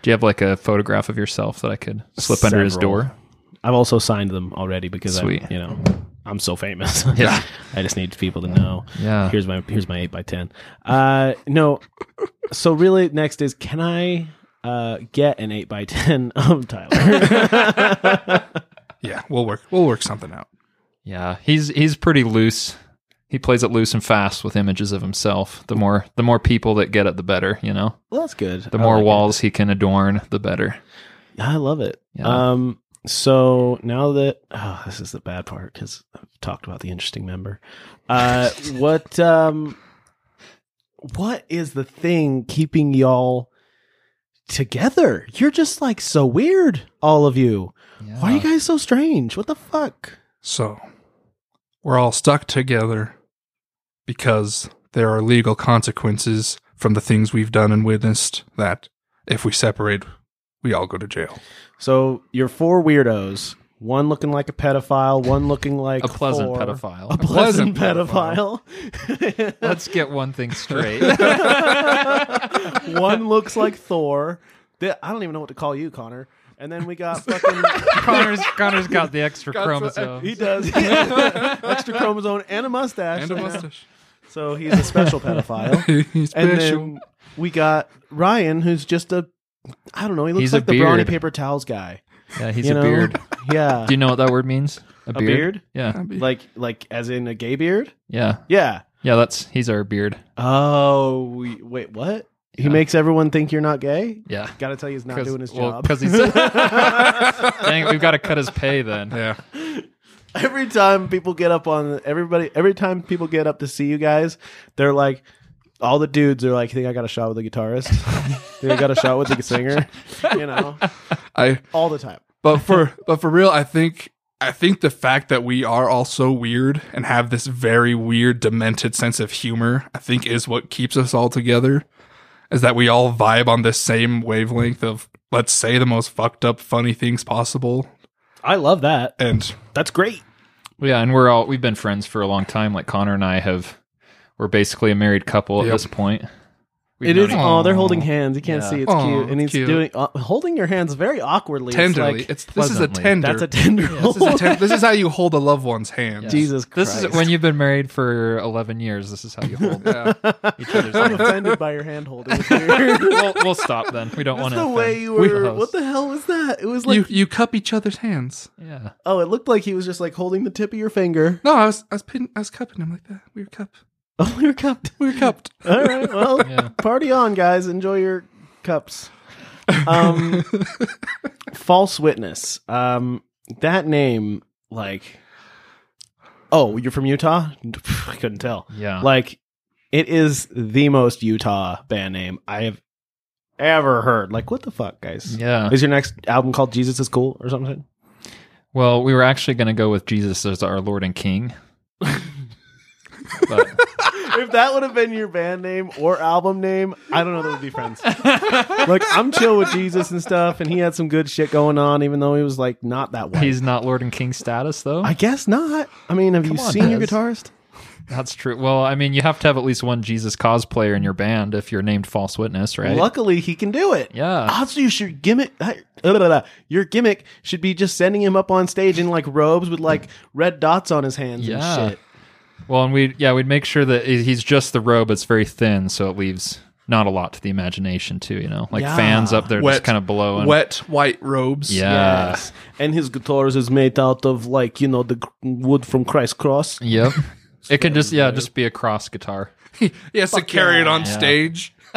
[SPEAKER 7] Do you have like a photograph of yourself that I could slip under his
[SPEAKER 2] Several.
[SPEAKER 7] door?
[SPEAKER 2] I've also signed them already because I,
[SPEAKER 7] Sweet.
[SPEAKER 2] you know, I'm so famous.
[SPEAKER 7] Yeah.
[SPEAKER 2] I just need people to know.
[SPEAKER 7] Yeah.
[SPEAKER 2] Here's my here's my eight by ten. Uh, no. So really, next is can I uh get an eight by ten of Tyler?
[SPEAKER 6] yeah, we'll work we'll work something out.
[SPEAKER 7] Yeah, he's he's pretty loose. He plays it loose and fast with images of himself. The more the more people that get it, the better. You know,
[SPEAKER 2] well, that's good.
[SPEAKER 7] the
[SPEAKER 2] I
[SPEAKER 7] more
[SPEAKER 2] like it.
[SPEAKER 7] walls he can adorn, the better.
[SPEAKER 2] I love it.
[SPEAKER 7] Yeah.
[SPEAKER 2] Um. So now that oh, this is the bad part because I've talked about the interesting member. Uh, what um, what is the thing keeping y'all together? You're just like so weird, all of you. Why are you guys so strange? What the fuck?
[SPEAKER 6] So, we're all stuck together because there are legal consequences from the things we've done and witnessed that if we separate, we all go to jail.
[SPEAKER 2] So you're four weirdos. One looking like a pedophile. One looking like
[SPEAKER 7] a pleasant
[SPEAKER 2] four-
[SPEAKER 7] pedophile?
[SPEAKER 2] A pleasant,
[SPEAKER 6] pleasant
[SPEAKER 2] pedophile.
[SPEAKER 7] Let's get one thing straight.
[SPEAKER 2] One looks like Thor. Th- I don't even know what to call you, Connor. And then we got fucking.
[SPEAKER 7] Connor's Connor's got the extra
[SPEAKER 2] he
[SPEAKER 7] chromosome.
[SPEAKER 2] does extra chromosome and a mustache.
[SPEAKER 6] And a mustache.
[SPEAKER 2] So he's a special pedophile.
[SPEAKER 6] He's
[SPEAKER 2] and
[SPEAKER 6] special.
[SPEAKER 2] then we got Ryan, who's just a. I don't know. He looks
[SPEAKER 7] He's a
[SPEAKER 2] like the brawny
[SPEAKER 7] beard.
[SPEAKER 2] paper towels guy.
[SPEAKER 7] Yeah, he's
[SPEAKER 2] you
[SPEAKER 7] a
[SPEAKER 2] know?
[SPEAKER 7] beard.
[SPEAKER 2] Yeah.
[SPEAKER 7] Do you know what that word means? A beard.
[SPEAKER 2] beard?
[SPEAKER 7] Yeah,
[SPEAKER 2] like, like as in a gay beard.
[SPEAKER 7] yeah,
[SPEAKER 2] Yeah.
[SPEAKER 7] yeah. That's he's our beard.
[SPEAKER 2] Oh we- wait, what? He
[SPEAKER 7] Yeah.
[SPEAKER 2] makes everyone think you're not gay.
[SPEAKER 7] Yeah,
[SPEAKER 2] Got to tell you, he's not doing his job.
[SPEAKER 7] because he's. Dang, it, we've got to cut his pay then.
[SPEAKER 6] yeah.
[SPEAKER 2] every time people get up on everybody every time people get up to see you guys they're like all the dudes are like think i got a shot with the guitarist think i got a shot with the singer you know
[SPEAKER 6] I
[SPEAKER 2] all the time
[SPEAKER 6] but for but for real, I think I think the fact that we are all so weird and have this very weird, demented sense of humor, I think is what keeps us all together. Is that we all vibe on this same wavelength of let's say the most fucked up, funny things possible,
[SPEAKER 2] i love that
[SPEAKER 6] and
[SPEAKER 2] that's great
[SPEAKER 7] Yeah, and we're all we've been friends for a long time. Like Connor and I have, we're basically a married couple at
[SPEAKER 6] Yep.
[SPEAKER 7] this point. We've
[SPEAKER 2] it
[SPEAKER 7] known
[SPEAKER 2] is
[SPEAKER 7] each-
[SPEAKER 2] oh they're
[SPEAKER 6] Aw.
[SPEAKER 2] holding hands you can't
[SPEAKER 7] Yeah.
[SPEAKER 2] see it's
[SPEAKER 6] Aw,
[SPEAKER 2] cute and he's
[SPEAKER 6] it's cute.
[SPEAKER 2] doing uh, holding your hands very awkwardly
[SPEAKER 6] tenderly.
[SPEAKER 2] it's like,
[SPEAKER 6] It's, this is a
[SPEAKER 7] pleasantly.
[SPEAKER 6] tender.
[SPEAKER 2] that's a tender
[SPEAKER 6] this, is a ten- this is how you hold a loved one's hand.
[SPEAKER 7] Yeah.
[SPEAKER 2] jesus
[SPEAKER 7] This
[SPEAKER 2] christ
[SPEAKER 7] is when you've been married for eleven years. This is how you hold
[SPEAKER 6] Yeah.
[SPEAKER 7] each other's
[SPEAKER 2] i'm
[SPEAKER 7] hand.
[SPEAKER 2] offended by your hand holding It's weird.
[SPEAKER 7] We'll, we'll stop then. We don't want
[SPEAKER 2] That's
[SPEAKER 7] to.
[SPEAKER 2] the way you were what the hell was that it was like
[SPEAKER 6] you you cup each other's hands.
[SPEAKER 7] Yeah.
[SPEAKER 2] oh it looked like he was just like holding the tip of your finger
[SPEAKER 6] No, I was I was pin- I was cupping him like that. We were cupped.
[SPEAKER 2] oh you're cupped
[SPEAKER 6] We were cupped.
[SPEAKER 2] All right. Well,
[SPEAKER 7] Yeah.
[SPEAKER 2] party on, guys. Enjoy your cups. Um, false witness. Um, that name, like, oh, you're from Utah? I couldn't tell.
[SPEAKER 7] Yeah.
[SPEAKER 2] Like, it is the most Utah band name I have ever heard. Like, what the fuck, guys?
[SPEAKER 7] yeah.
[SPEAKER 2] Is your next album called Jesus is Cool or something?
[SPEAKER 7] Well, we were actually going to go with Jesus as our Lord and King. but
[SPEAKER 2] if that would have been your band name or album name, I don't know that we'd be friends. like I'm chill with Jesus and stuff, and he had some good shit going on, even though he was like not that white.
[SPEAKER 7] he's not Lord and King status, though.
[SPEAKER 2] I guess not. I mean, have you
[SPEAKER 7] Come on,
[SPEAKER 2] seen your
[SPEAKER 7] Des.
[SPEAKER 2] guitarist?
[SPEAKER 7] That's true. Well, I mean, you have to have at least one Jesus cosplayer in your band if you're named False Witness, right?
[SPEAKER 2] Luckily, he can do it.
[SPEAKER 7] Yeah.
[SPEAKER 2] Also, you should gimmick. uh, blah, blah, blah. Your gimmick should be just sending him up on stage in like robes with like red dots on his hands
[SPEAKER 7] Yeah.
[SPEAKER 2] and shit.
[SPEAKER 7] Well, and we yeah we'd make sure that he- he's just the robe. It's very thin, so it leaves not a lot to the imagination too. You know, like
[SPEAKER 2] Yeah.
[SPEAKER 7] fans up there
[SPEAKER 6] Wet-
[SPEAKER 7] just kind of blowing.
[SPEAKER 6] Wet white robes.
[SPEAKER 7] Yeah.
[SPEAKER 2] and his guitars is made out of like you know the g- wood from Christ's cross.
[SPEAKER 7] Yep. it could just yeah just be a cross guitar.
[SPEAKER 6] he has to carry it on
[SPEAKER 7] Yeah.
[SPEAKER 6] stage.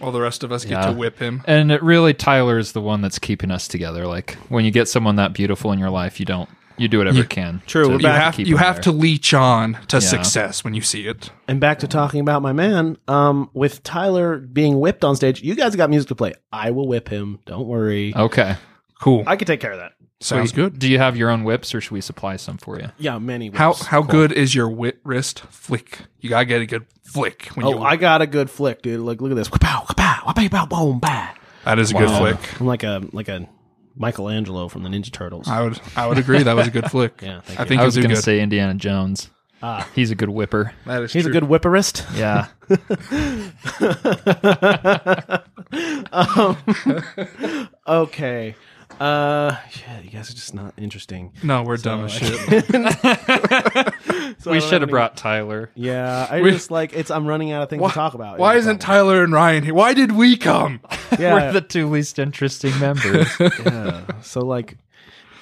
[SPEAKER 6] While the rest of us get
[SPEAKER 7] Yeah.
[SPEAKER 6] to whip him.
[SPEAKER 7] And it really Tyler is the one that's keeping us together. Like when you get someone that beautiful in your life, you don't you do whatever you can.
[SPEAKER 2] True,
[SPEAKER 7] to
[SPEAKER 2] we're
[SPEAKER 7] keep
[SPEAKER 6] You
[SPEAKER 2] back-
[SPEAKER 6] have
[SPEAKER 7] them
[SPEAKER 6] you have
[SPEAKER 7] there.
[SPEAKER 6] to leech on to success when you see it.
[SPEAKER 2] And back to talking about my man. Um, with Tyler being whipped on stage, you guys got music to play. I will whip him. Don't
[SPEAKER 6] Uh,
[SPEAKER 2] worry.
[SPEAKER 7] Okay.
[SPEAKER 6] Cool.
[SPEAKER 2] I can take care of that.
[SPEAKER 6] Sounds
[SPEAKER 7] Sweet.
[SPEAKER 6] good.
[SPEAKER 7] Do you have your own whips or should we supply some for you?
[SPEAKER 2] Yeah, many. Whips.
[SPEAKER 6] How how good is your wit wrist flick? You gotta get a good flick when
[SPEAKER 2] Oh,
[SPEAKER 6] you.
[SPEAKER 2] I got a good flick, dude. Like, look at this. Kapow, kapow, wapay, pow, boom, bah.
[SPEAKER 6] that is a
[SPEAKER 7] Wow.
[SPEAKER 6] good flick.
[SPEAKER 2] I'm like a like a Michelangelo from the Ninja Turtles.
[SPEAKER 6] I would I would agree that was a good flick.
[SPEAKER 2] Yeah, thank
[SPEAKER 6] I
[SPEAKER 2] you.
[SPEAKER 6] think
[SPEAKER 7] I
[SPEAKER 6] you'll
[SPEAKER 7] was
[SPEAKER 6] do
[SPEAKER 7] going to
[SPEAKER 6] good.
[SPEAKER 7] say Indiana Jones.
[SPEAKER 2] Ah.
[SPEAKER 7] He's a good whipper.
[SPEAKER 6] That is
[SPEAKER 2] He's a good whipperist.
[SPEAKER 7] Yeah.
[SPEAKER 2] Okay. Uh, yeah, you guys are just not interesting.
[SPEAKER 6] No, we're dumb as shit.
[SPEAKER 2] So I
[SPEAKER 7] we
[SPEAKER 2] don't
[SPEAKER 7] should have
[SPEAKER 2] any-
[SPEAKER 7] brought Tyler.
[SPEAKER 2] Yeah, I
[SPEAKER 6] We-
[SPEAKER 2] just like it's. I'm running out of things
[SPEAKER 6] Why,
[SPEAKER 2] to talk about.
[SPEAKER 6] why
[SPEAKER 2] Is the
[SPEAKER 6] isn't Tyler and Ryan here? Why did we come?
[SPEAKER 2] problem.
[SPEAKER 7] We're
[SPEAKER 2] Yeah.
[SPEAKER 7] the two least interesting members.
[SPEAKER 2] yeah. So like,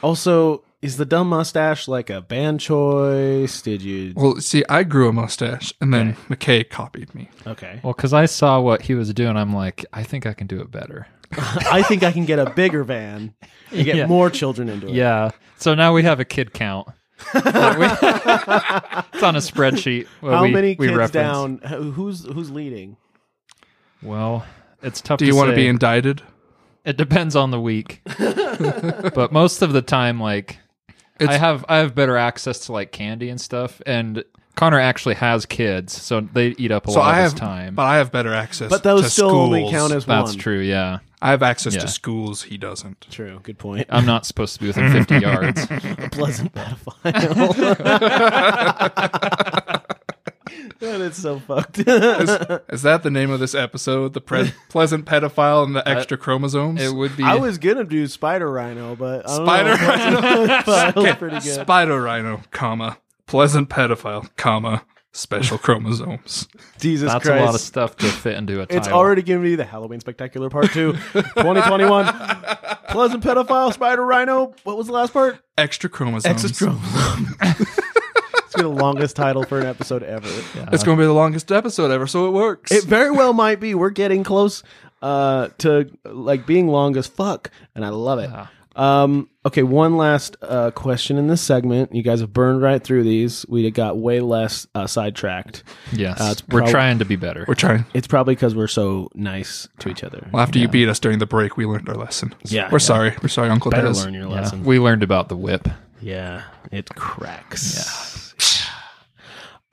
[SPEAKER 2] also, is the dumb mustache like a band choice? Did you?
[SPEAKER 6] Well, see, I grew a mustache, and then McKay copied me.
[SPEAKER 2] Okay.
[SPEAKER 7] well, because I saw what he was doing, I'm like, I think I can do it better.
[SPEAKER 2] I think I can get a bigger van and get
[SPEAKER 7] Yeah.
[SPEAKER 2] more children into it.
[SPEAKER 7] Yeah. So now we have a kid count. it's on a spreadsheet. what
[SPEAKER 2] How
[SPEAKER 7] we-
[SPEAKER 2] many
[SPEAKER 7] we
[SPEAKER 2] kids
[SPEAKER 7] reference.
[SPEAKER 2] down? who- Who's who's leading?
[SPEAKER 7] Well, it's tough.
[SPEAKER 6] Do you
[SPEAKER 7] to
[SPEAKER 6] want
[SPEAKER 7] want
[SPEAKER 6] to be indicted?
[SPEAKER 7] It depends on the week, but most of the time, like I
[SPEAKER 6] It's-
[SPEAKER 7] have, I have better access to like candy and stuff. And Connor actually has kids, so they eat up a
[SPEAKER 6] So
[SPEAKER 7] lot
[SPEAKER 6] I
[SPEAKER 7] of
[SPEAKER 6] have,
[SPEAKER 7] his time.
[SPEAKER 6] but I have better access.
[SPEAKER 2] But those
[SPEAKER 6] to
[SPEAKER 2] still only
[SPEAKER 6] schools.
[SPEAKER 2] count as one.
[SPEAKER 7] That's true. Yeah,
[SPEAKER 6] I have access
[SPEAKER 7] Yeah.
[SPEAKER 6] to schools. He doesn't.
[SPEAKER 2] True. Good point.
[SPEAKER 7] I'm not supposed to be within 50 yards.
[SPEAKER 2] pleasant pedophile. that is so fucked.
[SPEAKER 6] Is, is that the name of this episode? The pre- pleasant pedophile and the extra chromosomes.
[SPEAKER 7] It would Oh. be.
[SPEAKER 2] I was gonna do Spider Rhino, but I don't
[SPEAKER 6] Spider
[SPEAKER 2] know.
[SPEAKER 6] rhino,
[SPEAKER 2] That was pretty good.
[SPEAKER 6] spider rhino, comma pleasant pedophile, comma special chromosomes.
[SPEAKER 2] Jesus
[SPEAKER 7] that's
[SPEAKER 2] Christ.
[SPEAKER 7] a lot of stuff to fit into a title.
[SPEAKER 2] it's already giving me the Halloween Spectacular Part 2, 2021. Pleasant Pedophile, Spider Rhino. What was the last part?
[SPEAKER 6] Extra chromosomes.
[SPEAKER 2] Extra chromosome. It's been the longest title for an episode ever.
[SPEAKER 6] It's going to be the longest episode ever, so it works.
[SPEAKER 2] It very well might be. We're getting close uh, to like being long as fuck, and I love it. Um, okay, one last uh, question in this segment. You guys have burned right through these. We got way less uh, sidetracked.
[SPEAKER 7] Yes,
[SPEAKER 2] Uh, it's
[SPEAKER 7] we're
[SPEAKER 2] prob-
[SPEAKER 7] trying to be better.
[SPEAKER 6] We're trying.
[SPEAKER 2] It's probably because we're so nice to each other.
[SPEAKER 6] Well, after you beat us during the break, we learned our lesson.
[SPEAKER 2] Yeah,
[SPEAKER 6] we're sorry. We're sorry, Uncle
[SPEAKER 2] Better
[SPEAKER 6] Dez.
[SPEAKER 2] learn your
[SPEAKER 7] Yeah.
[SPEAKER 2] lesson.
[SPEAKER 7] We learned about the whip.
[SPEAKER 2] Yeah, it cracks. Yeah.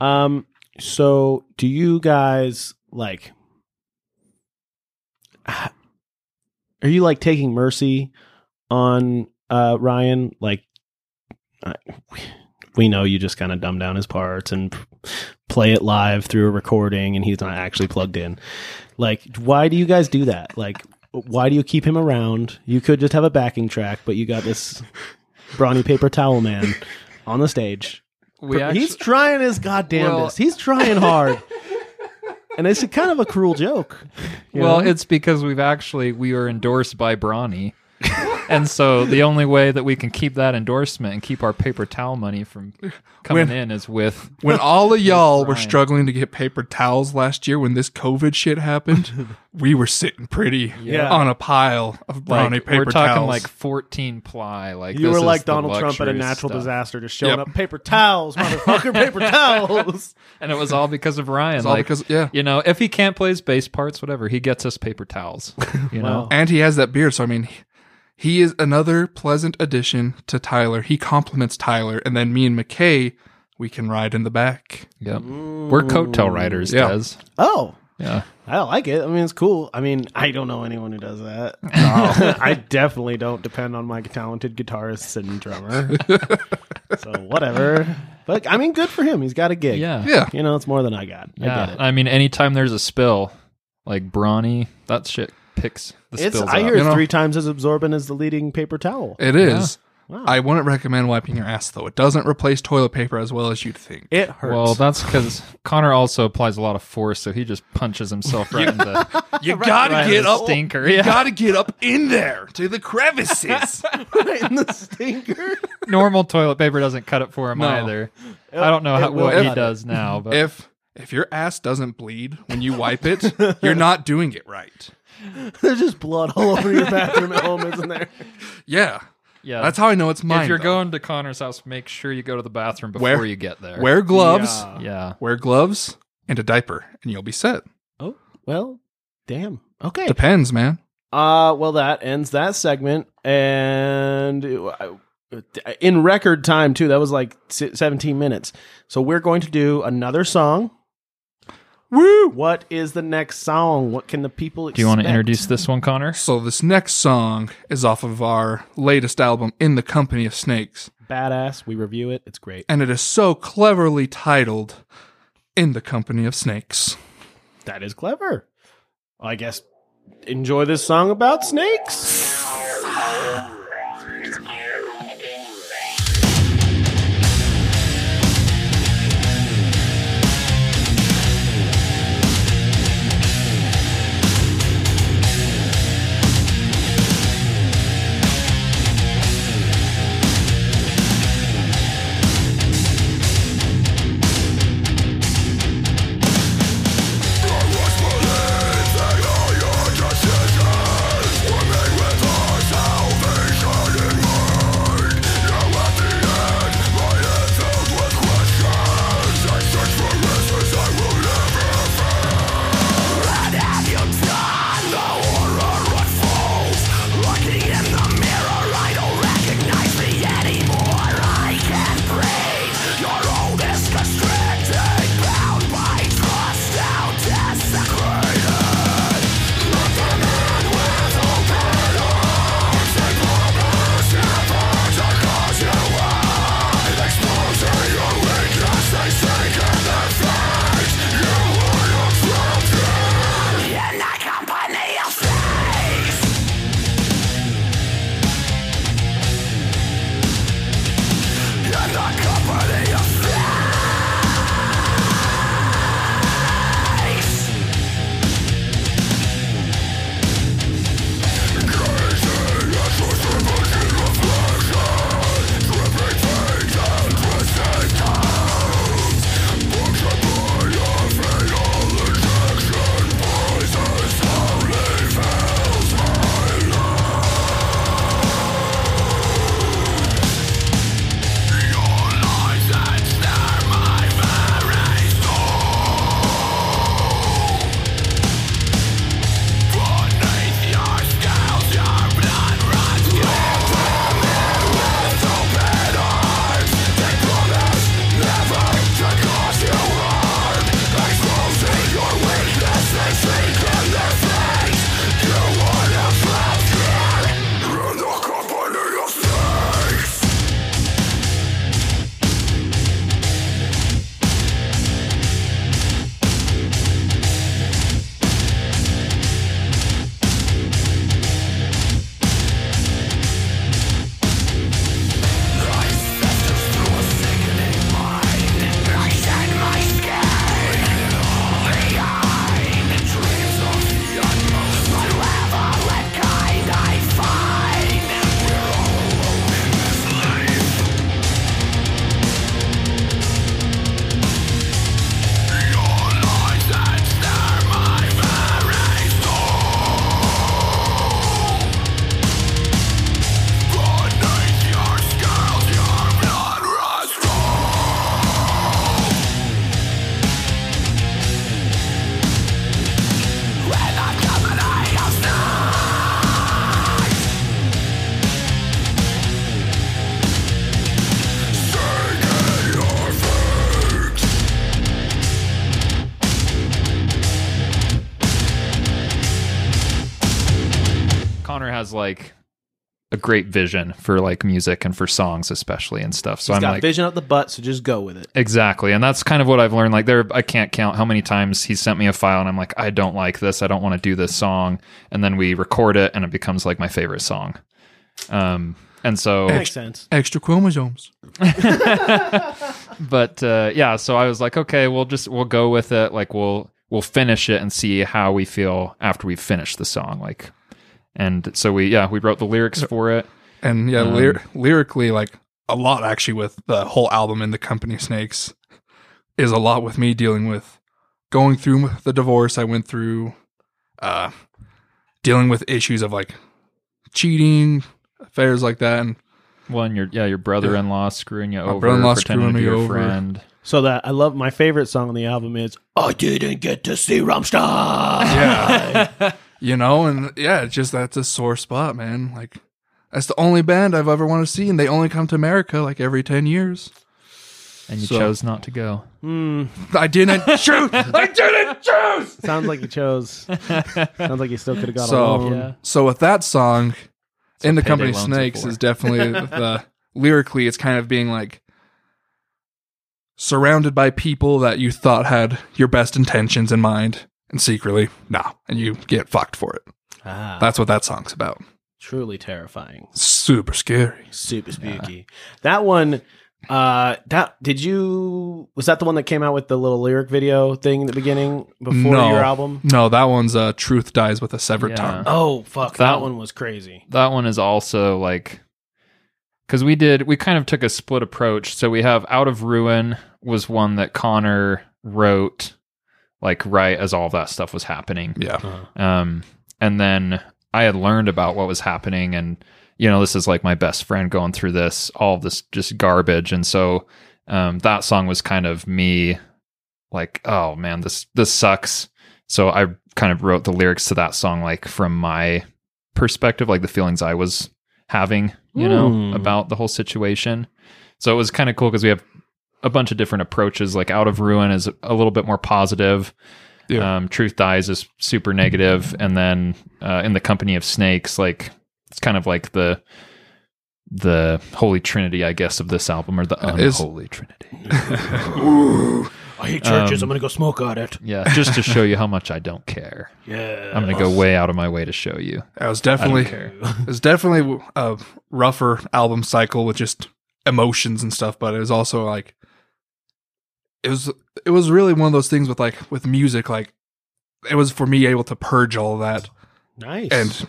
[SPEAKER 2] Um. So, do you guys like? Are you like taking mercy on uh Ryan? Like, I, we know you just kind of dumb down his parts and play it live through a recording, and he's not actually plugged in. Like, why do you guys do that? Like. Why do you keep him around? You could just have a backing track, but you got this brawny paper towel man on the stage.
[SPEAKER 7] We
[SPEAKER 2] He's trying his goddamn
[SPEAKER 7] Well-
[SPEAKER 2] best. He's trying hard. and it's a kind of a cruel joke. you
[SPEAKER 7] Well,
[SPEAKER 2] know?
[SPEAKER 7] it's because we've actually we are endorsed by Brawny. and so the only way that we can keep that endorsement and keep our paper towel money from coming
[SPEAKER 6] When-
[SPEAKER 7] in is with
[SPEAKER 6] When all of y'all were
[SPEAKER 7] Ryan.
[SPEAKER 6] struggling to get paper towels last year, when this COVID shit happened, we were sitting pretty
[SPEAKER 2] Yeah.
[SPEAKER 6] on a pile of brownie
[SPEAKER 7] like,
[SPEAKER 6] paper
[SPEAKER 7] we're talking
[SPEAKER 6] towels.
[SPEAKER 7] like 14 ply like
[SPEAKER 2] you
[SPEAKER 7] this
[SPEAKER 2] were
[SPEAKER 7] is
[SPEAKER 2] like
[SPEAKER 7] the
[SPEAKER 2] Donald Trump at a
[SPEAKER 7] luxury
[SPEAKER 2] natural
[SPEAKER 7] stuff.
[SPEAKER 2] disaster, just showing
[SPEAKER 6] Yep.
[SPEAKER 2] up paper towels, motherfucker, paper towels.
[SPEAKER 7] and it was all because of Ryan
[SPEAKER 6] all
[SPEAKER 7] like
[SPEAKER 6] because- yeah.
[SPEAKER 7] you know if he can't play his bass parts whatever he gets us paper towels you know
[SPEAKER 2] Wow.
[SPEAKER 6] and he has that beard, so I mean, he- he is another pleasant addition to Tyler. He compliments Tyler, and then me and McKay, we can ride in the back.
[SPEAKER 7] yep we're coattail riders
[SPEAKER 6] Yeah.
[SPEAKER 7] Des.
[SPEAKER 2] Oh.
[SPEAKER 7] yeah
[SPEAKER 2] I like it. I mean, it's cool. I mean, I don't know anyone who does that. I definitely don't depend on my talented guitarist and drummer. so whatever. But I mean, good for him. He's got a gig.
[SPEAKER 7] yeah
[SPEAKER 6] Yeah,
[SPEAKER 2] You know, it's more than I got. I
[SPEAKER 7] yeah
[SPEAKER 2] get it.
[SPEAKER 7] I, mean anytime there's a spill like Brawny that shit picks the
[SPEAKER 2] It's
[SPEAKER 7] spills
[SPEAKER 2] I
[SPEAKER 7] up.
[SPEAKER 2] hear it's
[SPEAKER 6] You know?
[SPEAKER 2] three times as absorbent as the leading paper towel.
[SPEAKER 6] it is.
[SPEAKER 2] Wow.
[SPEAKER 6] I wouldn't recommend wiping your ass though. It doesn't replace toilet paper as well as you'd think.
[SPEAKER 2] it hurts.
[SPEAKER 7] Well, that's because Connor also applies a lot of force, so he just punches himself right in the,
[SPEAKER 6] You gotta
[SPEAKER 7] right in
[SPEAKER 6] get
[SPEAKER 7] the
[SPEAKER 6] up.
[SPEAKER 7] stinker.
[SPEAKER 6] You
[SPEAKER 7] Yeah.
[SPEAKER 6] gotta get up in there to the crevices.
[SPEAKER 2] right in the stinker.
[SPEAKER 7] Normal toilet paper doesn't cut it for him
[SPEAKER 6] No.
[SPEAKER 7] either. I don't know how,
[SPEAKER 2] it will
[SPEAKER 7] what he
[SPEAKER 2] cut it.
[SPEAKER 7] does now, but
[SPEAKER 6] if if your ass doesn't bleed when you wipe it, you're not doing it right.
[SPEAKER 2] There's just blood all over your bathroom at home, isn't there?
[SPEAKER 6] Yeah.
[SPEAKER 7] yeah,
[SPEAKER 6] That's how I know it's mine.
[SPEAKER 7] If you're
[SPEAKER 6] though.
[SPEAKER 7] going to Connor's house, make sure you go to the bathroom before
[SPEAKER 6] Where-
[SPEAKER 7] you get there. Uh,
[SPEAKER 6] wear gloves,
[SPEAKER 2] Yeah.
[SPEAKER 7] Yeah.
[SPEAKER 6] wear gloves and a diaper and you'll be set.
[SPEAKER 2] Oh, well, damn. Okay.
[SPEAKER 6] Depends, man.
[SPEAKER 2] Uh, well, that ends that segment, and uh, in record time too. That was like si- seventeen minutes. So we're going to do another song. Woo! What is the next song? What can the people?
[SPEAKER 7] Do you want to
[SPEAKER 2] expect?
[SPEAKER 7] introduce this one, Connor?
[SPEAKER 6] So this next song is off of our latest album In the Company of Snakes,
[SPEAKER 2] Badass. We review it. It's great.
[SPEAKER 6] and it is so cleverly titled In the Company of Snakes.
[SPEAKER 2] That is clever. I guess enjoy this song about snakes.
[SPEAKER 7] Connor has like a great vision for like music and for songs especially and stuff. So
[SPEAKER 2] He's
[SPEAKER 7] I'm
[SPEAKER 2] got
[SPEAKER 7] like
[SPEAKER 2] vision up the butt, so just go with it.
[SPEAKER 7] Exactly. And that's kind of what I've learned. Like there I can't count how many times he sent me a file and I'm like, I don't like this. I don't want to do this song. And then we record it and it becomes like my favorite song. Um And so,
[SPEAKER 2] Makes sense.
[SPEAKER 6] Extra chromosomes.
[SPEAKER 7] but uh, yeah, so I was like, okay, we'll just we'll go with it. Like we'll we'll finish it and see how we feel after we finish the song. Like, and so we yeah we wrote the lyrics for it.
[SPEAKER 6] And yeah, lyr- lyrically, like a lot actually with the whole album and the company snakes is a lot with me dealing with going through the divorce I went through, uh, dealing with issues of like cheating, affairs like that. And
[SPEAKER 7] One, your yeah your brother in law screwing you over,
[SPEAKER 6] brother-in-law
[SPEAKER 7] pretending
[SPEAKER 6] screwing
[SPEAKER 7] to be
[SPEAKER 6] me
[SPEAKER 7] your
[SPEAKER 6] over.
[SPEAKER 7] friend.
[SPEAKER 2] So that I love my favorite song on the album is I didn't get to see Rammstein.
[SPEAKER 6] yeah, you know, and yeah, it's just that's a sore spot, man. Like, that's the only band I've ever wanted to see, and they only come to America like every 10 years.
[SPEAKER 7] And you
[SPEAKER 6] So-
[SPEAKER 7] chose not to go.
[SPEAKER 6] I didn't choose. I didn't choose.
[SPEAKER 2] Sounds like he chose. Sounds like he still could have got
[SPEAKER 6] So, um,
[SPEAKER 2] along.
[SPEAKER 6] so with that song, in the
[SPEAKER 7] payday
[SPEAKER 6] company
[SPEAKER 7] loans are
[SPEAKER 6] snakes
[SPEAKER 7] for.
[SPEAKER 6] is definitely the lyrically, it's kind of being like surrounded by people that you thought had your best intentions in mind, and secretly, nah, and you get fucked for it.
[SPEAKER 2] Ah,
[SPEAKER 6] That's what that song's about.
[SPEAKER 2] truly terrifying.
[SPEAKER 6] Super scary.
[SPEAKER 2] Super spooky. That one. Uh, that did you? Was that the one that came out with the little lyric video thing in the beginning before
[SPEAKER 6] No.
[SPEAKER 2] your album?
[SPEAKER 6] No, that one's uh, "Truth Dies with a Severed
[SPEAKER 7] Yeah.
[SPEAKER 6] Tongue."
[SPEAKER 2] Oh fuck, that,
[SPEAKER 7] That-
[SPEAKER 2] one was crazy.
[SPEAKER 7] that one is also like because we did we kind of took a split approach so we have out of ruin was one that connor wrote like right as all that stuff was happening
[SPEAKER 6] Yeah,
[SPEAKER 7] um, and then I had learned about what was happening, and you know, this is like my best friend going through this, all of this just garbage. And so um, that song was kind of me, like, oh man, this this sucks. So I kind of wrote the lyrics to that song, like from my perspective, like the feelings I was having, you
[SPEAKER 2] Hmm.
[SPEAKER 7] know, about the whole situation. So it was kind of cool because we have a bunch of different approaches. Like Out of Ruin is a little bit more positive.
[SPEAKER 6] Yeah.
[SPEAKER 7] Um, Truth Dies is super negative, and then uh, in the Company of Snakes, like it's kind of like the the Holy Trinity, I guess, of this album, or the
[SPEAKER 6] Uh, is-
[SPEAKER 7] unholy Trinity.
[SPEAKER 2] I hate
[SPEAKER 6] Um,
[SPEAKER 7] churches.
[SPEAKER 2] I'm gonna go smoke on it.
[SPEAKER 7] Yeah, just to show you how much I don't care.
[SPEAKER 2] Yeah,
[SPEAKER 7] I'm gonna go way out of my way to show you.
[SPEAKER 6] it was definitely it was definitely a rougher album cycle with just emotions and stuff, but it was also like it was it was really one of those things with like with music, like it was for me able to purge all that
[SPEAKER 2] nice.
[SPEAKER 6] and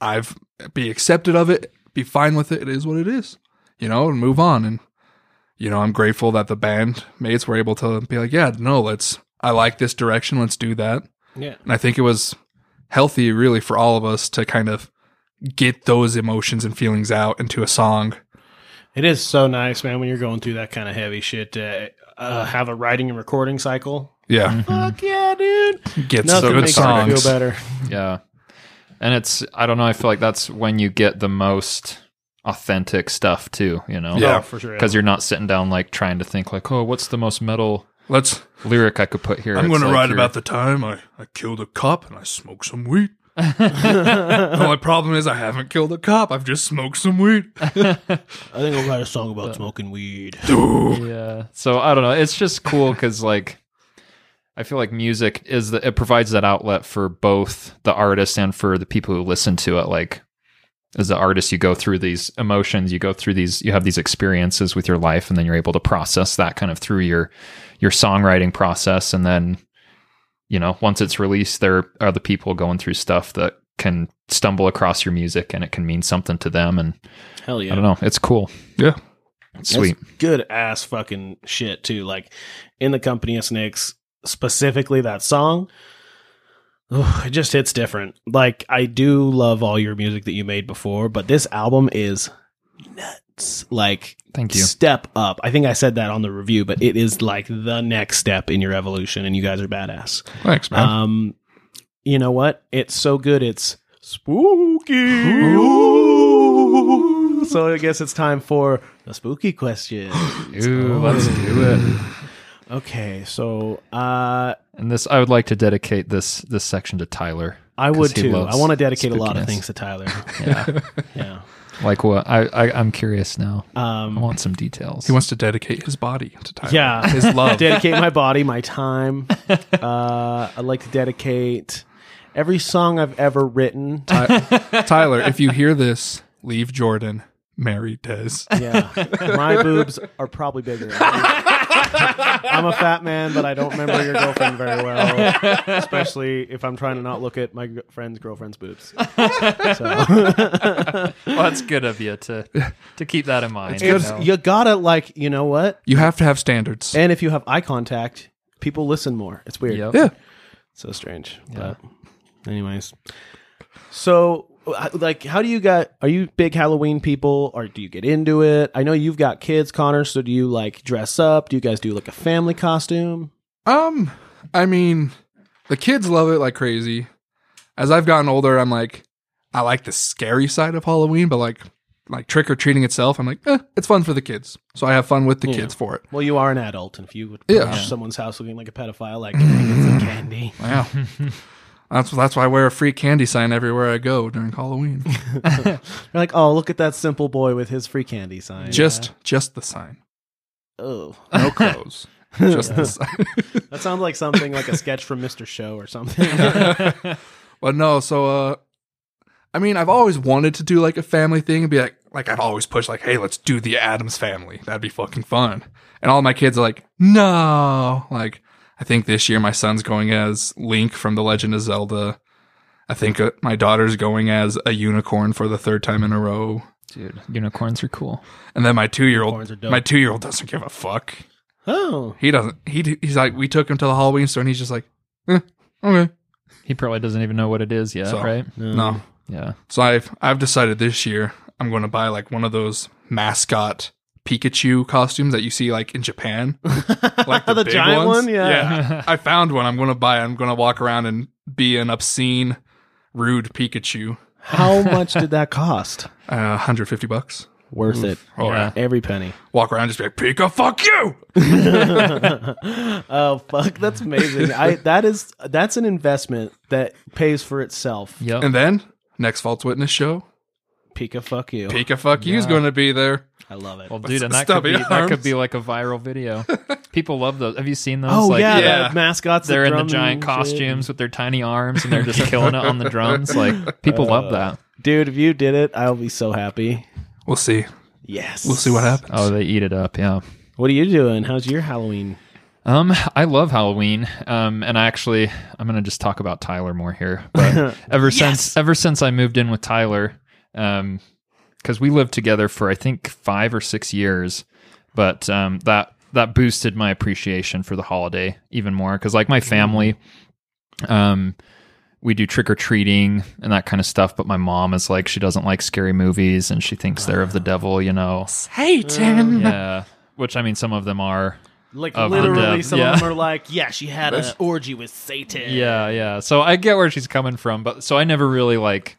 [SPEAKER 6] I've be accepted of it, be fine with it. It is what it is, you know, and move on. And you know, I'm grateful that the band mates were able to be like, yeah, no, let's. I like this direction. Let's do that.
[SPEAKER 2] yeah,
[SPEAKER 6] And I think it was healthy, really, for all of us to kind of get those emotions and feelings out into a song.
[SPEAKER 2] It is so nice, man, when you're going through that kind of heavy shit to uh, have a writing and recording cycle.
[SPEAKER 6] Yeah,
[SPEAKER 2] Fuck yeah, dude. Mm-hmm.
[SPEAKER 6] get
[SPEAKER 2] Nothing
[SPEAKER 6] good
[SPEAKER 2] makes me
[SPEAKER 6] songs.
[SPEAKER 2] feel better.
[SPEAKER 7] Yeah. And it's I don't know, I feel like that's when you get the most authentic stuff too, you know?
[SPEAKER 6] Yeah.
[SPEAKER 2] Oh, for sure.
[SPEAKER 7] Because you're not sitting down like trying to think like, oh, what's the most metal
[SPEAKER 6] Let's.
[SPEAKER 7] lyric I could put here?
[SPEAKER 6] I'm
[SPEAKER 7] It's
[SPEAKER 6] going to
[SPEAKER 7] like
[SPEAKER 6] write
[SPEAKER 7] you're-
[SPEAKER 6] about the time I I killed a cop and I smoked some weed. the only problem is I haven't killed a cop. I've just smoked some weed.
[SPEAKER 2] I think I'll write a song about smoking weed.
[SPEAKER 7] Yeah. So I don't know. It's just cool because like I feel like music is the it provides that outlet for both the artist and for the people who listen to it. Like as the artist, you go through these emotions, you go through these, you have these experiences with your life, and then you're able to process that kind of through your your songwriting process. And then, you know, once it's released, there are the people going through stuff that can stumble across your music and it can mean something to them. And
[SPEAKER 2] Hell yeah.
[SPEAKER 7] I don't know, it's cool.
[SPEAKER 6] Yeah.
[SPEAKER 7] It's sweet.
[SPEAKER 2] That's good ass fucking shit too. Like in the company of snakes, specifically that song. ugh, it just hits different. Like I do love all your music that you made before, but this album is nuts. Like
[SPEAKER 7] Thank you.
[SPEAKER 2] step up. I think I said that on the review, but it is like the next step in your evolution, and you guys are badass.
[SPEAKER 6] Thanks, man.
[SPEAKER 2] Um, you know what? It's so good. It's spooky. So I guess it's time for the spooky question.
[SPEAKER 7] Ooh, let's do it.
[SPEAKER 2] Okay, so uh,
[SPEAKER 7] And this, I would like to dedicate this this section to Tyler.
[SPEAKER 2] I
[SPEAKER 7] 'cause
[SPEAKER 2] would
[SPEAKER 7] he
[SPEAKER 2] too.
[SPEAKER 7] loves
[SPEAKER 2] I want to dedicate a lot
[SPEAKER 7] spookiness.
[SPEAKER 2] of things to Tyler.
[SPEAKER 7] Yeah,
[SPEAKER 2] yeah.
[SPEAKER 7] like what? I, I I'm curious now. I
[SPEAKER 2] Um,
[SPEAKER 7] want some details.
[SPEAKER 6] he wants to dedicate his body to Tyler.
[SPEAKER 2] Yeah.
[SPEAKER 6] his love.
[SPEAKER 2] dedicate my body, my time. Uh, I'd like to dedicate every song I've ever written.
[SPEAKER 6] Tyler, if you hear this, leave Jordan, marry Des.
[SPEAKER 2] Yeah, my boobs are probably bigger. I'm a fat man, but I don't remember your girlfriend very well, especially if I'm trying to not look at my gr- friend's girlfriend's boobs. So
[SPEAKER 1] Well, that's good of you to to keep that in mind.
[SPEAKER 6] good.
[SPEAKER 1] you know.
[SPEAKER 2] you gotta like, you know what?
[SPEAKER 6] You have to have standards.
[SPEAKER 2] And if you have eye contact, people listen more. It's weird.
[SPEAKER 1] Yep.
[SPEAKER 6] yeah.
[SPEAKER 2] So strange.
[SPEAKER 1] Yeah.
[SPEAKER 2] But anyways, so uh, like, how do you got? Are you big Halloween people, or do you get into it? I know you've got kids, Connor. So do you like dress up? Do you guys do like a family costume?
[SPEAKER 6] Um, I mean, the kids love it like crazy. As I've gotten older, I'm like, I like the scary side of Halloween, but like, like trick or treating itself, I'm like, eh, it's fun for the kids. So I have fun with the
[SPEAKER 2] Yeah.
[SPEAKER 6] kids for it.
[SPEAKER 2] Well, you are an adult, and if you would
[SPEAKER 6] Yeah.
[SPEAKER 2] approach someone's house looking like a pedophile, like "Can I get some candy.
[SPEAKER 6] Wow. that's that's why I wear a free candy sign everywhere I go during Halloween.
[SPEAKER 2] You're like, oh, look at that simple boy with his free candy sign.
[SPEAKER 6] Just just the sign,
[SPEAKER 2] oh,
[SPEAKER 6] no clothes. just the sign.
[SPEAKER 2] that sounds like something like a sketch from Mr. Show or something.
[SPEAKER 6] But no, so uh I mean, I've always wanted to do like a family thing and be like like I've always pushed like, "Hey, let's do the Adams family. That'd be fucking fun." And all my kids are like, "No." Like I think this year my son's going as Link from The Legend of Zelda. I think uh, my daughter's going as a unicorn for the third time in a row.
[SPEAKER 7] Dude, unicorns are cool.
[SPEAKER 6] And then my 2-year-old
[SPEAKER 2] Unicorns are dope.
[SPEAKER 6] my 2-year-old doesn't give a fuck.
[SPEAKER 2] oh,
[SPEAKER 6] He doesn't he he's like we took him to the Halloween store and he's just like, eh, "Okay."
[SPEAKER 7] He probably doesn't even know what it is yet,
[SPEAKER 6] So-
[SPEAKER 7] right?
[SPEAKER 6] no.
[SPEAKER 7] Yeah.
[SPEAKER 6] So I've I've decided this year I'm going to buy like one of those mascot Pikachu costumes that you see like in Japan, like the,
[SPEAKER 2] The
[SPEAKER 6] big
[SPEAKER 2] giant
[SPEAKER 6] ones.
[SPEAKER 2] one? Yeah.
[SPEAKER 6] I found one. I'm going to buy. I'm going to walk around and be an obscene, rude Pikachu.
[SPEAKER 2] how much did that cost?
[SPEAKER 6] Uh, 150 bucks.
[SPEAKER 2] Worth it.
[SPEAKER 6] Oh, yeah.
[SPEAKER 2] Every penny.
[SPEAKER 6] Walk around, and just be like Pika, fuck you.
[SPEAKER 2] Oh fuck, that's amazing. I that is that's an investment that pays for itself.
[SPEAKER 7] Yep.
[SPEAKER 6] And then next false witness show,
[SPEAKER 2] Pika, fuck you.
[SPEAKER 6] Pika, fuck you is going to be there.
[SPEAKER 2] I love it.
[SPEAKER 7] well, dude, and that could,
[SPEAKER 6] stubby
[SPEAKER 7] be, that could
[SPEAKER 6] arms.
[SPEAKER 7] be like a viral video. People love those. Have you seen those?
[SPEAKER 2] oh
[SPEAKER 7] like,
[SPEAKER 2] yeah,
[SPEAKER 7] the-
[SPEAKER 6] yeah.
[SPEAKER 2] the mascots. that
[SPEAKER 7] they're in the
[SPEAKER 2] drum
[SPEAKER 7] giant
[SPEAKER 2] shit.
[SPEAKER 7] costumes with their tiny arms and they're just killing it on the drums. Like people
[SPEAKER 2] Uh.
[SPEAKER 7] love that.
[SPEAKER 2] Dude, if you did it, I'll be so happy.
[SPEAKER 6] We'll see.
[SPEAKER 2] Yes.
[SPEAKER 6] We'll see what happens.
[SPEAKER 7] Oh, they eat it up. Yeah.
[SPEAKER 2] What are you doing? How's your Halloween?
[SPEAKER 7] Um, I love Halloween. Um, and I actually, I'm gonna just talk about Tyler more here. But ever since, ever since I moved in with Tyler, um, because we lived together for I think five or six years, but um, that that boosted my appreciation for the holiday even more. Because like my family, um, we do trick or treating and that kind of stuff. But my mom is like, she doesn't like scary movies and she thinks they're of the devil, you know?
[SPEAKER 6] Satan.
[SPEAKER 7] Yeah. Which I mean, some of them are.
[SPEAKER 2] Like
[SPEAKER 7] Of the
[SPEAKER 2] literally,
[SPEAKER 7] dev-
[SPEAKER 2] some
[SPEAKER 7] yeah.
[SPEAKER 2] of them are like, yeah, she had an orgy with Satan.
[SPEAKER 7] Yeah, yeah. So I get where she's coming from, but so I never really like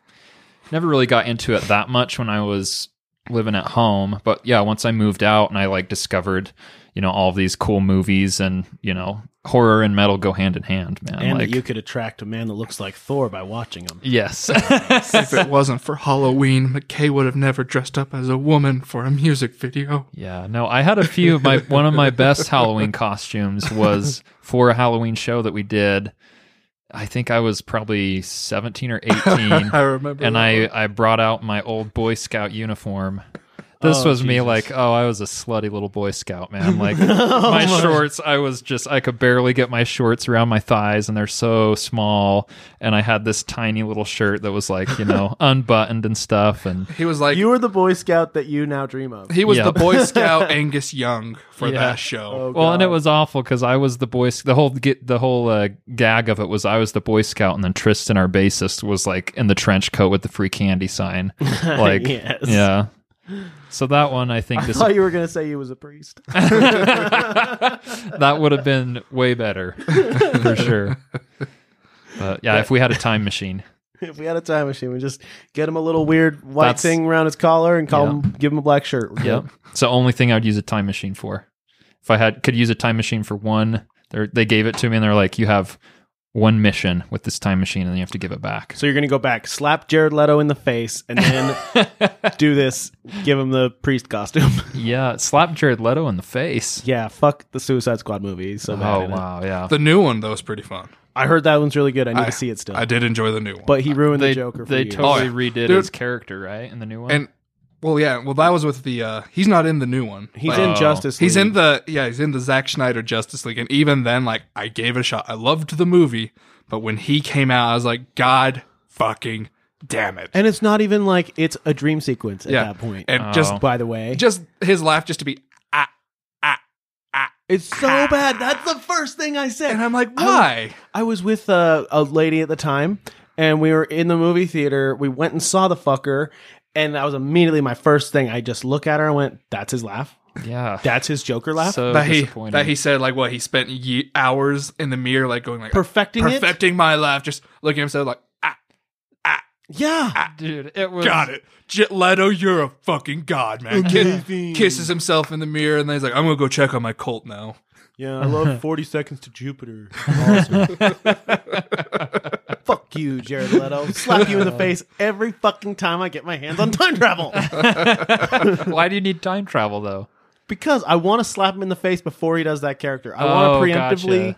[SPEAKER 7] never really got into it that much when I was living at home. But yeah, once I moved out and I like discovered, you know, all of these cool movies and, you know, horror and metal go hand in hand, man.
[SPEAKER 2] and
[SPEAKER 7] like
[SPEAKER 2] that you could attract a man that looks like Thor by watching him.
[SPEAKER 7] Yes.
[SPEAKER 6] if it wasn't for Halloween, McKay would have never dressed up as a woman for a music video.
[SPEAKER 7] yeah. No, I had a few my one of my best Halloween costumes was for a Halloween show that we did. I think I was probably 17 or 18.
[SPEAKER 6] I remember.
[SPEAKER 7] and
[SPEAKER 6] that one.
[SPEAKER 7] I, I brought out my old Boy Scout uniform. This
[SPEAKER 2] Oh,
[SPEAKER 7] was me
[SPEAKER 2] Jesus.
[SPEAKER 7] like, oh, I was a slutty little Boy Scout, man. Like my shorts, I was just, I could barely get my shorts around my thighs and they're so small. And I had this tiny little shirt that was like, you know, unbuttoned and stuff. And
[SPEAKER 6] He was like
[SPEAKER 2] You were the Boy Scout that you now dream of.
[SPEAKER 6] he was
[SPEAKER 7] Yeah.
[SPEAKER 6] the Boy Scout Angus Young for
[SPEAKER 7] Yeah.
[SPEAKER 6] that
[SPEAKER 2] Oh,
[SPEAKER 6] show.
[SPEAKER 7] well, and it was awful because I was the boy. The whole get the whole uh, gag of it was I was the Boy Scout, and then Tristan, our bassist, was like in the trench coat with the free candy sign. Like,
[SPEAKER 2] Yes.
[SPEAKER 7] yeah. So that one, I think
[SPEAKER 2] I
[SPEAKER 7] this
[SPEAKER 2] thought you were gonna say you was a priest.
[SPEAKER 7] that would have been way better for sure. But yeah, if we had a time machine,
[SPEAKER 2] If we had a time machine, we just get him a little weird white
[SPEAKER 7] That's-
[SPEAKER 2] thing around his collar and call
[SPEAKER 7] Yeah.
[SPEAKER 2] him, give him a black shirt. We're
[SPEAKER 7] yeah,
[SPEAKER 2] good.
[SPEAKER 7] it's the only thing I'd use a time machine for. If I had could use a time machine for one, they they gave it to me and they're like, you have one mission with this time machine, and then you have to give it back.
[SPEAKER 2] So you're gonna go back, slap Jared Leto in the face, and then do this. Give him the priest costume.
[SPEAKER 7] Yeah, slap Jared Leto in the face.
[SPEAKER 2] yeah, fuck the Suicide Squad movie. He's so bad
[SPEAKER 7] oh
[SPEAKER 2] in it.
[SPEAKER 7] wow, yeah.
[SPEAKER 6] The new one though is pretty fun.
[SPEAKER 2] I heard that one's really good. I need
[SPEAKER 6] I-
[SPEAKER 2] to see it still.
[SPEAKER 6] I did enjoy the new one.
[SPEAKER 2] but he ruined
[SPEAKER 7] They,
[SPEAKER 2] the Joker. For
[SPEAKER 7] they
[SPEAKER 2] you.
[SPEAKER 7] totally redid
[SPEAKER 6] Dude.
[SPEAKER 7] his character, right? In the new one.
[SPEAKER 6] and well, yeah, well that was with the uh he's not in the new one.
[SPEAKER 2] he's
[SPEAKER 6] but-
[SPEAKER 2] in Justice.
[SPEAKER 6] He's in
[SPEAKER 2] League.
[SPEAKER 6] the yeah, he's in the Zack Snyder Justice League, and even then, like I gave it a shot. I loved the movie, but when he came out, I was like, God fucking damn it!
[SPEAKER 2] and it's not even like it's a dream sequence at
[SPEAKER 6] Yeah.
[SPEAKER 2] that point.
[SPEAKER 6] And
[SPEAKER 7] Oh.
[SPEAKER 6] just
[SPEAKER 2] by the way,
[SPEAKER 6] just his laugh, just to be ah ah ah,
[SPEAKER 2] it's so bad. That's the first thing I said.
[SPEAKER 6] and I'm like, why?
[SPEAKER 2] I was with uh, a lady at the time, and we were in the movie theater. We went and saw the fucker, and that was immediately my first thing. I just look at her and went, "That's his laugh.
[SPEAKER 7] yeah.
[SPEAKER 2] That's his Joker laugh."
[SPEAKER 7] so
[SPEAKER 6] that he
[SPEAKER 7] disappointing.
[SPEAKER 6] that he said like what he spent ye- hours in the mirror like going like
[SPEAKER 2] perfecting, it.
[SPEAKER 6] perfecting my laugh, just looking at himself like ah
[SPEAKER 2] Yeah,
[SPEAKER 7] dude, it was
[SPEAKER 6] Got it. Jet Leto, you're a fucking god, man. Ki- kisses himself in the mirror and then he's like, I'm gonna go check on my cult now.
[SPEAKER 2] yeah. I love Forty Seconds to Jupiter. Awesome. Fuck you, Jared Leto. Slap you in the face every fucking time I get my hands on time travel.
[SPEAKER 7] Why do you need time travel though?
[SPEAKER 2] because I want to slap him in the face before he does that character. I want
[SPEAKER 7] Oh,
[SPEAKER 2] to preemptively
[SPEAKER 7] gotcha.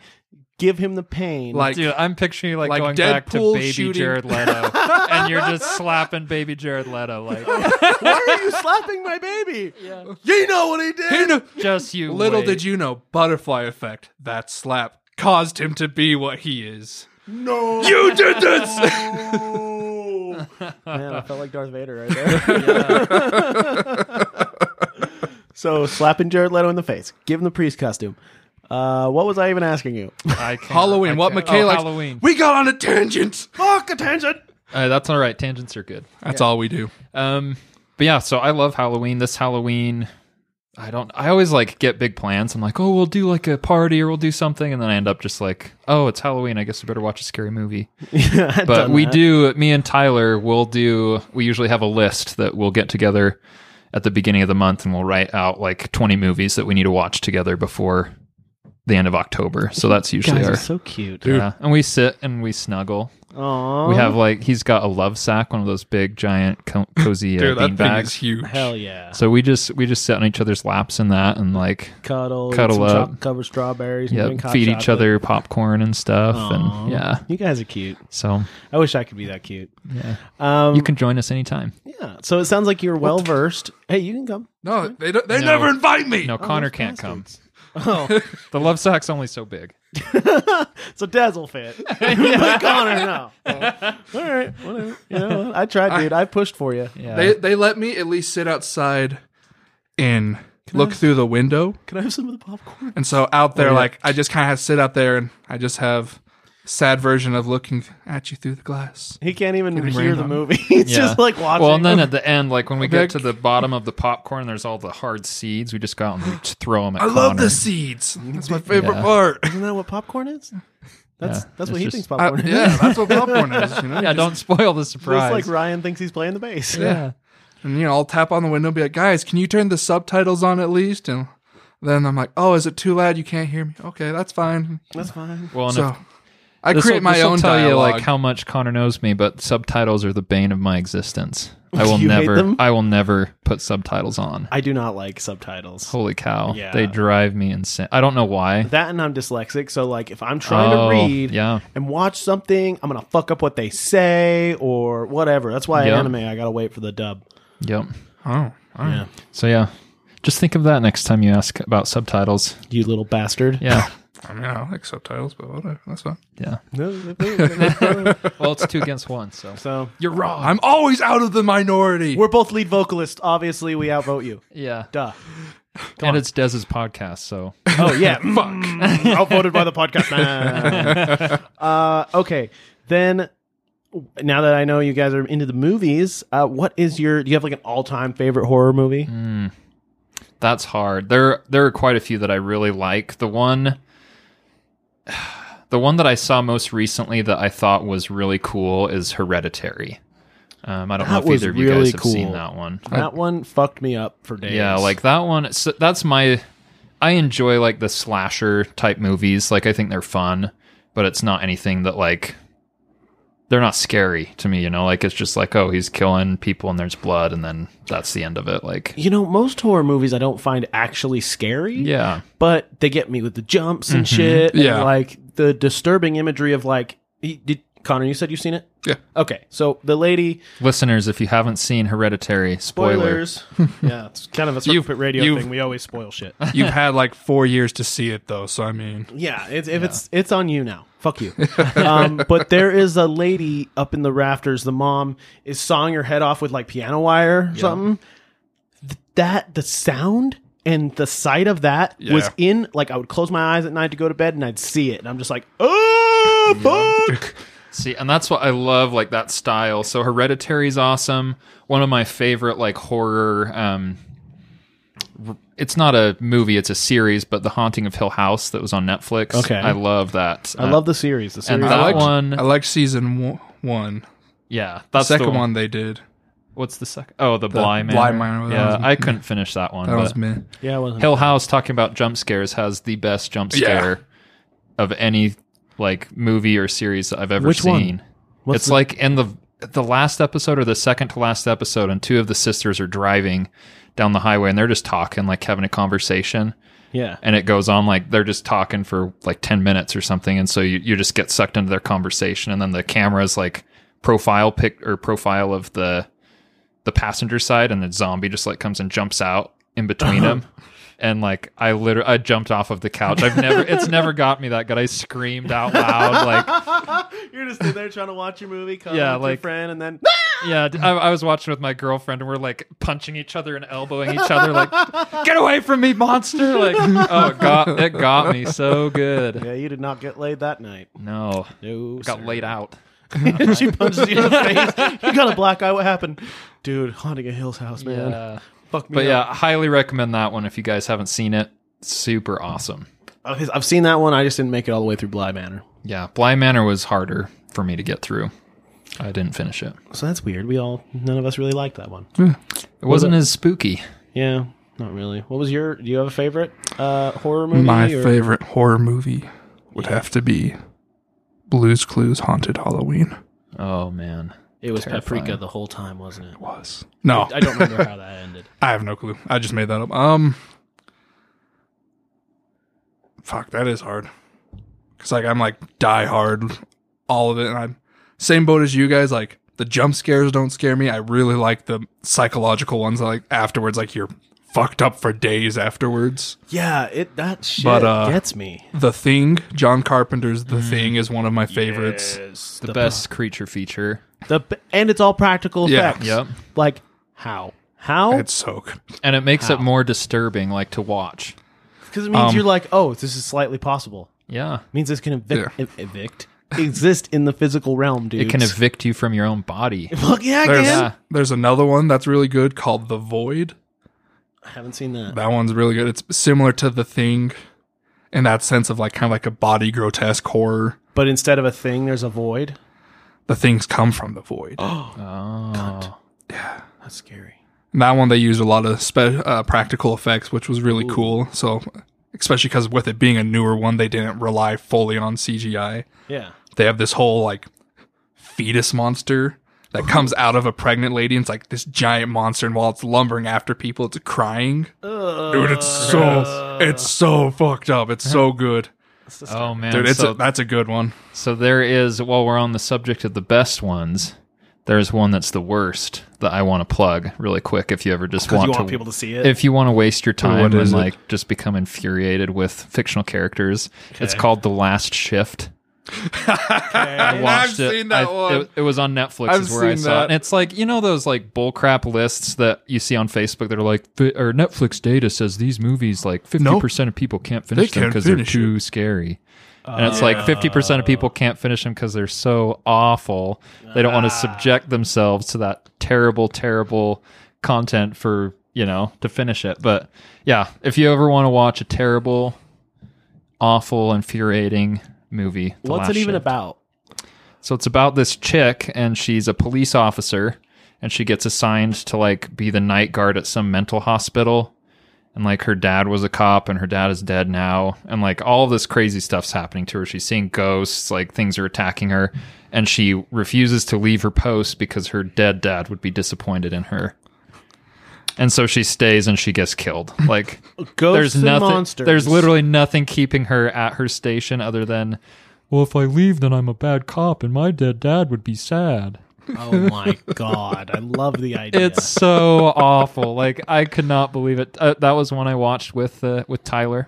[SPEAKER 2] give him the pain.
[SPEAKER 6] Like
[SPEAKER 7] Dude, I'm picturing you like,
[SPEAKER 6] Like
[SPEAKER 7] going back to
[SPEAKER 6] Deadpool
[SPEAKER 7] baby
[SPEAKER 6] shooting-
[SPEAKER 7] Jared Leto, and you're just slapping baby Jared Leto, like
[SPEAKER 2] why are you slapping my baby?
[SPEAKER 6] You know what he did?
[SPEAKER 7] just you.
[SPEAKER 6] Little
[SPEAKER 7] wait.
[SPEAKER 6] did you know, butterfly effect, that slap caused him to be what he is. No You did this
[SPEAKER 2] Man,
[SPEAKER 7] Uh.
[SPEAKER 2] I felt like Darth Vader right there. so slapping Jared Leto in the face, give him the priest costume. Uh, what was I even asking you?
[SPEAKER 7] I can't- I
[SPEAKER 6] Halloween, what
[SPEAKER 7] can't-
[SPEAKER 6] Michaela
[SPEAKER 7] Oh,
[SPEAKER 6] likes-
[SPEAKER 7] Halloween.
[SPEAKER 6] We got on a tangent.
[SPEAKER 2] Fuck attention.
[SPEAKER 7] Uh, that's all right. Tangents are good.
[SPEAKER 6] That's all we do.
[SPEAKER 7] Um, but yeah, so I love Halloween. This Halloween, I don't. I always like get big plans. I'm like, oh, we'll do like a party or we'll do something, and then I end up just like, oh, it's Halloween. I guess we better watch a scary movie. But we do. Me and Tyler will do. We usually have a list that we'll get together at the beginning of the month, and we'll write out like 20 movies that we need to watch together before the end of October. So that's usually
[SPEAKER 2] Guys
[SPEAKER 7] our.
[SPEAKER 2] are so cute.
[SPEAKER 7] yeah. And we sit and we snuggle.
[SPEAKER 2] Aww.
[SPEAKER 7] We have like he's got a love sack, one of those big, giant, co- cozy uh,
[SPEAKER 6] Dude, that
[SPEAKER 7] bean
[SPEAKER 6] thing
[SPEAKER 7] bags.
[SPEAKER 6] is huge.
[SPEAKER 2] hell yeah.
[SPEAKER 7] So we just we just sit on each other's laps in that and like
[SPEAKER 2] Cuddle, eat
[SPEAKER 7] Cuddle
[SPEAKER 2] some
[SPEAKER 7] up.
[SPEAKER 2] choc- covered strawberries, and
[SPEAKER 7] yeah
[SPEAKER 2] drink hot
[SPEAKER 7] feed each
[SPEAKER 2] chocolate.
[SPEAKER 7] other popcorn and stuff
[SPEAKER 2] Aw.
[SPEAKER 7] and yeah.
[SPEAKER 2] You guys are cute.
[SPEAKER 7] So
[SPEAKER 2] I wish I could be that cute.
[SPEAKER 7] yeah.
[SPEAKER 2] Um,
[SPEAKER 7] you can join us anytime.
[SPEAKER 2] yeah. So it sounds like you're well versed. Hey, you can come.
[SPEAKER 6] No, they don't, they
[SPEAKER 7] No.
[SPEAKER 6] never invite me.
[SPEAKER 7] No, Connor can't come.
[SPEAKER 2] Oh.
[SPEAKER 7] The love sack's only so big.
[SPEAKER 2] So Dez will fit. but Connor, no. All right, whatever. You know, I tried, dude. I pushed for you.
[SPEAKER 7] Yeah.
[SPEAKER 6] They they let me at least sit outside and look through the window.
[SPEAKER 2] Can I have some of the popcorn?
[SPEAKER 6] And so out there, like I just kind of have to sit out there, and I just have sad version of looking at you through the glass.
[SPEAKER 2] He can't even
[SPEAKER 6] Getting
[SPEAKER 2] hear
[SPEAKER 6] rained
[SPEAKER 2] the
[SPEAKER 6] on.
[SPEAKER 2] movie. He's
[SPEAKER 7] Yeah.
[SPEAKER 2] just like watching.
[SPEAKER 7] Well, and then at the end, like when we
[SPEAKER 6] Big-
[SPEAKER 7] get to the bottom of the popcorn, there's all the hard seeds. We just go out and we just throw them at
[SPEAKER 6] I love
[SPEAKER 7] Connor.
[SPEAKER 6] the seeds. That's my favorite part.
[SPEAKER 2] Isn't that what popcorn is? That's
[SPEAKER 7] Yeah,
[SPEAKER 2] that's
[SPEAKER 7] it's
[SPEAKER 2] what he
[SPEAKER 7] just-
[SPEAKER 2] thinks
[SPEAKER 6] I-
[SPEAKER 2] popcorn is.
[SPEAKER 6] yeah, that's what popcorn is. You know,
[SPEAKER 7] Yeah, don't spoil the
[SPEAKER 2] Just
[SPEAKER 7] surprise.
[SPEAKER 2] like Ryan thinks he's playing the bass.
[SPEAKER 7] yeah.
[SPEAKER 6] And you know, I'll tap on the window, and be like, guys, can you turn the subtitles on at least? And then I'm like, oh, is it too loud? You can't hear me. Okay, that's fine.
[SPEAKER 2] That's fine.
[SPEAKER 7] Well, and if
[SPEAKER 6] So I
[SPEAKER 7] This'll-
[SPEAKER 6] create my
[SPEAKER 7] this'll
[SPEAKER 6] own
[SPEAKER 7] tell you
[SPEAKER 6] dialogue.
[SPEAKER 7] like how much Connor knows me, but subtitles are the bane of my existence. I will
[SPEAKER 2] You hate
[SPEAKER 7] never
[SPEAKER 2] them?
[SPEAKER 7] I will never put subtitles on.
[SPEAKER 2] I do not like subtitles.
[SPEAKER 7] Holy cow.
[SPEAKER 2] Yeah.
[SPEAKER 7] They drive me insane. I don't know why.
[SPEAKER 2] That and I'm dyslexic, so like if I'm trying
[SPEAKER 7] Oh,
[SPEAKER 2] to read
[SPEAKER 7] yeah.
[SPEAKER 2] and watch something, I'm gonna fuck up what they say or whatever. That's why
[SPEAKER 7] Yeah.
[SPEAKER 2] anime I gotta wait for the dub.
[SPEAKER 7] Yep.
[SPEAKER 6] oh, all right.
[SPEAKER 7] So yeah. Just think of that next time you ask about subtitles.
[SPEAKER 2] You little bastard.
[SPEAKER 7] Yeah.
[SPEAKER 6] I mean, I like subtitles, but whatever. That's fine.
[SPEAKER 7] Yeah.
[SPEAKER 2] No,
[SPEAKER 7] Well, it's two against one, so
[SPEAKER 2] so
[SPEAKER 6] You're wrong. I'm always out of the minority.
[SPEAKER 2] we're both lead vocalists. Obviously, we outvote you.
[SPEAKER 7] yeah.
[SPEAKER 2] Duh.
[SPEAKER 7] And it's Dez's podcast, so
[SPEAKER 2] Oh yeah.
[SPEAKER 7] Mm.
[SPEAKER 2] Fuck. Outvoted by the podcast. uh, okay. Then, now that I know you guys are into the movies, uh, what is your? Do you have like an all-time favorite horror movie?
[SPEAKER 7] That's hard. There there are quite a few that I really like. The one the one that I saw most recently that I thought was really cool is Hereditary. Um, I don't
[SPEAKER 2] That
[SPEAKER 7] know if
[SPEAKER 2] was
[SPEAKER 7] either of you
[SPEAKER 2] really
[SPEAKER 7] guys have seen
[SPEAKER 2] cool.
[SPEAKER 7] that one.
[SPEAKER 2] That one fucked me up for days.
[SPEAKER 7] Yeah, like that one. So that's my. I enjoy like the slasher type movies. Like I think they're fun, but it's not anything that like. They're not scary to me, you know. Like it's just like, oh, he's killing people and there's blood, and then that's the end of it. Like,
[SPEAKER 2] you know, most horror movies I don't find actually scary.
[SPEAKER 7] yeah,
[SPEAKER 2] but they get me with the jumps and shit. and,
[SPEAKER 6] Yeah.
[SPEAKER 2] like the disturbing imagery of like he, did Connor, you said you've seen it?
[SPEAKER 6] Yeah.
[SPEAKER 2] Okay. So the lady
[SPEAKER 7] Listeners, if you haven't seen Hereditary, spoiler.
[SPEAKER 2] spoilers. yeah, it's kind of a
[SPEAKER 6] You've-
[SPEAKER 2] circuit radio
[SPEAKER 6] you've-
[SPEAKER 2] thing. We always spoil shit.
[SPEAKER 6] You've had like four years to see it though, so I mean,
[SPEAKER 2] Yeah, it's, if it's it's on you now. Fuck you. um, but there is a lady up in the rafters. The mom is sawing her head off with like piano wire or something. Th- that the sound and the sight of that was in like I would close my eyes at night to go to bed and I'd see it and I'm just like, oh fuck.
[SPEAKER 7] See, and that's what I love, like that style. So Hereditary's awesome. One of my favorite like horror. Um, r- it's not a movie; it's a series. But The Haunting of Hill House that was on Netflix.
[SPEAKER 2] Okay.
[SPEAKER 7] I love that. Uh,
[SPEAKER 2] I love the series. The
[SPEAKER 7] and
[SPEAKER 2] series.
[SPEAKER 7] that
[SPEAKER 6] I liked
[SPEAKER 7] one-
[SPEAKER 6] I liked season wo- one.
[SPEAKER 7] Yeah,
[SPEAKER 6] The
[SPEAKER 7] that's
[SPEAKER 6] second
[SPEAKER 7] the
[SPEAKER 6] one. they did.
[SPEAKER 7] What's the second? Oh, the, Bly Manor.
[SPEAKER 6] Bly Manor, that
[SPEAKER 7] Yeah,
[SPEAKER 6] was-
[SPEAKER 7] I couldn't finish that one.
[SPEAKER 6] That
[SPEAKER 7] but
[SPEAKER 6] was me.
[SPEAKER 2] yeah, it wasn't.
[SPEAKER 7] Hill House talking about jump scares has the best jump
[SPEAKER 6] Yeah.
[SPEAKER 7] scare of any like movie or series that I've ever
[SPEAKER 2] Which one?
[SPEAKER 7] seen. it's like in the the last episode or the second to last episode, and two of the sisters are driving down the highway and they're just talking, like having a conversation.
[SPEAKER 2] yeah.
[SPEAKER 7] And it goes on like they're just talking for like 10 minutes or something. And so you, you just get sucked into their conversation. And then the camera's like profile pic or profile of the the passenger side and the zombie just like comes and jumps out in between them. And like I literally I jumped off of the couch. I've never it's never got me that good. I screamed out loud like
[SPEAKER 2] You're just in there trying to watch your movie, come
[SPEAKER 7] Yeah,
[SPEAKER 2] yeah, with your
[SPEAKER 7] like-
[SPEAKER 2] friend, and then
[SPEAKER 7] Yeah, d- I, I was watching with my girlfriend, and we're like punching each other and elbowing each other, like "Get away from me, monster!" Like, oh, it got it got me so good.
[SPEAKER 2] yeah, you did not get laid that night.
[SPEAKER 7] No,
[SPEAKER 2] No,
[SPEAKER 7] got laid out.
[SPEAKER 2] she punches you in the face. You got a black eye. What happened, dude? Haunting a Hill's house, man.
[SPEAKER 7] Yeah.
[SPEAKER 2] Fuck me.
[SPEAKER 7] But yeah,
[SPEAKER 2] up.
[SPEAKER 7] highly recommend that one if you guys haven't seen it. Super awesome.
[SPEAKER 2] I've- I've seen that one. I just didn't make it all the way through Bly Manor.
[SPEAKER 7] Yeah, Bly Manor was harder for me to get through. I didn't finish it.
[SPEAKER 2] So that's weird. We all, none of us really liked that one.
[SPEAKER 7] It wasn't as spooky.
[SPEAKER 2] Yeah, not really. What was your? Do you have a favorite uh, horror movie?
[SPEAKER 6] My
[SPEAKER 2] or-
[SPEAKER 6] favorite horror movie would have to be Blues Clues Haunted Halloween.
[SPEAKER 7] Oh man,
[SPEAKER 2] It was
[SPEAKER 7] Terrifying.
[SPEAKER 2] Paprika the whole time, wasn't it?
[SPEAKER 6] Was no,
[SPEAKER 2] I don't remember how that ended.
[SPEAKER 6] I have no clue. I just made that up. Um, fuck, that is hard. Cause like I'm like die hard, all of it, and I'm same boat as you guys. Like the jump scares don't scare me. I really like the psychological ones. Like afterwards, like you're fucked up for days afterwards.
[SPEAKER 2] Yeah, it that shit
[SPEAKER 6] But, uh,
[SPEAKER 2] gets me.
[SPEAKER 6] The Thing, John Carpenter's The Thing is one of my favorites.
[SPEAKER 2] Yes,
[SPEAKER 7] the best creature feature.
[SPEAKER 2] The b- and it's all practical
[SPEAKER 6] Yeah.
[SPEAKER 2] effects.
[SPEAKER 7] Yep,
[SPEAKER 2] Like how? How?
[SPEAKER 6] It's so good.
[SPEAKER 7] and it makes it more disturbing, like to watch.
[SPEAKER 2] Because it means
[SPEAKER 6] um,
[SPEAKER 2] you're like, oh, this is slightly possible.
[SPEAKER 7] Yeah,
[SPEAKER 2] means this can evict, ev- evict exist in the physical realm, dude.
[SPEAKER 7] it can evict you from your own body.
[SPEAKER 2] Fuck yeah, I
[SPEAKER 6] There's
[SPEAKER 2] can.
[SPEAKER 7] Yeah.
[SPEAKER 6] there's another one that's really good called The Void.
[SPEAKER 2] I haven't seen that.
[SPEAKER 6] That one's really good. It's similar to The Thing in that sense of like kind of like a body grotesque horror.
[SPEAKER 2] But instead of a thing, there's a void.
[SPEAKER 6] The things come from the void.
[SPEAKER 7] Oh.
[SPEAKER 2] That's scary.
[SPEAKER 6] And that one they used a lot of spe- uh, practical effects, which was really cool. So, especially because with it being a newer one, they didn't rely fully on CGI.
[SPEAKER 2] Yeah.
[SPEAKER 6] They have this whole like fetus monster that comes out of a pregnant lady and it's like this giant monster and while it's lumbering after people it's crying dude it's so it's so fucked up it's so good
[SPEAKER 7] Oh man,
[SPEAKER 6] dude it's
[SPEAKER 7] so,
[SPEAKER 6] a, that's a good one
[SPEAKER 7] so there is. While we're on the subject of the best ones, there's one that's the worst that I want to plug really quick. If you ever just
[SPEAKER 2] Because
[SPEAKER 7] want,
[SPEAKER 2] you want
[SPEAKER 7] to,
[SPEAKER 2] people to see it.
[SPEAKER 7] if you want to waste your time
[SPEAKER 6] what
[SPEAKER 7] and
[SPEAKER 6] is it?
[SPEAKER 7] like just become infuriated with fictional characters, it's called The Last Shift. I watched it. I- It, it was on Netflix.
[SPEAKER 6] I've
[SPEAKER 7] is where I
[SPEAKER 6] seen
[SPEAKER 7] saw it.
[SPEAKER 6] that.
[SPEAKER 7] And it's like you know those like bullcrap lists that you see on Facebook that are like, "Fi- or Netflix data says these movies like fifty percent of people can't finish them
[SPEAKER 6] can't
[SPEAKER 7] because they're
[SPEAKER 6] finish
[SPEAKER 7] too scary. And
[SPEAKER 2] Uh,
[SPEAKER 7] it's like fifty percent of people can't finish them because they're so awful. They don't
[SPEAKER 2] Ah.
[SPEAKER 7] want to subject themselves to that terrible, terrible content for you know to finish it. But yeah, if you ever want to watch a terrible, awful, infuriating movie, The
[SPEAKER 2] What's
[SPEAKER 7] Last
[SPEAKER 2] it even
[SPEAKER 7] Shift.
[SPEAKER 2] about?
[SPEAKER 7] So it's about this chick, and she's a police officer, and she gets assigned to like be the night guard at some mental hospital. And like her dad was a cop, and her dad is dead now, and like all of this crazy stuff's happening to her. She's seeing ghosts, like things are attacking her, and she refuses to leave her post because her dead dad would be disappointed in her. and so she stays and she gets killed. Like
[SPEAKER 2] Ghosts
[SPEAKER 7] there's
[SPEAKER 2] and
[SPEAKER 7] nothing.
[SPEAKER 2] monsters.
[SPEAKER 7] There's literally nothing keeping her at her station other than, well, if I leave, then I'm a bad cop, and my dead dad would be sad.
[SPEAKER 2] Oh my god! I love the idea.
[SPEAKER 7] It's so awful. Like I could not believe it. Uh, that was one I watched with uh, with Tyler,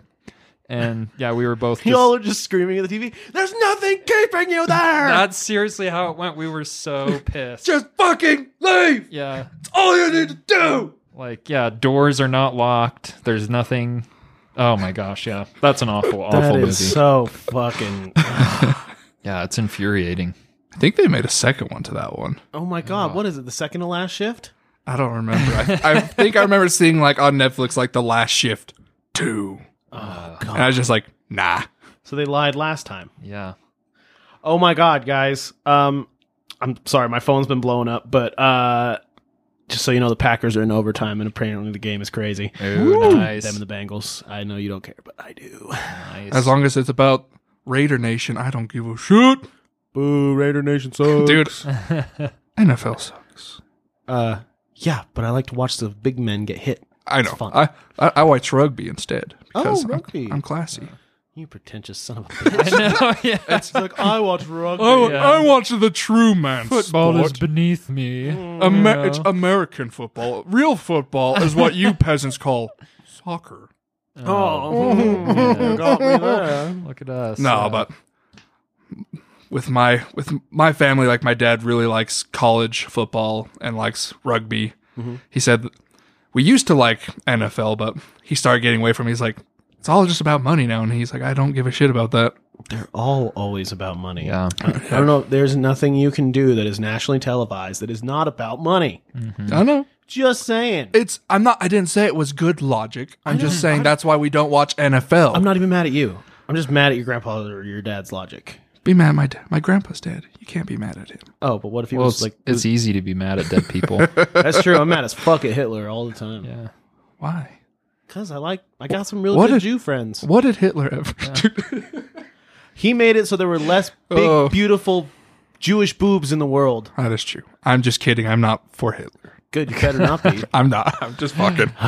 [SPEAKER 7] and yeah, we were both. Just,
[SPEAKER 2] y'all are just screaming at the TV. There's nothing keeping you there.
[SPEAKER 7] that's seriously how it went. We were so pissed.
[SPEAKER 6] Just fucking leave.
[SPEAKER 7] yeah,
[SPEAKER 6] It's all you need to do.
[SPEAKER 7] like yeah, doors are not locked. There's nothing. Oh my gosh, yeah, that's an awful, awful
[SPEAKER 2] that
[SPEAKER 7] movie.
[SPEAKER 2] is so fucking.
[SPEAKER 7] yeah, it's infuriating.
[SPEAKER 6] I think they made a second one to that one.
[SPEAKER 2] Oh my god! What is it? The second to last shift?
[SPEAKER 6] I don't remember. I, I think I remember seeing like on Netflix like the last shift two,
[SPEAKER 2] Oh
[SPEAKER 6] and I
[SPEAKER 2] god!
[SPEAKER 6] was just like, nah.
[SPEAKER 2] So they lied last time.
[SPEAKER 7] Yeah,
[SPEAKER 2] Oh my god, guys. Um, I'm sorry, my phone's been blowing up, but uh, just so you know, the Packers are in overtime, and apparently the game is crazy.
[SPEAKER 7] Ooh, nice.
[SPEAKER 2] Them and the Bengals. I know you don't care, but I do.
[SPEAKER 7] nice.
[SPEAKER 6] As long as it's about Raider Nation, I don't give a shit,
[SPEAKER 2] Boo, Raider Nation sucks.
[SPEAKER 6] dude. NFL sucks.
[SPEAKER 2] Uh, yeah, but I like to watch the big men get hit.
[SPEAKER 6] I
[SPEAKER 2] It's
[SPEAKER 6] know.
[SPEAKER 2] fun.
[SPEAKER 6] I, I I watch rugby instead
[SPEAKER 2] Oh,
[SPEAKER 6] because I'm,
[SPEAKER 2] rugby.
[SPEAKER 6] I'm classy.
[SPEAKER 2] You pretentious son of a bitch.
[SPEAKER 7] I know. Yeah,
[SPEAKER 2] It's like I watch rugby.
[SPEAKER 6] Oh,
[SPEAKER 7] Yeah.
[SPEAKER 6] I watch the true man.
[SPEAKER 7] football is
[SPEAKER 6] sport. Mm.
[SPEAKER 7] beneath me.
[SPEAKER 6] Amer- It's American football. Real football is what you peasants call soccer.
[SPEAKER 2] Oh, got me there.
[SPEAKER 7] Look at us.
[SPEAKER 6] No,
[SPEAKER 7] Yeah.
[SPEAKER 6] but with my with my family, like my dad really likes college football and likes rugby.
[SPEAKER 2] Mm-hmm.
[SPEAKER 6] He said we used to like NFL, but he started getting away from. it. He's like, it's all just about money now, and he's like, I don't give a shit about that.
[SPEAKER 2] They're all always about money.
[SPEAKER 7] yeah,
[SPEAKER 2] I, I don't know. There's nothing you can do that is nationally televised that is not about money.
[SPEAKER 6] I know
[SPEAKER 2] Just saying.
[SPEAKER 6] it's. I'm not. I didn't say it was good logic. I'm just saying that's why we don't watch NFL.
[SPEAKER 2] I'm not even mad at you. I'm just mad at your grandpa or your dad's logic.
[SPEAKER 6] be mad, at my dad, my grandpa's dead. You can't be mad at him.
[SPEAKER 2] Oh, but what if he
[SPEAKER 7] well,
[SPEAKER 2] was
[SPEAKER 7] it's,
[SPEAKER 2] like?
[SPEAKER 7] it's easy to be mad at dead people.
[SPEAKER 2] That's true. I'm mad as fuck at Hitler all the time.
[SPEAKER 7] yeah,
[SPEAKER 6] Why?
[SPEAKER 2] Cause I like, I got some really
[SPEAKER 6] What
[SPEAKER 2] good
[SPEAKER 6] if-
[SPEAKER 2] Jew friends.
[SPEAKER 6] What did Hitler ever do?
[SPEAKER 2] He made it so there were less big,
[SPEAKER 6] Oh.
[SPEAKER 2] beautiful Jewish boobs in the world.
[SPEAKER 6] That is true. I'm just kidding. I'm not for Hitler.
[SPEAKER 2] Good, you better not be.
[SPEAKER 6] I'm not. I'm just fucking.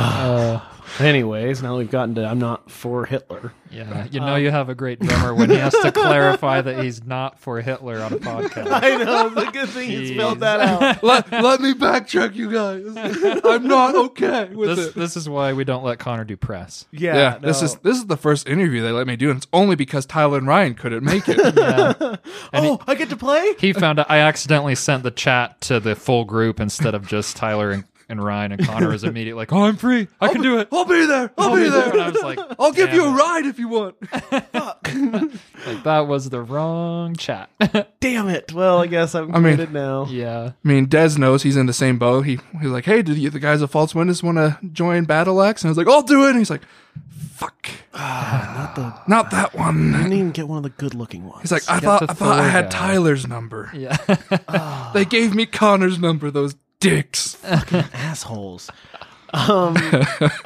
[SPEAKER 2] Anyways, now that we've gotten to I'm not for Hitler.
[SPEAKER 7] yeah. You know, you have a great drummer when he has to clarify that he's not for Hitler on a podcast.
[SPEAKER 2] I know, it's a good thing you
[SPEAKER 7] spelled
[SPEAKER 2] that out.
[SPEAKER 6] let, let me backtrack you guys. I'm not okay with
[SPEAKER 7] This this is why we don't let Connor do press.
[SPEAKER 2] Yeah,
[SPEAKER 6] Yeah, this is this is the first interview they let me do, and it's only because Tyler and Ryan couldn't make it.
[SPEAKER 2] Oh, I get to play?
[SPEAKER 7] He found out I accidentally sent the chat to the full group instead of just Tyler and, and Ryan and Connor was immediately like, "Oh, I'm free. I can do it.
[SPEAKER 6] I'll be there. I'll,
[SPEAKER 7] I'll
[SPEAKER 6] be, there.
[SPEAKER 7] And I was like,
[SPEAKER 6] I'll give
[SPEAKER 7] damn
[SPEAKER 6] you a
[SPEAKER 7] it.
[SPEAKER 6] ride if you want.
[SPEAKER 7] Like, that was the wrong chat.
[SPEAKER 2] Damn it. Well, I guess I'm
[SPEAKER 6] I mean-
[SPEAKER 2] committed now.
[SPEAKER 7] yeah.
[SPEAKER 6] I mean, Des knows he's in the same boat. He he's like, hey, did you, the guys of False Witness want to join Battle Axe? And I was like, I'll do it. And he's like, fuck,
[SPEAKER 2] Not the I
[SPEAKER 6] not that one.
[SPEAKER 2] didn't even get one of the good looking ones.
[SPEAKER 6] He's like, I
[SPEAKER 7] Get
[SPEAKER 6] thought
[SPEAKER 7] the
[SPEAKER 6] I thought I
[SPEAKER 7] Thor
[SPEAKER 6] had
[SPEAKER 7] guy."
[SPEAKER 6] Tyler's number.
[SPEAKER 7] Yeah.
[SPEAKER 6] They gave me Connor's number. Those dicks.
[SPEAKER 2] assholes. Um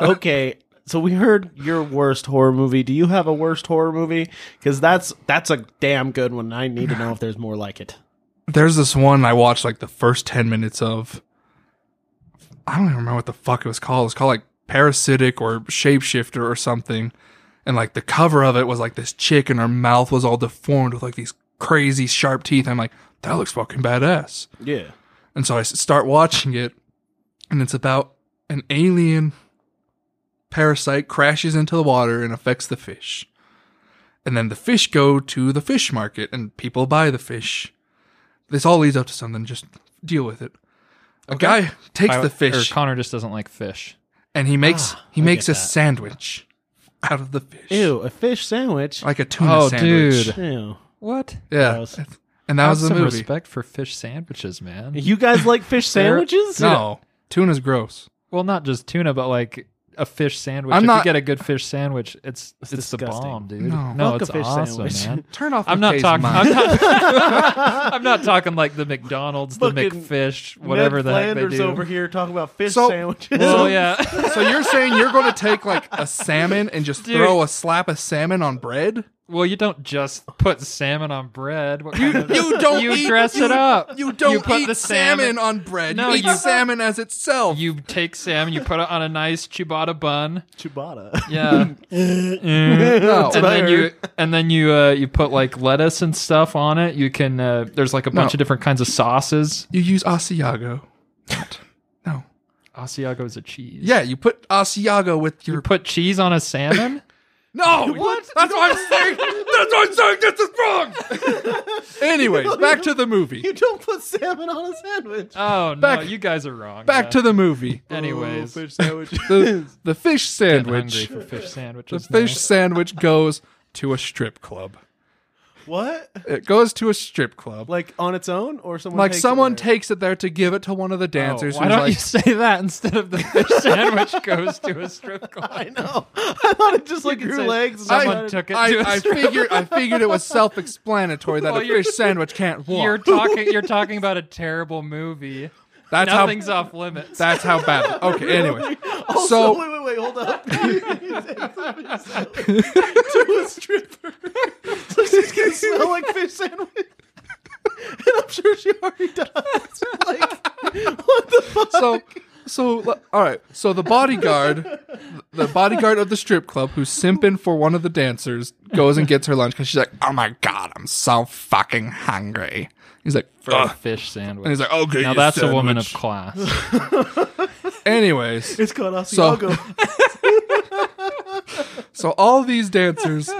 [SPEAKER 2] Okay. So we heard your worst horror movie. Do you have a worst horror movie? Because that's that's a damn good one. I need to know if there's more like it.
[SPEAKER 6] there's this one I watched like the first 10 minutes of. I don't even remember what the fuck it was called. It was called like Parasitic or Shapeshifter or something. And like the cover of it was like this chick and her mouth was all deformed with like these crazy sharp teeth. I'm like, that looks fucking badass.
[SPEAKER 2] Yeah.
[SPEAKER 6] And so I s- start watching it, and it's about an alien parasite crashes into the water and affects the fish. And then the fish go to the fish market, and people buy the fish. This all leads up to something. Just deal with it. A guy takes
[SPEAKER 7] I-
[SPEAKER 6] the fish
[SPEAKER 7] Or Connor just doesn't like fish.
[SPEAKER 6] and he makes he
[SPEAKER 2] Ah, I
[SPEAKER 6] makes
[SPEAKER 2] get
[SPEAKER 6] a
[SPEAKER 2] that.
[SPEAKER 6] sandwich out of the fish,
[SPEAKER 2] Ew, a fish sandwich.
[SPEAKER 6] like a tuna
[SPEAKER 7] Oh,
[SPEAKER 6] sandwich.
[SPEAKER 7] dude.
[SPEAKER 2] Ew.
[SPEAKER 7] What?
[SPEAKER 6] Yeah,
[SPEAKER 2] Gross.
[SPEAKER 6] and that
[SPEAKER 7] Have
[SPEAKER 6] was the
[SPEAKER 7] some
[SPEAKER 6] movie.
[SPEAKER 7] respect for fish sandwiches, man.
[SPEAKER 2] You guys like fish sandwiches?
[SPEAKER 6] No, tuna's gross.
[SPEAKER 7] Well, not just tuna, but like a fish sandwich.
[SPEAKER 6] I'm
[SPEAKER 7] if
[SPEAKER 6] not-
[SPEAKER 7] you get a good fish sandwich, it's it's, the
[SPEAKER 2] disgusting.
[SPEAKER 7] bomb, dude.
[SPEAKER 6] No.
[SPEAKER 2] Fuck a
[SPEAKER 7] it's
[SPEAKER 2] fish
[SPEAKER 7] awesome,
[SPEAKER 2] sandwich.
[SPEAKER 7] man.
[SPEAKER 6] Turn off.
[SPEAKER 7] I'm not
[SPEAKER 6] McKay's
[SPEAKER 7] talking.
[SPEAKER 6] mind.
[SPEAKER 7] I'm not, I'm not talking like the McDonald's, the
[SPEAKER 2] Fucking
[SPEAKER 7] McFish, whatever
[SPEAKER 2] Ned
[SPEAKER 7] the heck they
[SPEAKER 2] Flanders
[SPEAKER 7] do.
[SPEAKER 2] over here talking about fish
[SPEAKER 6] So-
[SPEAKER 2] sandwiches.
[SPEAKER 7] Well, yeah,
[SPEAKER 6] So you're saying you're going to take like a salmon and just
[SPEAKER 7] Dude.
[SPEAKER 6] throw a slap of salmon on bread?
[SPEAKER 7] Well, you don't just put salmon on bread. What kind of-
[SPEAKER 6] You don't.
[SPEAKER 7] You
[SPEAKER 6] eat-
[SPEAKER 7] dress
[SPEAKER 6] you-
[SPEAKER 7] it up.
[SPEAKER 6] You don't
[SPEAKER 7] You put
[SPEAKER 6] eat
[SPEAKER 7] the
[SPEAKER 6] salmon,
[SPEAKER 7] salmon-
[SPEAKER 6] on bread.
[SPEAKER 7] No,
[SPEAKER 6] you eat
[SPEAKER 7] you-
[SPEAKER 6] salmon as itself.
[SPEAKER 7] You take salmon, you put it on a nice ciabatta bun.
[SPEAKER 2] Chibata.
[SPEAKER 7] Yeah.
[SPEAKER 6] no.
[SPEAKER 7] and then you and then you uh, you put like lettuce and stuff on it. You can uh, there's like a bunch
[SPEAKER 6] No.
[SPEAKER 7] of different kinds of sauces.
[SPEAKER 6] You use Asiago. no.
[SPEAKER 7] Asiago is a cheese.
[SPEAKER 6] Yeah, you put Asiago with your.
[SPEAKER 7] You put cheese on a salmon?
[SPEAKER 6] no! What? That's what I'm saying! That's what I'm saying! This is wrong! Anyways, back to the movie.
[SPEAKER 2] you don't put salmon on a sandwich.
[SPEAKER 7] Oh no,
[SPEAKER 6] Back-
[SPEAKER 7] you guys are wrong.
[SPEAKER 6] Back to the movie.
[SPEAKER 7] anyways.
[SPEAKER 2] fish sandwich.
[SPEAKER 6] The, the fish
[SPEAKER 7] I'm hungry
[SPEAKER 6] sandwich.
[SPEAKER 7] for fish
[SPEAKER 6] The
[SPEAKER 7] sandwiches.
[SPEAKER 6] fish
[SPEAKER 7] now.
[SPEAKER 6] sandwich goes to a strip club.
[SPEAKER 2] what?
[SPEAKER 6] It goes to a strip club. Like,
[SPEAKER 2] Like on its own, or someone? takes
[SPEAKER 6] someone
[SPEAKER 2] it there?
[SPEAKER 6] takes it there to give it to one of the
[SPEAKER 7] Oh,
[SPEAKER 6] dancers.
[SPEAKER 7] why
[SPEAKER 6] who's
[SPEAKER 7] don't
[SPEAKER 6] like,
[SPEAKER 7] you say that instead of the fish sandwich goes to a strip club?
[SPEAKER 2] I know. I thought it just like
[SPEAKER 7] could
[SPEAKER 2] grew
[SPEAKER 7] say,
[SPEAKER 2] legs. and
[SPEAKER 7] someone
[SPEAKER 2] decided-
[SPEAKER 7] took it
[SPEAKER 6] I,
[SPEAKER 7] to a
[SPEAKER 6] I
[SPEAKER 7] strip
[SPEAKER 6] figured I figured it was self-explanatory that
[SPEAKER 7] Well,
[SPEAKER 6] a
[SPEAKER 7] you're-
[SPEAKER 6] fish sandwich can't walk.
[SPEAKER 7] You're talking. You're talking about a terrible movie.
[SPEAKER 6] that's
[SPEAKER 7] Nothing's
[SPEAKER 6] how
[SPEAKER 7] off limits.
[SPEAKER 6] that's how bad. Okay, anyway.
[SPEAKER 2] Also,
[SPEAKER 6] so
[SPEAKER 2] wait, wait, wait, hold up. to a stripper. So she's gonna smell like fish sandwich. And I'm sure she already does. Like, what the fuck?
[SPEAKER 6] so so l- all right. So the bodyguard, the bodyguard of the strip club, who's simping for one of the dancers, goes and gets her lunch because she's like, "Oh my god, I'm so fucking hungry." He's like,
[SPEAKER 7] for a
[SPEAKER 2] Ah.
[SPEAKER 6] "Ugh."
[SPEAKER 7] fish sandwich.
[SPEAKER 6] and he's like, "Okay,
[SPEAKER 7] now that's a woman of class.
[SPEAKER 6] Anyways,
[SPEAKER 2] It's called
[SPEAKER 6] So-
[SPEAKER 2] Asiago.
[SPEAKER 6] So all these dancers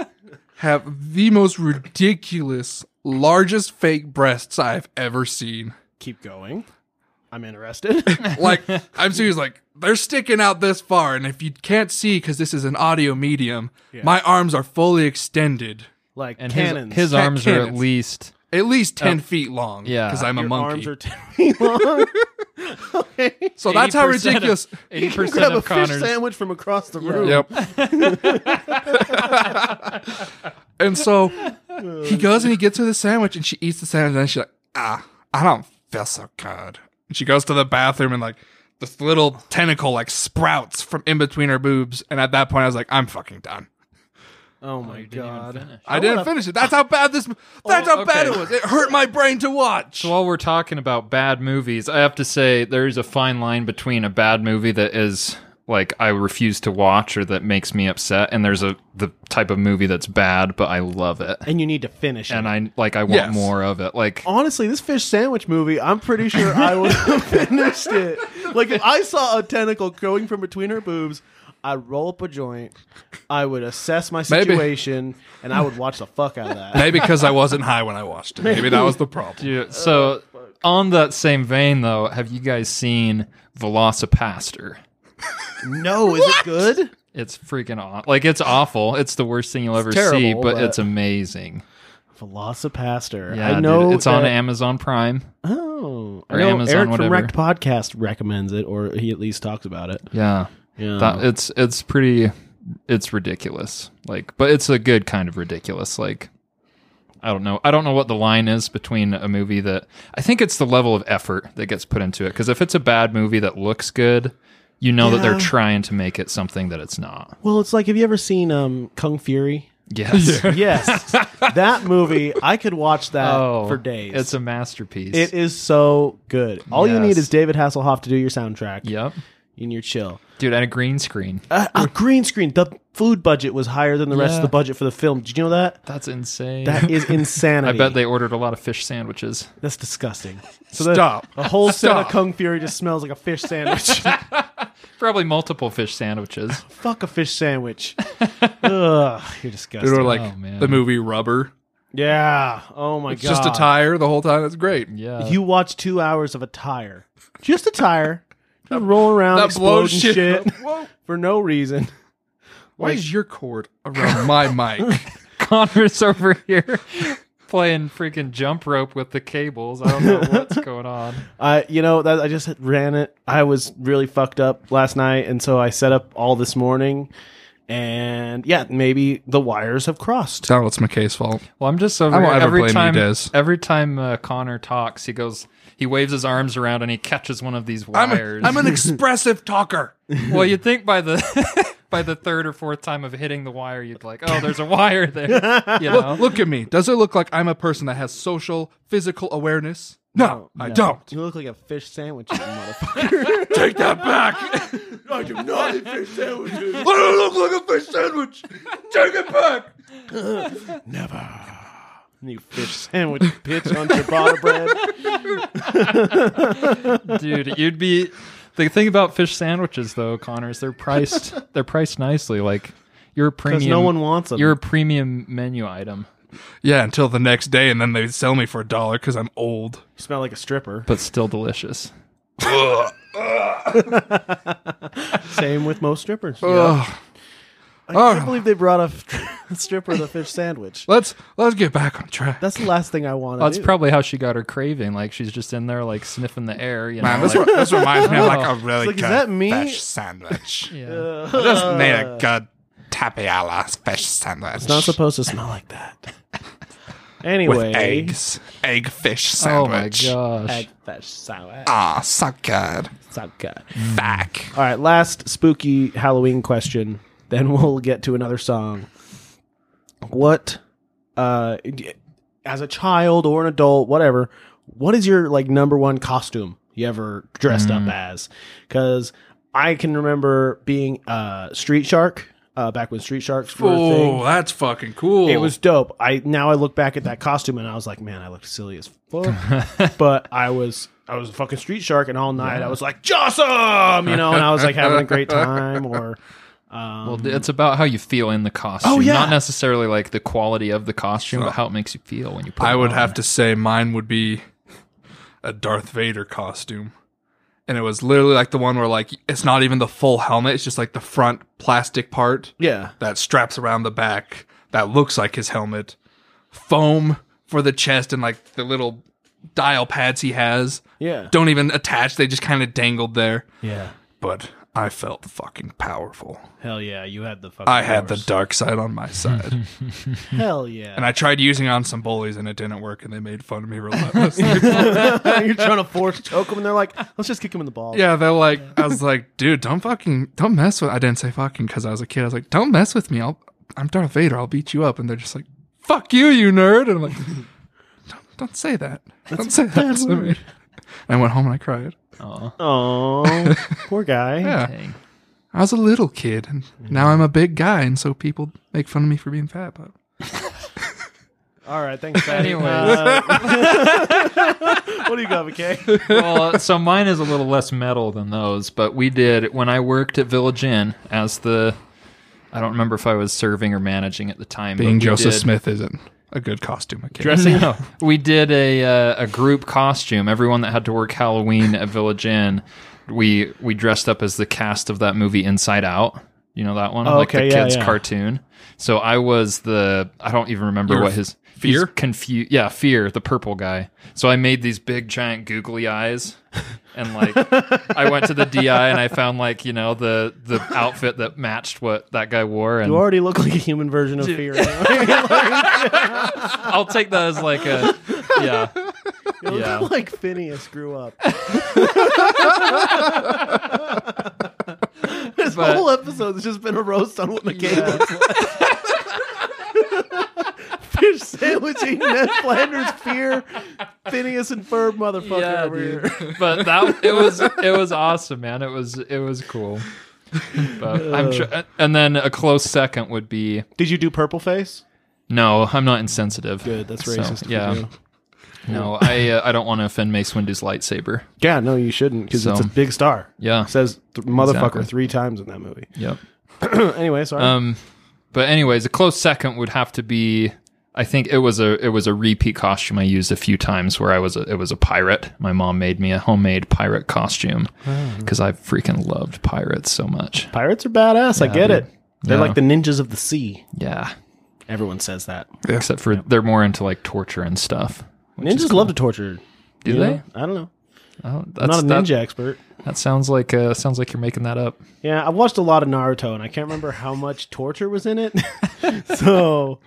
[SPEAKER 6] have the most ridiculous, largest fake breasts I've ever seen.
[SPEAKER 2] Keep going. I'm interested.
[SPEAKER 6] Like, I'm serious, like, they're sticking out this far, and if you can't see, because this is an audio medium, my arms are fully extended.
[SPEAKER 2] Like
[SPEAKER 7] And his,
[SPEAKER 2] cannons.
[SPEAKER 7] his
[SPEAKER 6] Cat
[SPEAKER 7] arms are at
[SPEAKER 6] cannons.
[SPEAKER 7] least.
[SPEAKER 6] At least 10 feet long.
[SPEAKER 7] yeah.
[SPEAKER 6] Because I'm a
[SPEAKER 2] Oh. Your
[SPEAKER 6] monkey.
[SPEAKER 2] arms are ten feet long. Oh,
[SPEAKER 6] so that's how ridiculous.
[SPEAKER 7] Eighty
[SPEAKER 2] Grab
[SPEAKER 7] percent
[SPEAKER 2] a
[SPEAKER 7] of
[SPEAKER 2] fish
[SPEAKER 7] Connor's.
[SPEAKER 2] sandwich from across the room.
[SPEAKER 6] Yep. and so he goes and he gets her the sandwich and she eats the sandwich and then she's like, ah, I don't feel so good. And she goes to the bathroom and like this little tentacle like sprouts from in between her boobs. And at that point I was like, I'm fucking done.
[SPEAKER 2] Oh my god.
[SPEAKER 6] I didn't finish it. That's how bad this that's how bad it
[SPEAKER 7] okay.
[SPEAKER 6] was. It hurt my brain to watch.
[SPEAKER 7] While we're talking about bad movies, I have to say there is a fine line between a bad movie that is like I refuse to watch or that makes me upset, and there's a the type of movie that's bad but I love it
[SPEAKER 2] And you need to finish it.
[SPEAKER 7] and I like I want
[SPEAKER 6] Yes.
[SPEAKER 7] more of it. Like
[SPEAKER 2] honestly, this fish sandwich movie, I'm pretty sure I would have finished it. Like if I saw a tentacle growing from between her boobs, I'd roll up a joint, I would assess my
[SPEAKER 6] Maybe.
[SPEAKER 2] situation, and I would watch the fuck out of that.
[SPEAKER 6] Maybe because I wasn't high when I watched it. Maybe that was the problem.
[SPEAKER 7] Dude, so on that same vein though, have you guys seen Velocipaster?
[SPEAKER 2] No, is it good?
[SPEAKER 7] It's freaking aw- like it's awful. It's the worst thing you'll ever see,
[SPEAKER 2] terrible,
[SPEAKER 7] but,
[SPEAKER 2] but-
[SPEAKER 7] it's amazing.
[SPEAKER 2] Velocipaster.
[SPEAKER 7] Yeah,
[SPEAKER 2] I know
[SPEAKER 7] dude, it's on
[SPEAKER 2] that-
[SPEAKER 7] Amazon Prime.
[SPEAKER 2] Oh, I
[SPEAKER 7] or
[SPEAKER 2] know
[SPEAKER 7] Amazon,
[SPEAKER 2] Eric from
[SPEAKER 7] whatever.
[SPEAKER 2] Wrecked Podcast recommends it, or he at least talks about it.
[SPEAKER 7] Yeah,
[SPEAKER 2] Yeah,
[SPEAKER 7] That- it's it's pretty, it's ridiculous. Like, but it's a good kind of ridiculous. Like, I don't know, I don't know what the line is between a movie that I think it's the level of effort that gets put into it. Because if it's a bad movie that looks good, you know that they're
[SPEAKER 2] Yeah.
[SPEAKER 7] trying to make it something that it's not.
[SPEAKER 2] well, it's like have you ever seen um, Kung Fury?
[SPEAKER 7] Yes.
[SPEAKER 2] Yes, that movie I could watch that
[SPEAKER 7] Oh,
[SPEAKER 2] for days.
[SPEAKER 7] It's a masterpiece.
[SPEAKER 2] It is so good. All you need
[SPEAKER 7] Yes.
[SPEAKER 2] is David Hasselhoff to do your soundtrack.
[SPEAKER 7] Yep.
[SPEAKER 2] And you're chill.
[SPEAKER 7] Dude, and a green screen.
[SPEAKER 2] A, a green screen. The food budget was higher than the rest of
[SPEAKER 7] Yeah.
[SPEAKER 2] the budget for the film. Did you know that?
[SPEAKER 7] That's insane.
[SPEAKER 2] That is
[SPEAKER 7] I
[SPEAKER 2] insanity.
[SPEAKER 7] bet they ordered a lot of fish sandwiches.
[SPEAKER 2] That's disgusting. So the-
[SPEAKER 6] Stop.
[SPEAKER 2] The whole set of
[SPEAKER 6] Stop.
[SPEAKER 2] Kung Fury just smells like a fish sandwich.
[SPEAKER 7] Probably multiple fish sandwiches.
[SPEAKER 2] Fuck a fish sandwich. Ugh, you're disgusting.
[SPEAKER 6] Or like
[SPEAKER 7] Oh, man.
[SPEAKER 6] the movie Rubber.
[SPEAKER 2] yeah. Oh my
[SPEAKER 6] It's uh,
[SPEAKER 2] god.
[SPEAKER 6] just a tire the whole time. That's great.
[SPEAKER 7] Yeah.
[SPEAKER 2] You watch two hours of a tire. Just a tire. Just roll around
[SPEAKER 6] That
[SPEAKER 2] exploding
[SPEAKER 6] blows shit.
[SPEAKER 2] shit
[SPEAKER 6] up. Whoa.
[SPEAKER 2] for no reason.
[SPEAKER 6] Why is your cord around my mic?
[SPEAKER 7] Connor's over here playing freaking jump rope with the cables. I don't know what's going on.
[SPEAKER 2] I, you know, that I just ran it. I was really fucked up last night, and so I set up all this morning. And yeah, maybe the wires have crossed.
[SPEAKER 6] Tell it's McKay's fault.
[SPEAKER 7] Well, I'm just over
[SPEAKER 6] I won't
[SPEAKER 7] here.
[SPEAKER 6] ever
[SPEAKER 7] Every
[SPEAKER 6] blame you,
[SPEAKER 7] time,
[SPEAKER 6] Des.
[SPEAKER 7] every time uh, Connor talks, he goes, he waves his arms around and he catches one of these
[SPEAKER 6] I'm,
[SPEAKER 7] wires.
[SPEAKER 6] I'm an expressive talker.
[SPEAKER 7] well, you'd think by the by the third or fourth time of hitting the wire, you'd like, oh, there's a wire there. You know?
[SPEAKER 6] Look, look at me. Does it look like I'm a person that has social, physical awareness? No, I don't.
[SPEAKER 2] You look like a fish sandwich, you motherfucker.
[SPEAKER 6] Take that back.
[SPEAKER 2] I do not eat fish sandwiches.
[SPEAKER 6] I don't look like a fish sandwich. Take it back.
[SPEAKER 2] you fish sandwich bitch on ciabatta bread.
[SPEAKER 7] dude you'd be the thing about fish sandwiches though connor is they're priced they're priced nicely like you're a
[SPEAKER 2] Because
[SPEAKER 7] premium
[SPEAKER 2] no one wants them.
[SPEAKER 7] you're a premium menu item
[SPEAKER 6] Yeah, until the next day, and then they sell me for a dollar because I'm old.
[SPEAKER 2] you smell like a stripper.
[SPEAKER 7] but still delicious
[SPEAKER 2] Same with most strippers.
[SPEAKER 6] Ugh.
[SPEAKER 2] I can't
[SPEAKER 6] Ugh.
[SPEAKER 2] believe they brought a f- stripper the fish sandwich.
[SPEAKER 6] Let's let's get back on track.
[SPEAKER 2] That's the last thing I want to
[SPEAKER 7] that's
[SPEAKER 2] do.
[SPEAKER 7] probably how she got her craving like she's just in there like sniffing the air you know
[SPEAKER 6] Man, this,
[SPEAKER 7] like-
[SPEAKER 6] re- this reminds me of like a really
[SPEAKER 2] like, is
[SPEAKER 6] good
[SPEAKER 2] that me?
[SPEAKER 6] fish sandwich.
[SPEAKER 7] yeah.
[SPEAKER 6] I just need a good tapiola fish sandwich.
[SPEAKER 2] It's not supposed to smell like that.
[SPEAKER 6] with
[SPEAKER 2] Anyway,
[SPEAKER 6] eggs, egg fish
[SPEAKER 7] oh my
[SPEAKER 6] sandwich.
[SPEAKER 7] gosh
[SPEAKER 2] Egg fish sandwich.
[SPEAKER 6] Ah, so good.
[SPEAKER 2] So good.
[SPEAKER 6] Back.
[SPEAKER 2] All right, last spooky Halloween question. Then we'll get to another song. What, uh, d- as a child or an adult, whatever, what is your like number one costume you ever dressed up as? Because I can remember being uh, Street Shark uh, back when Street Sharks were a thing.
[SPEAKER 6] Oh, that's fucking cool.
[SPEAKER 2] It was dope. I now I look back at that costume and I was like, man, I looked silly as fuck. but I was I was a fucking street shark, and all night I was like, Jossum, you know, and I was like having a great time. Or
[SPEAKER 7] well it's about how you feel in the costume
[SPEAKER 2] Oh, yeah.
[SPEAKER 7] not necessarily like the quality of the costume but how it makes you feel when you put
[SPEAKER 6] I
[SPEAKER 7] it
[SPEAKER 6] would
[SPEAKER 7] on.
[SPEAKER 6] have to say mine would be a Darth Vader costume. And it was literally like the one where like it's not even the full helmet, it's just like the front plastic part
[SPEAKER 2] yeah,
[SPEAKER 6] that straps around the back that looks like his helmet. Foam for the chest and like the little dial pads he has.
[SPEAKER 2] yeah,
[SPEAKER 6] Don't even attach, they just kind of dangled there.
[SPEAKER 2] yeah,
[SPEAKER 6] But I felt fucking powerful.
[SPEAKER 2] hell yeah, you had the fucking.
[SPEAKER 6] I had the
[SPEAKER 2] powers.
[SPEAKER 6] dark side on my side.
[SPEAKER 2] hell yeah.
[SPEAKER 6] and I tried using it on some bullies and it didn't work and they made fun of me relentlessly.
[SPEAKER 2] You're trying to force choke them, and they're like, let's just kick him in the balls.
[SPEAKER 6] Yeah, they're like, I was like, dude, don't fucking, don't mess with. I didn't say fucking because I was a kid. I was like, don't mess with me. I'll, I'm Darth Vader. I'll beat you up. And they're just like, fuck you, you nerd. And I'm like, don't, don't say that. Don't say that to me. And I went home and I cried.
[SPEAKER 2] Oh, poor guy.
[SPEAKER 6] Yeah,
[SPEAKER 7] Dang.
[SPEAKER 6] I was a little kid, and now I'm a big guy, and so people make fun of me for being fat. But
[SPEAKER 2] All right, thanks. Patty.
[SPEAKER 7] Anyways.
[SPEAKER 2] Uh, what do you got, McKay?
[SPEAKER 7] well, uh, so mine is a little less metal than those, but we did when I worked at Village Inn as the I don't remember if I was serving or managing at the time. but
[SPEAKER 6] being
[SPEAKER 7] we
[SPEAKER 6] Joseph
[SPEAKER 7] did-
[SPEAKER 6] Smith isn't a good costume. I guess.
[SPEAKER 7] dressing up. We did a uh, a group costume. Everyone that had to work Halloween at Village Inn, we we dressed up as the cast of that movie Inside Out. You know that one,
[SPEAKER 2] Oh,
[SPEAKER 7] like
[SPEAKER 2] okay,
[SPEAKER 7] the
[SPEAKER 2] yeah,
[SPEAKER 7] kids
[SPEAKER 2] yeah.
[SPEAKER 7] cartoon. So I was the I don't even remember
[SPEAKER 6] You were
[SPEAKER 7] what his
[SPEAKER 6] Fear?
[SPEAKER 7] confused. Yeah, fear the purple guy. So I made these big giant googly eyes. And like, I went to the DI and I found like you know the the outfit that matched what that guy wore. And
[SPEAKER 2] You already look like a human version of fear.
[SPEAKER 7] I'll take that as like a yeah yeah.
[SPEAKER 2] like Phineas grew up. this
[SPEAKER 7] But-
[SPEAKER 2] whole episode's just been a roast on what McKay looks like. Fish sandwich eating Ned Flanders fear, Phineas and Ferb motherfucker over here.
[SPEAKER 7] but that it was it was awesome, man. It was it was cool. But
[SPEAKER 2] Uh,
[SPEAKER 7] I'm tr- and then a close second would be
[SPEAKER 2] Did you do purple face?
[SPEAKER 7] no, I'm not insensitive.
[SPEAKER 2] Good, that's
[SPEAKER 7] So,
[SPEAKER 2] racist.
[SPEAKER 7] yeah, no, I uh, I don't want to offend Mace Windu's lightsaber.
[SPEAKER 2] yeah, no, you shouldn't because it's
[SPEAKER 7] So-
[SPEAKER 2] a big star.
[SPEAKER 7] Yeah,
[SPEAKER 2] It says th- motherfucker
[SPEAKER 7] Exactly.
[SPEAKER 2] three times in that movie.
[SPEAKER 7] yep.
[SPEAKER 2] Hmm, anyway, sorry.
[SPEAKER 7] Um, but anyways, a close second would have to be. I think it was a it was a repeat costume I used a few times where I was a, it was a pirate. My mom made me a homemade pirate costume
[SPEAKER 2] Oh.
[SPEAKER 7] because I freaking loved pirates so much.
[SPEAKER 2] Pirates are badass. I get it. They're
[SPEAKER 7] Yeah.
[SPEAKER 2] like the ninjas of the sea.
[SPEAKER 7] Yeah,
[SPEAKER 2] Everyone says that.
[SPEAKER 7] except for they're more into like torture and stuff.
[SPEAKER 2] Ninjas love to torture.
[SPEAKER 7] Do
[SPEAKER 2] you
[SPEAKER 7] they?
[SPEAKER 2] know? I don't know.
[SPEAKER 7] Oh,
[SPEAKER 2] I'm
[SPEAKER 7] that's,
[SPEAKER 2] not a ninja
[SPEAKER 7] That,
[SPEAKER 2] expert.
[SPEAKER 7] that sounds like uh, sounds like you're making that up.
[SPEAKER 2] Yeah, I watched a lot of Naruto, and I can't remember how much torture was in it. so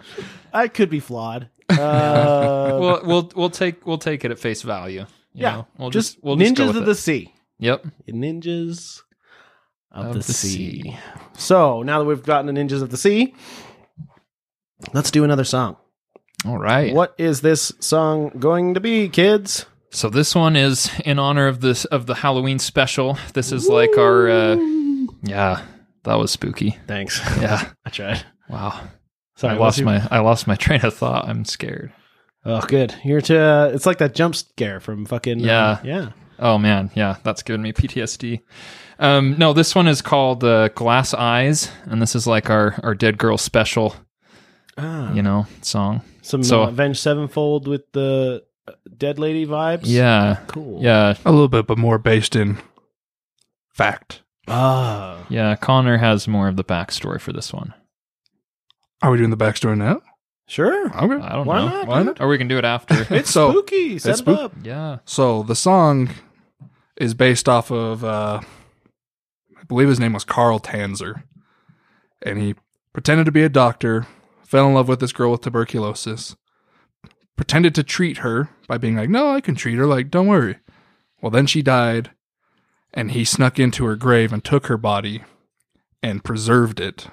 [SPEAKER 2] I could be flawed. Uh,
[SPEAKER 7] Well, we'll we'll take we'll take it at face value. you
[SPEAKER 2] yeah,
[SPEAKER 7] know? we'll
[SPEAKER 2] just,
[SPEAKER 7] just, we'll
[SPEAKER 2] ninjas
[SPEAKER 7] just go with
[SPEAKER 2] of
[SPEAKER 7] it.
[SPEAKER 2] the sea.
[SPEAKER 7] Yep.
[SPEAKER 2] Ninjas. of, the, sea. So now that we've gotten the ninjas of the sea, let's do another song.
[SPEAKER 7] All right.
[SPEAKER 2] What is this song going to be, kids?
[SPEAKER 7] So this one is in honor of this of the Halloween special. This is like our uh yeah, that was spooky.
[SPEAKER 2] Thanks.
[SPEAKER 7] Yeah.
[SPEAKER 2] I tried.
[SPEAKER 7] Wow.
[SPEAKER 2] Sorry,
[SPEAKER 7] I
[SPEAKER 2] what was
[SPEAKER 7] lost
[SPEAKER 2] your-
[SPEAKER 7] my I lost my train of thought. I'm scared.
[SPEAKER 2] Oh, good. You're to. Uh, it's like that jump scare from fucking. uh,
[SPEAKER 7] Yeah.
[SPEAKER 2] yeah.
[SPEAKER 7] Oh man, yeah, that's giving me PTSD. Um, no, this one is called uh, Glass Eyes, and this is like our our Dead Girl special,
[SPEAKER 2] Ah,
[SPEAKER 7] you know, song.
[SPEAKER 2] some
[SPEAKER 7] so-
[SPEAKER 2] uh, Avenged Sevenfold with the uh, Dead Lady vibes.
[SPEAKER 7] Yeah,
[SPEAKER 2] Cool.
[SPEAKER 7] yeah,
[SPEAKER 6] A little bit, but more based in fact.
[SPEAKER 2] Ah.
[SPEAKER 7] yeah. Connor has more of the backstory for this one.
[SPEAKER 6] Are we doing the backstory now?
[SPEAKER 2] Sure.
[SPEAKER 6] Okay.
[SPEAKER 7] I don't
[SPEAKER 2] Why
[SPEAKER 7] know,
[SPEAKER 2] not?
[SPEAKER 6] Why not?
[SPEAKER 7] or we can do it after.
[SPEAKER 2] It's
[SPEAKER 6] So-
[SPEAKER 2] spooky. Set
[SPEAKER 6] It's
[SPEAKER 2] it
[SPEAKER 6] spook-
[SPEAKER 2] up.
[SPEAKER 7] yeah,
[SPEAKER 6] So the song is based off of, uh, I believe his name was Carl Tanzer, and he pretended to be a doctor, fell in love with this girl with tuberculosis, pretended to treat her by being like, "No, I can treat her. Like, don't worry." Well, then she died, and he snuck into her grave and took her body and preserved it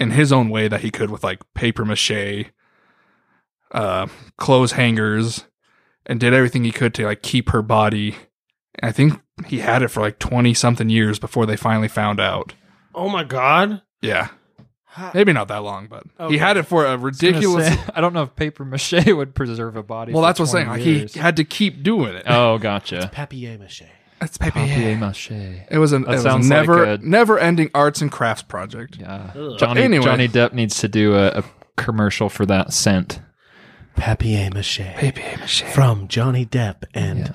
[SPEAKER 6] in his own way that he could with like paper mache, uh, clothes hangers, and did everything he could to like keep her body. And I think he had it for like twenty something years before they finally found out.
[SPEAKER 2] Oh my god.
[SPEAKER 6] Yeah, maybe not that long, but
[SPEAKER 2] Okay.
[SPEAKER 6] he had it for a ridiculous.
[SPEAKER 7] I don't know if paper mache would preserve a body.
[SPEAKER 6] well,
[SPEAKER 7] for
[SPEAKER 6] that's what I'm
[SPEAKER 7] 20
[SPEAKER 6] saying. Like,
[SPEAKER 7] years.
[SPEAKER 6] he had to keep doing it.
[SPEAKER 7] oh, gotcha.
[SPEAKER 2] Papier mache.
[SPEAKER 6] That's paper.
[SPEAKER 7] Papier mache.
[SPEAKER 6] It was an
[SPEAKER 7] That
[SPEAKER 6] it was a
[SPEAKER 7] sounds like
[SPEAKER 6] never
[SPEAKER 7] a-
[SPEAKER 6] never ending arts and crafts project.
[SPEAKER 7] Yeah,
[SPEAKER 2] Ugh.
[SPEAKER 7] Johnny
[SPEAKER 6] Anyway.
[SPEAKER 7] Johnny Depp needs to do a, a commercial for that scent.
[SPEAKER 2] Papier mache. From Johnny Depp and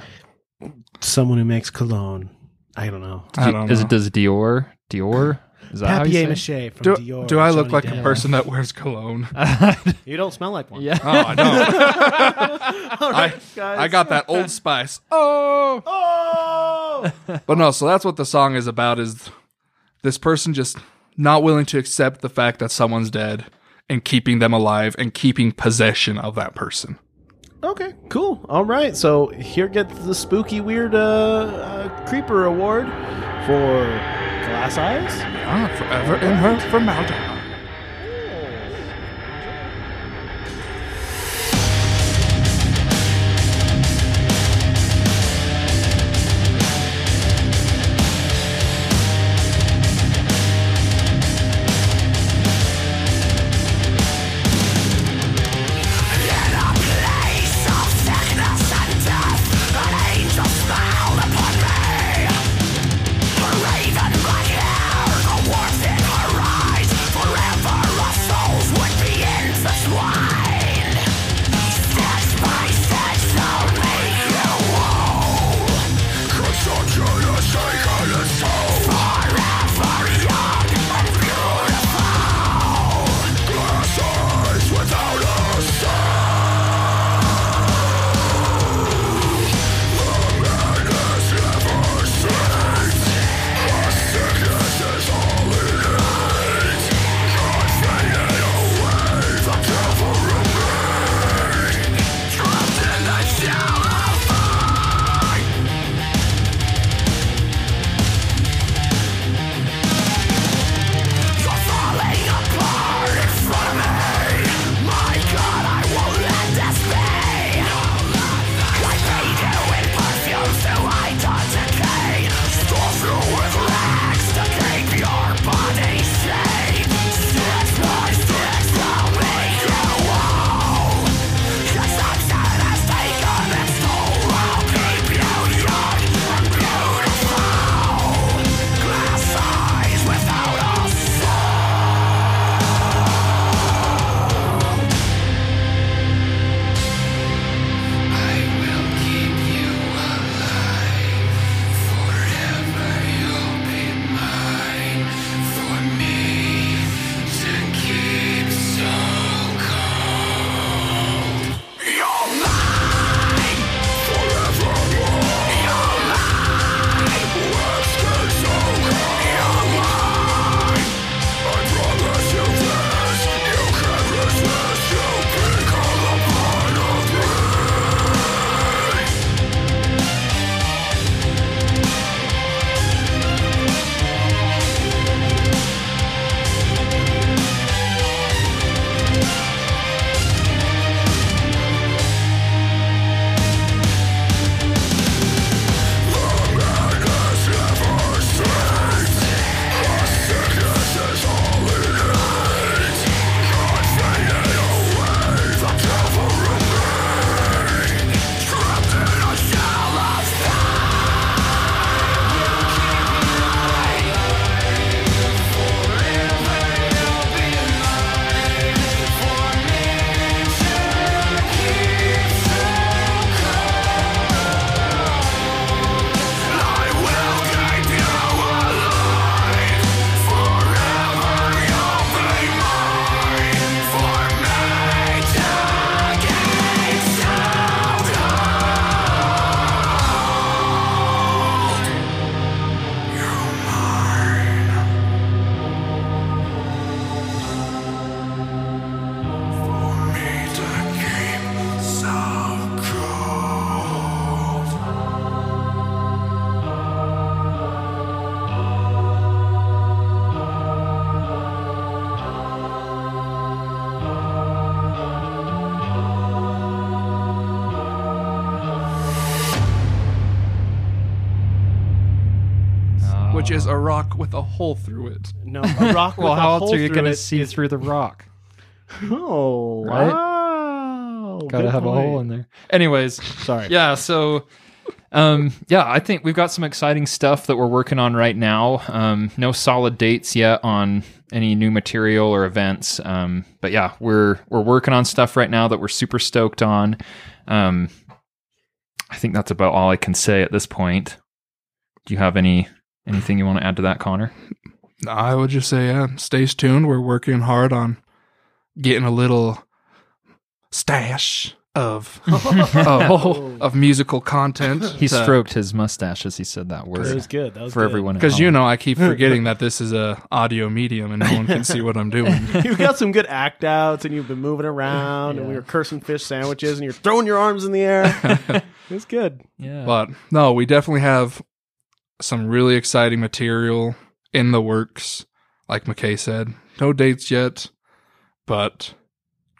[SPEAKER 2] someone who makes cologne. I don't know.
[SPEAKER 6] I don't know.
[SPEAKER 7] Is it does Dior? Dior? Is that how you say?
[SPEAKER 2] Papier
[SPEAKER 7] it?
[SPEAKER 2] mache from
[SPEAKER 6] do,
[SPEAKER 2] Dior.
[SPEAKER 6] do I look
[SPEAKER 2] Johnny
[SPEAKER 6] like
[SPEAKER 2] Depp.
[SPEAKER 6] a person that wears cologne?
[SPEAKER 2] You don't smell like one.
[SPEAKER 7] Yeah.
[SPEAKER 6] Oh, I don't.
[SPEAKER 2] All right, guys.
[SPEAKER 6] I got that Old Spice. Oh.
[SPEAKER 2] Oh.
[SPEAKER 6] But no, so that's what the song is about is this person just not willing to accept the fact that someone's dead and keeping them alive and keeping possession of that person.
[SPEAKER 2] Okay, cool. All right, so here gets the spooky, weird, uh, uh creeper award for glass eyes.
[SPEAKER 6] Ah, forever in her formaldehyde.
[SPEAKER 8] Raven black hair, a warmth in her eyes, forever.
[SPEAKER 6] which is a rock with a hole through it.
[SPEAKER 2] No, a rock with
[SPEAKER 7] Uh, Well,
[SPEAKER 2] a
[SPEAKER 7] how else
[SPEAKER 2] hole
[SPEAKER 7] are you
[SPEAKER 2] through
[SPEAKER 7] going to
[SPEAKER 2] it
[SPEAKER 7] see
[SPEAKER 2] is-
[SPEAKER 7] through the rock?
[SPEAKER 2] Oh,
[SPEAKER 7] Right?
[SPEAKER 2] wow.
[SPEAKER 7] Got to
[SPEAKER 2] Good
[SPEAKER 7] have a hole
[SPEAKER 2] point.
[SPEAKER 7] in there. Anyways,
[SPEAKER 2] Sorry.
[SPEAKER 7] yeah. So, um, yeah, I think we've got some exciting stuff that we're working on right now. Um, no solid dates yet on any new material or events. Um, but yeah, we're we're working on stuff right now that we're super stoked on. Um, I think that's about all I can say at this point. Do you have any anything you want to add to that, Connor?
[SPEAKER 6] I would just say, yeah, stays tuned. We're working hard on getting a little stash of of, of musical content. Uh,
[SPEAKER 7] He stroked his mustache as he said that
[SPEAKER 2] That
[SPEAKER 7] word
[SPEAKER 2] was good. That was
[SPEAKER 7] for
[SPEAKER 2] good.
[SPEAKER 7] everyone. at
[SPEAKER 6] because you
[SPEAKER 7] home.
[SPEAKER 6] know I keep forgetting that this is a audio medium and no one can see what I'm doing.
[SPEAKER 2] You've got some good act outs, and you've been moving around, and we were cursing fish sandwiches, and you're throwing your arms in the air. it's good.
[SPEAKER 7] yeah.
[SPEAKER 6] But no, we definitely have some really exciting material in the works. Like McKay said, no dates yet, but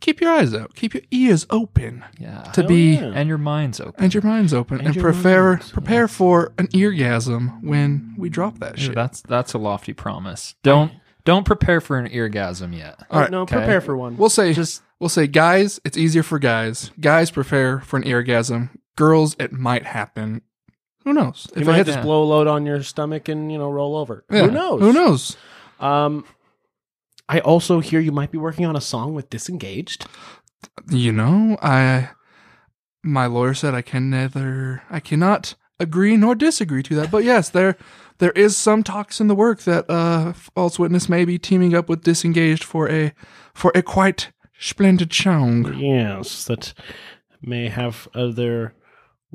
[SPEAKER 6] keep your eyes out, keep your ears open
[SPEAKER 7] yeah.
[SPEAKER 6] to be
[SPEAKER 2] yeah.
[SPEAKER 7] And your mind's open.
[SPEAKER 6] and your minds open and,
[SPEAKER 2] your
[SPEAKER 6] prepare
[SPEAKER 2] minds,
[SPEAKER 6] prepare for an eargasm when we drop that
[SPEAKER 7] Yeah,
[SPEAKER 6] shit.
[SPEAKER 7] that's that's a lofty promise. Don't don't prepare for an orgasm yet.
[SPEAKER 6] All right,
[SPEAKER 2] no,
[SPEAKER 7] okay.
[SPEAKER 2] prepare for one.
[SPEAKER 6] we'll say we'll say guys, it's easier for guys. Guys prepare for an eargasm. Girls, it might happen. Who knows?
[SPEAKER 2] you
[SPEAKER 6] it
[SPEAKER 2] might
[SPEAKER 6] hits-
[SPEAKER 2] just blow a load on your stomach and you know roll over.
[SPEAKER 6] Yeah.
[SPEAKER 2] Who knows?
[SPEAKER 6] Who knows?
[SPEAKER 2] Um, I also hear you might be working on a song with Disengaged.
[SPEAKER 6] You know, I my lawyer said I can neither I cannot agree nor disagree to that. But yes, there there is some talks in the work that uh false witness may be teaming up with disengaged for a for a quite splendid song.
[SPEAKER 2] Yes, that may have other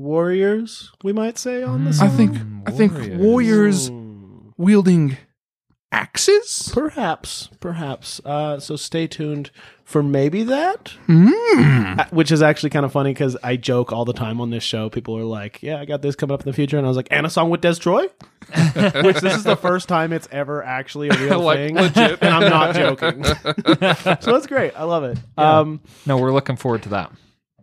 [SPEAKER 2] warriors. We might say on the
[SPEAKER 7] Mm.
[SPEAKER 2] song.
[SPEAKER 6] I think I think warriors
[SPEAKER 2] Hmm.
[SPEAKER 6] wielding axes?
[SPEAKER 2] Perhaps, perhaps. Uh, so stay tuned for maybe that,
[SPEAKER 6] Mm.
[SPEAKER 2] Uh, which is actually kind of funny because I joke all the time on this show. People are like, "Yeah, I got this coming up in the future," and I was like, "And a song with Des Troy," which this is the first time it's ever actually a real
[SPEAKER 6] Like,
[SPEAKER 2] thing,
[SPEAKER 6] legit.
[SPEAKER 2] and I'm not joking. so that's great. I love it. Um,
[SPEAKER 7] No, we're looking forward to that.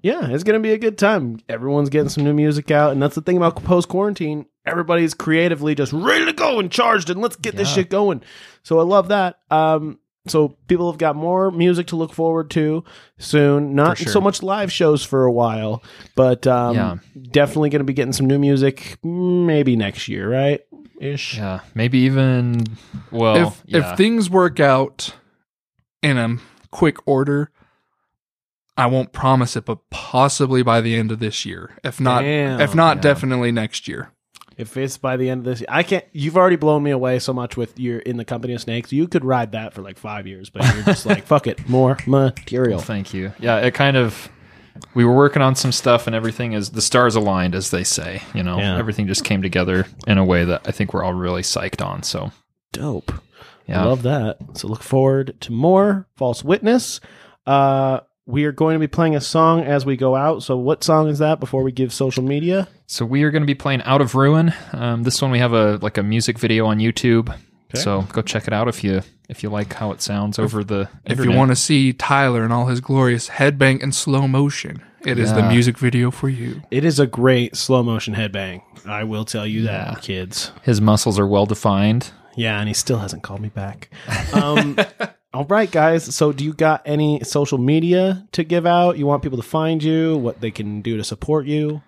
[SPEAKER 2] yeah, it's gonna be a good time. Everyone's getting some new music out, and that's the thing about post quarantine. Everybody's creatively just ready to go and charged, and let's get this shit going. So I love that. Um, so people have got more music to look forward to soon. Not
[SPEAKER 7] For sure.
[SPEAKER 2] so much live shows for a while, but um,
[SPEAKER 7] Yeah.
[SPEAKER 2] definitely going to be getting some new music. Maybe next year, right? Ish.
[SPEAKER 7] Yeah, maybe even well.
[SPEAKER 6] if
[SPEAKER 7] yeah.
[SPEAKER 6] if things work out in a quick order, I won't promise it, but possibly by the end of this year. If not,
[SPEAKER 2] Damn,
[SPEAKER 6] if not,
[SPEAKER 7] yeah.
[SPEAKER 6] definitely next year.
[SPEAKER 2] If it's by the end of this, I can't. You've already blown me away so much with your in the company of snakes. You could ride that for like five years, but you're just like, fuck it, more material.
[SPEAKER 7] thank you. Yeah, it kind of. We were working on some stuff, and everything is the stars aligned, as they say. You know,
[SPEAKER 2] Yeah.
[SPEAKER 7] everything just came together in a way that I think we're all really psyched on. So,
[SPEAKER 2] Dope.
[SPEAKER 7] yeah,
[SPEAKER 2] Love that. So look forward to more False Witness. Uh, we are going to be playing a song as we go out. So what song is that before we give social media?
[SPEAKER 7] So we are going to be playing Out of Ruin. Um, this one we have a like a music video on YouTube. So go check it out if you if you like how it sounds over the
[SPEAKER 6] If you want to see Tyler in all his glorious headbang in slow motion, it is the
[SPEAKER 7] Yeah.
[SPEAKER 6] music video for you.
[SPEAKER 2] It is a great slow motion headbang. I will tell you that, kids.
[SPEAKER 7] his muscles are well defined.
[SPEAKER 2] Yeah, and he still hasn't called me back. Um, all right, guys. So do you got any social media to give out? You want people to find you? What they can do to support you?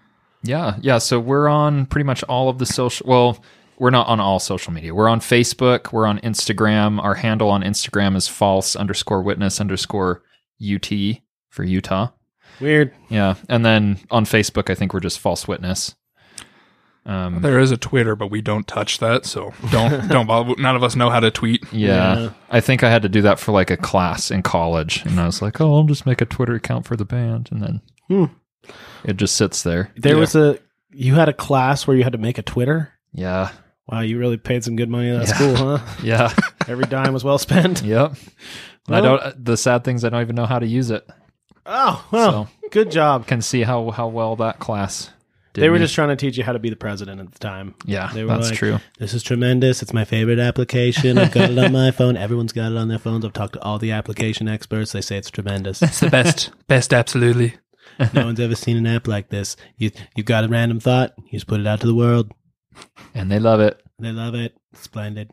[SPEAKER 7] Yeah, yeah. So we're on pretty much all of the social. Well, we're not on all social media. We're on Facebook. We're on Instagram. Our handle on Instagram is false underscore witness underscore ut for Utah.
[SPEAKER 2] Weird.
[SPEAKER 7] Yeah, and then on Facebook, I think we're just false witness. Um,
[SPEAKER 6] There is a Twitter, but we don't touch that, so don't don't bother. None of us know how to tweet.
[SPEAKER 7] Yeah.
[SPEAKER 2] Yeah.
[SPEAKER 7] I think I had to do that for like a class in college. And I was like, oh, I'll just make a Twitter account for the band. And then
[SPEAKER 2] Hmm.
[SPEAKER 7] it just sits there.
[SPEAKER 2] There was a you had a class where you had to make a Twitter.
[SPEAKER 7] Yeah.
[SPEAKER 2] Wow, you really paid some good money to that school, huh?
[SPEAKER 7] Yeah.
[SPEAKER 2] Every dime was well spent.
[SPEAKER 7] yep. And I
[SPEAKER 2] Well-
[SPEAKER 7] don't, uh, the sad thing is, I don't even know how to use it.
[SPEAKER 2] Oh, well, good job.
[SPEAKER 7] Can see how, how well that class did.
[SPEAKER 2] They were
[SPEAKER 7] me.
[SPEAKER 2] just trying to teach you how to be the president at the time.
[SPEAKER 7] yeah,
[SPEAKER 2] they were
[SPEAKER 7] that's
[SPEAKER 2] like-
[SPEAKER 7] true.
[SPEAKER 2] This is tremendous. It's my favorite application. I've got it on my phone. Everyone's got it on their phones. I've talked to all the application experts. They say it's tremendous.
[SPEAKER 6] It's the best, best, absolutely.
[SPEAKER 2] No one's ever seen an app like this. You you've got a random thought. You just put it out to the world.
[SPEAKER 7] And they love it.
[SPEAKER 5] They love it. Splendid.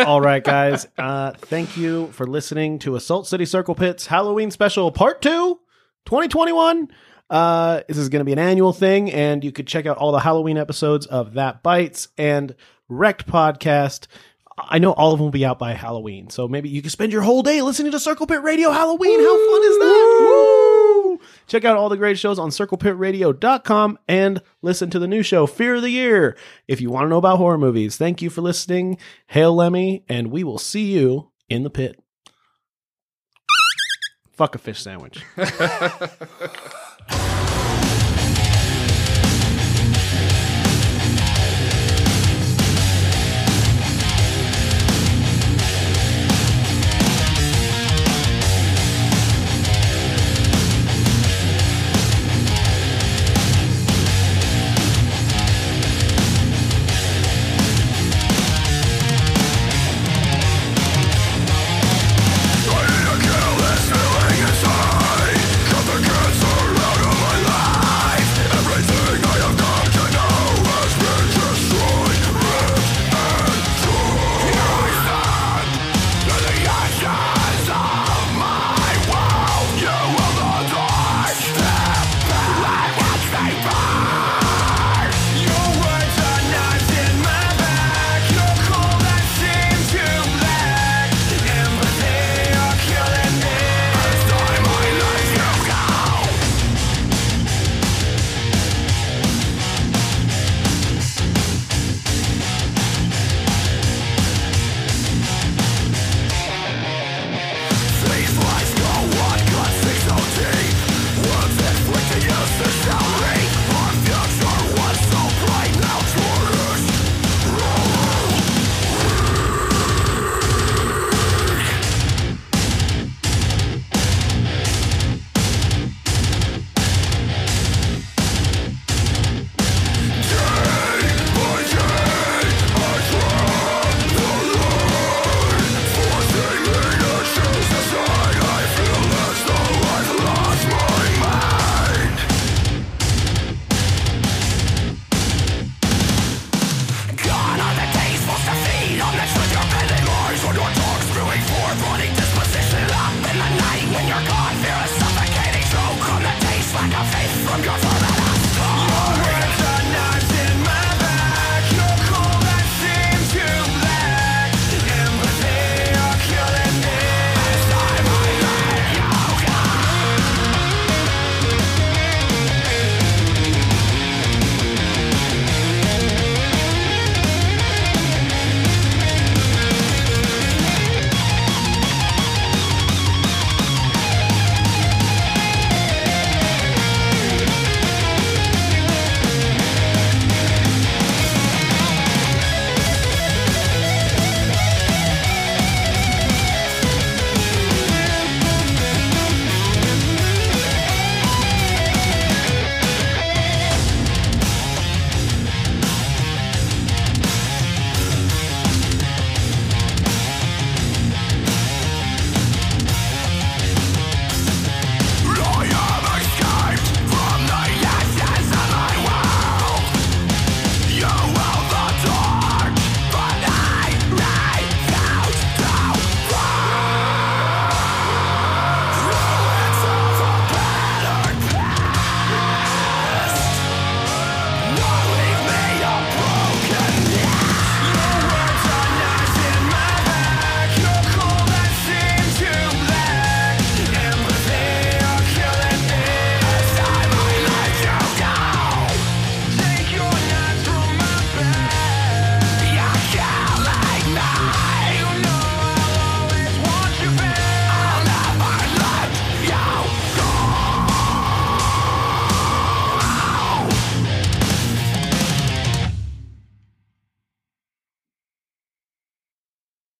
[SPEAKER 5] All right, guys. Uh, thank you for listening to Assault City Circle Pits Halloween Special Part 2 2021. Uh, this is going to be an annual thing, and you could check out all the Halloween episodes of That Bites and Wrecked Podcast. I know all of them will be out by Halloween, so maybe you can spend your whole day listening to Circle Pit Radio Halloween. How fun is that? Woo! Check out all the great shows on circlepitradio.com and listen to the new show, Fear of the Year, if you want to know about horror movies. Thank you for listening. Hail Lemmy, and we will see you in the pit. Fuck a fish sandwich.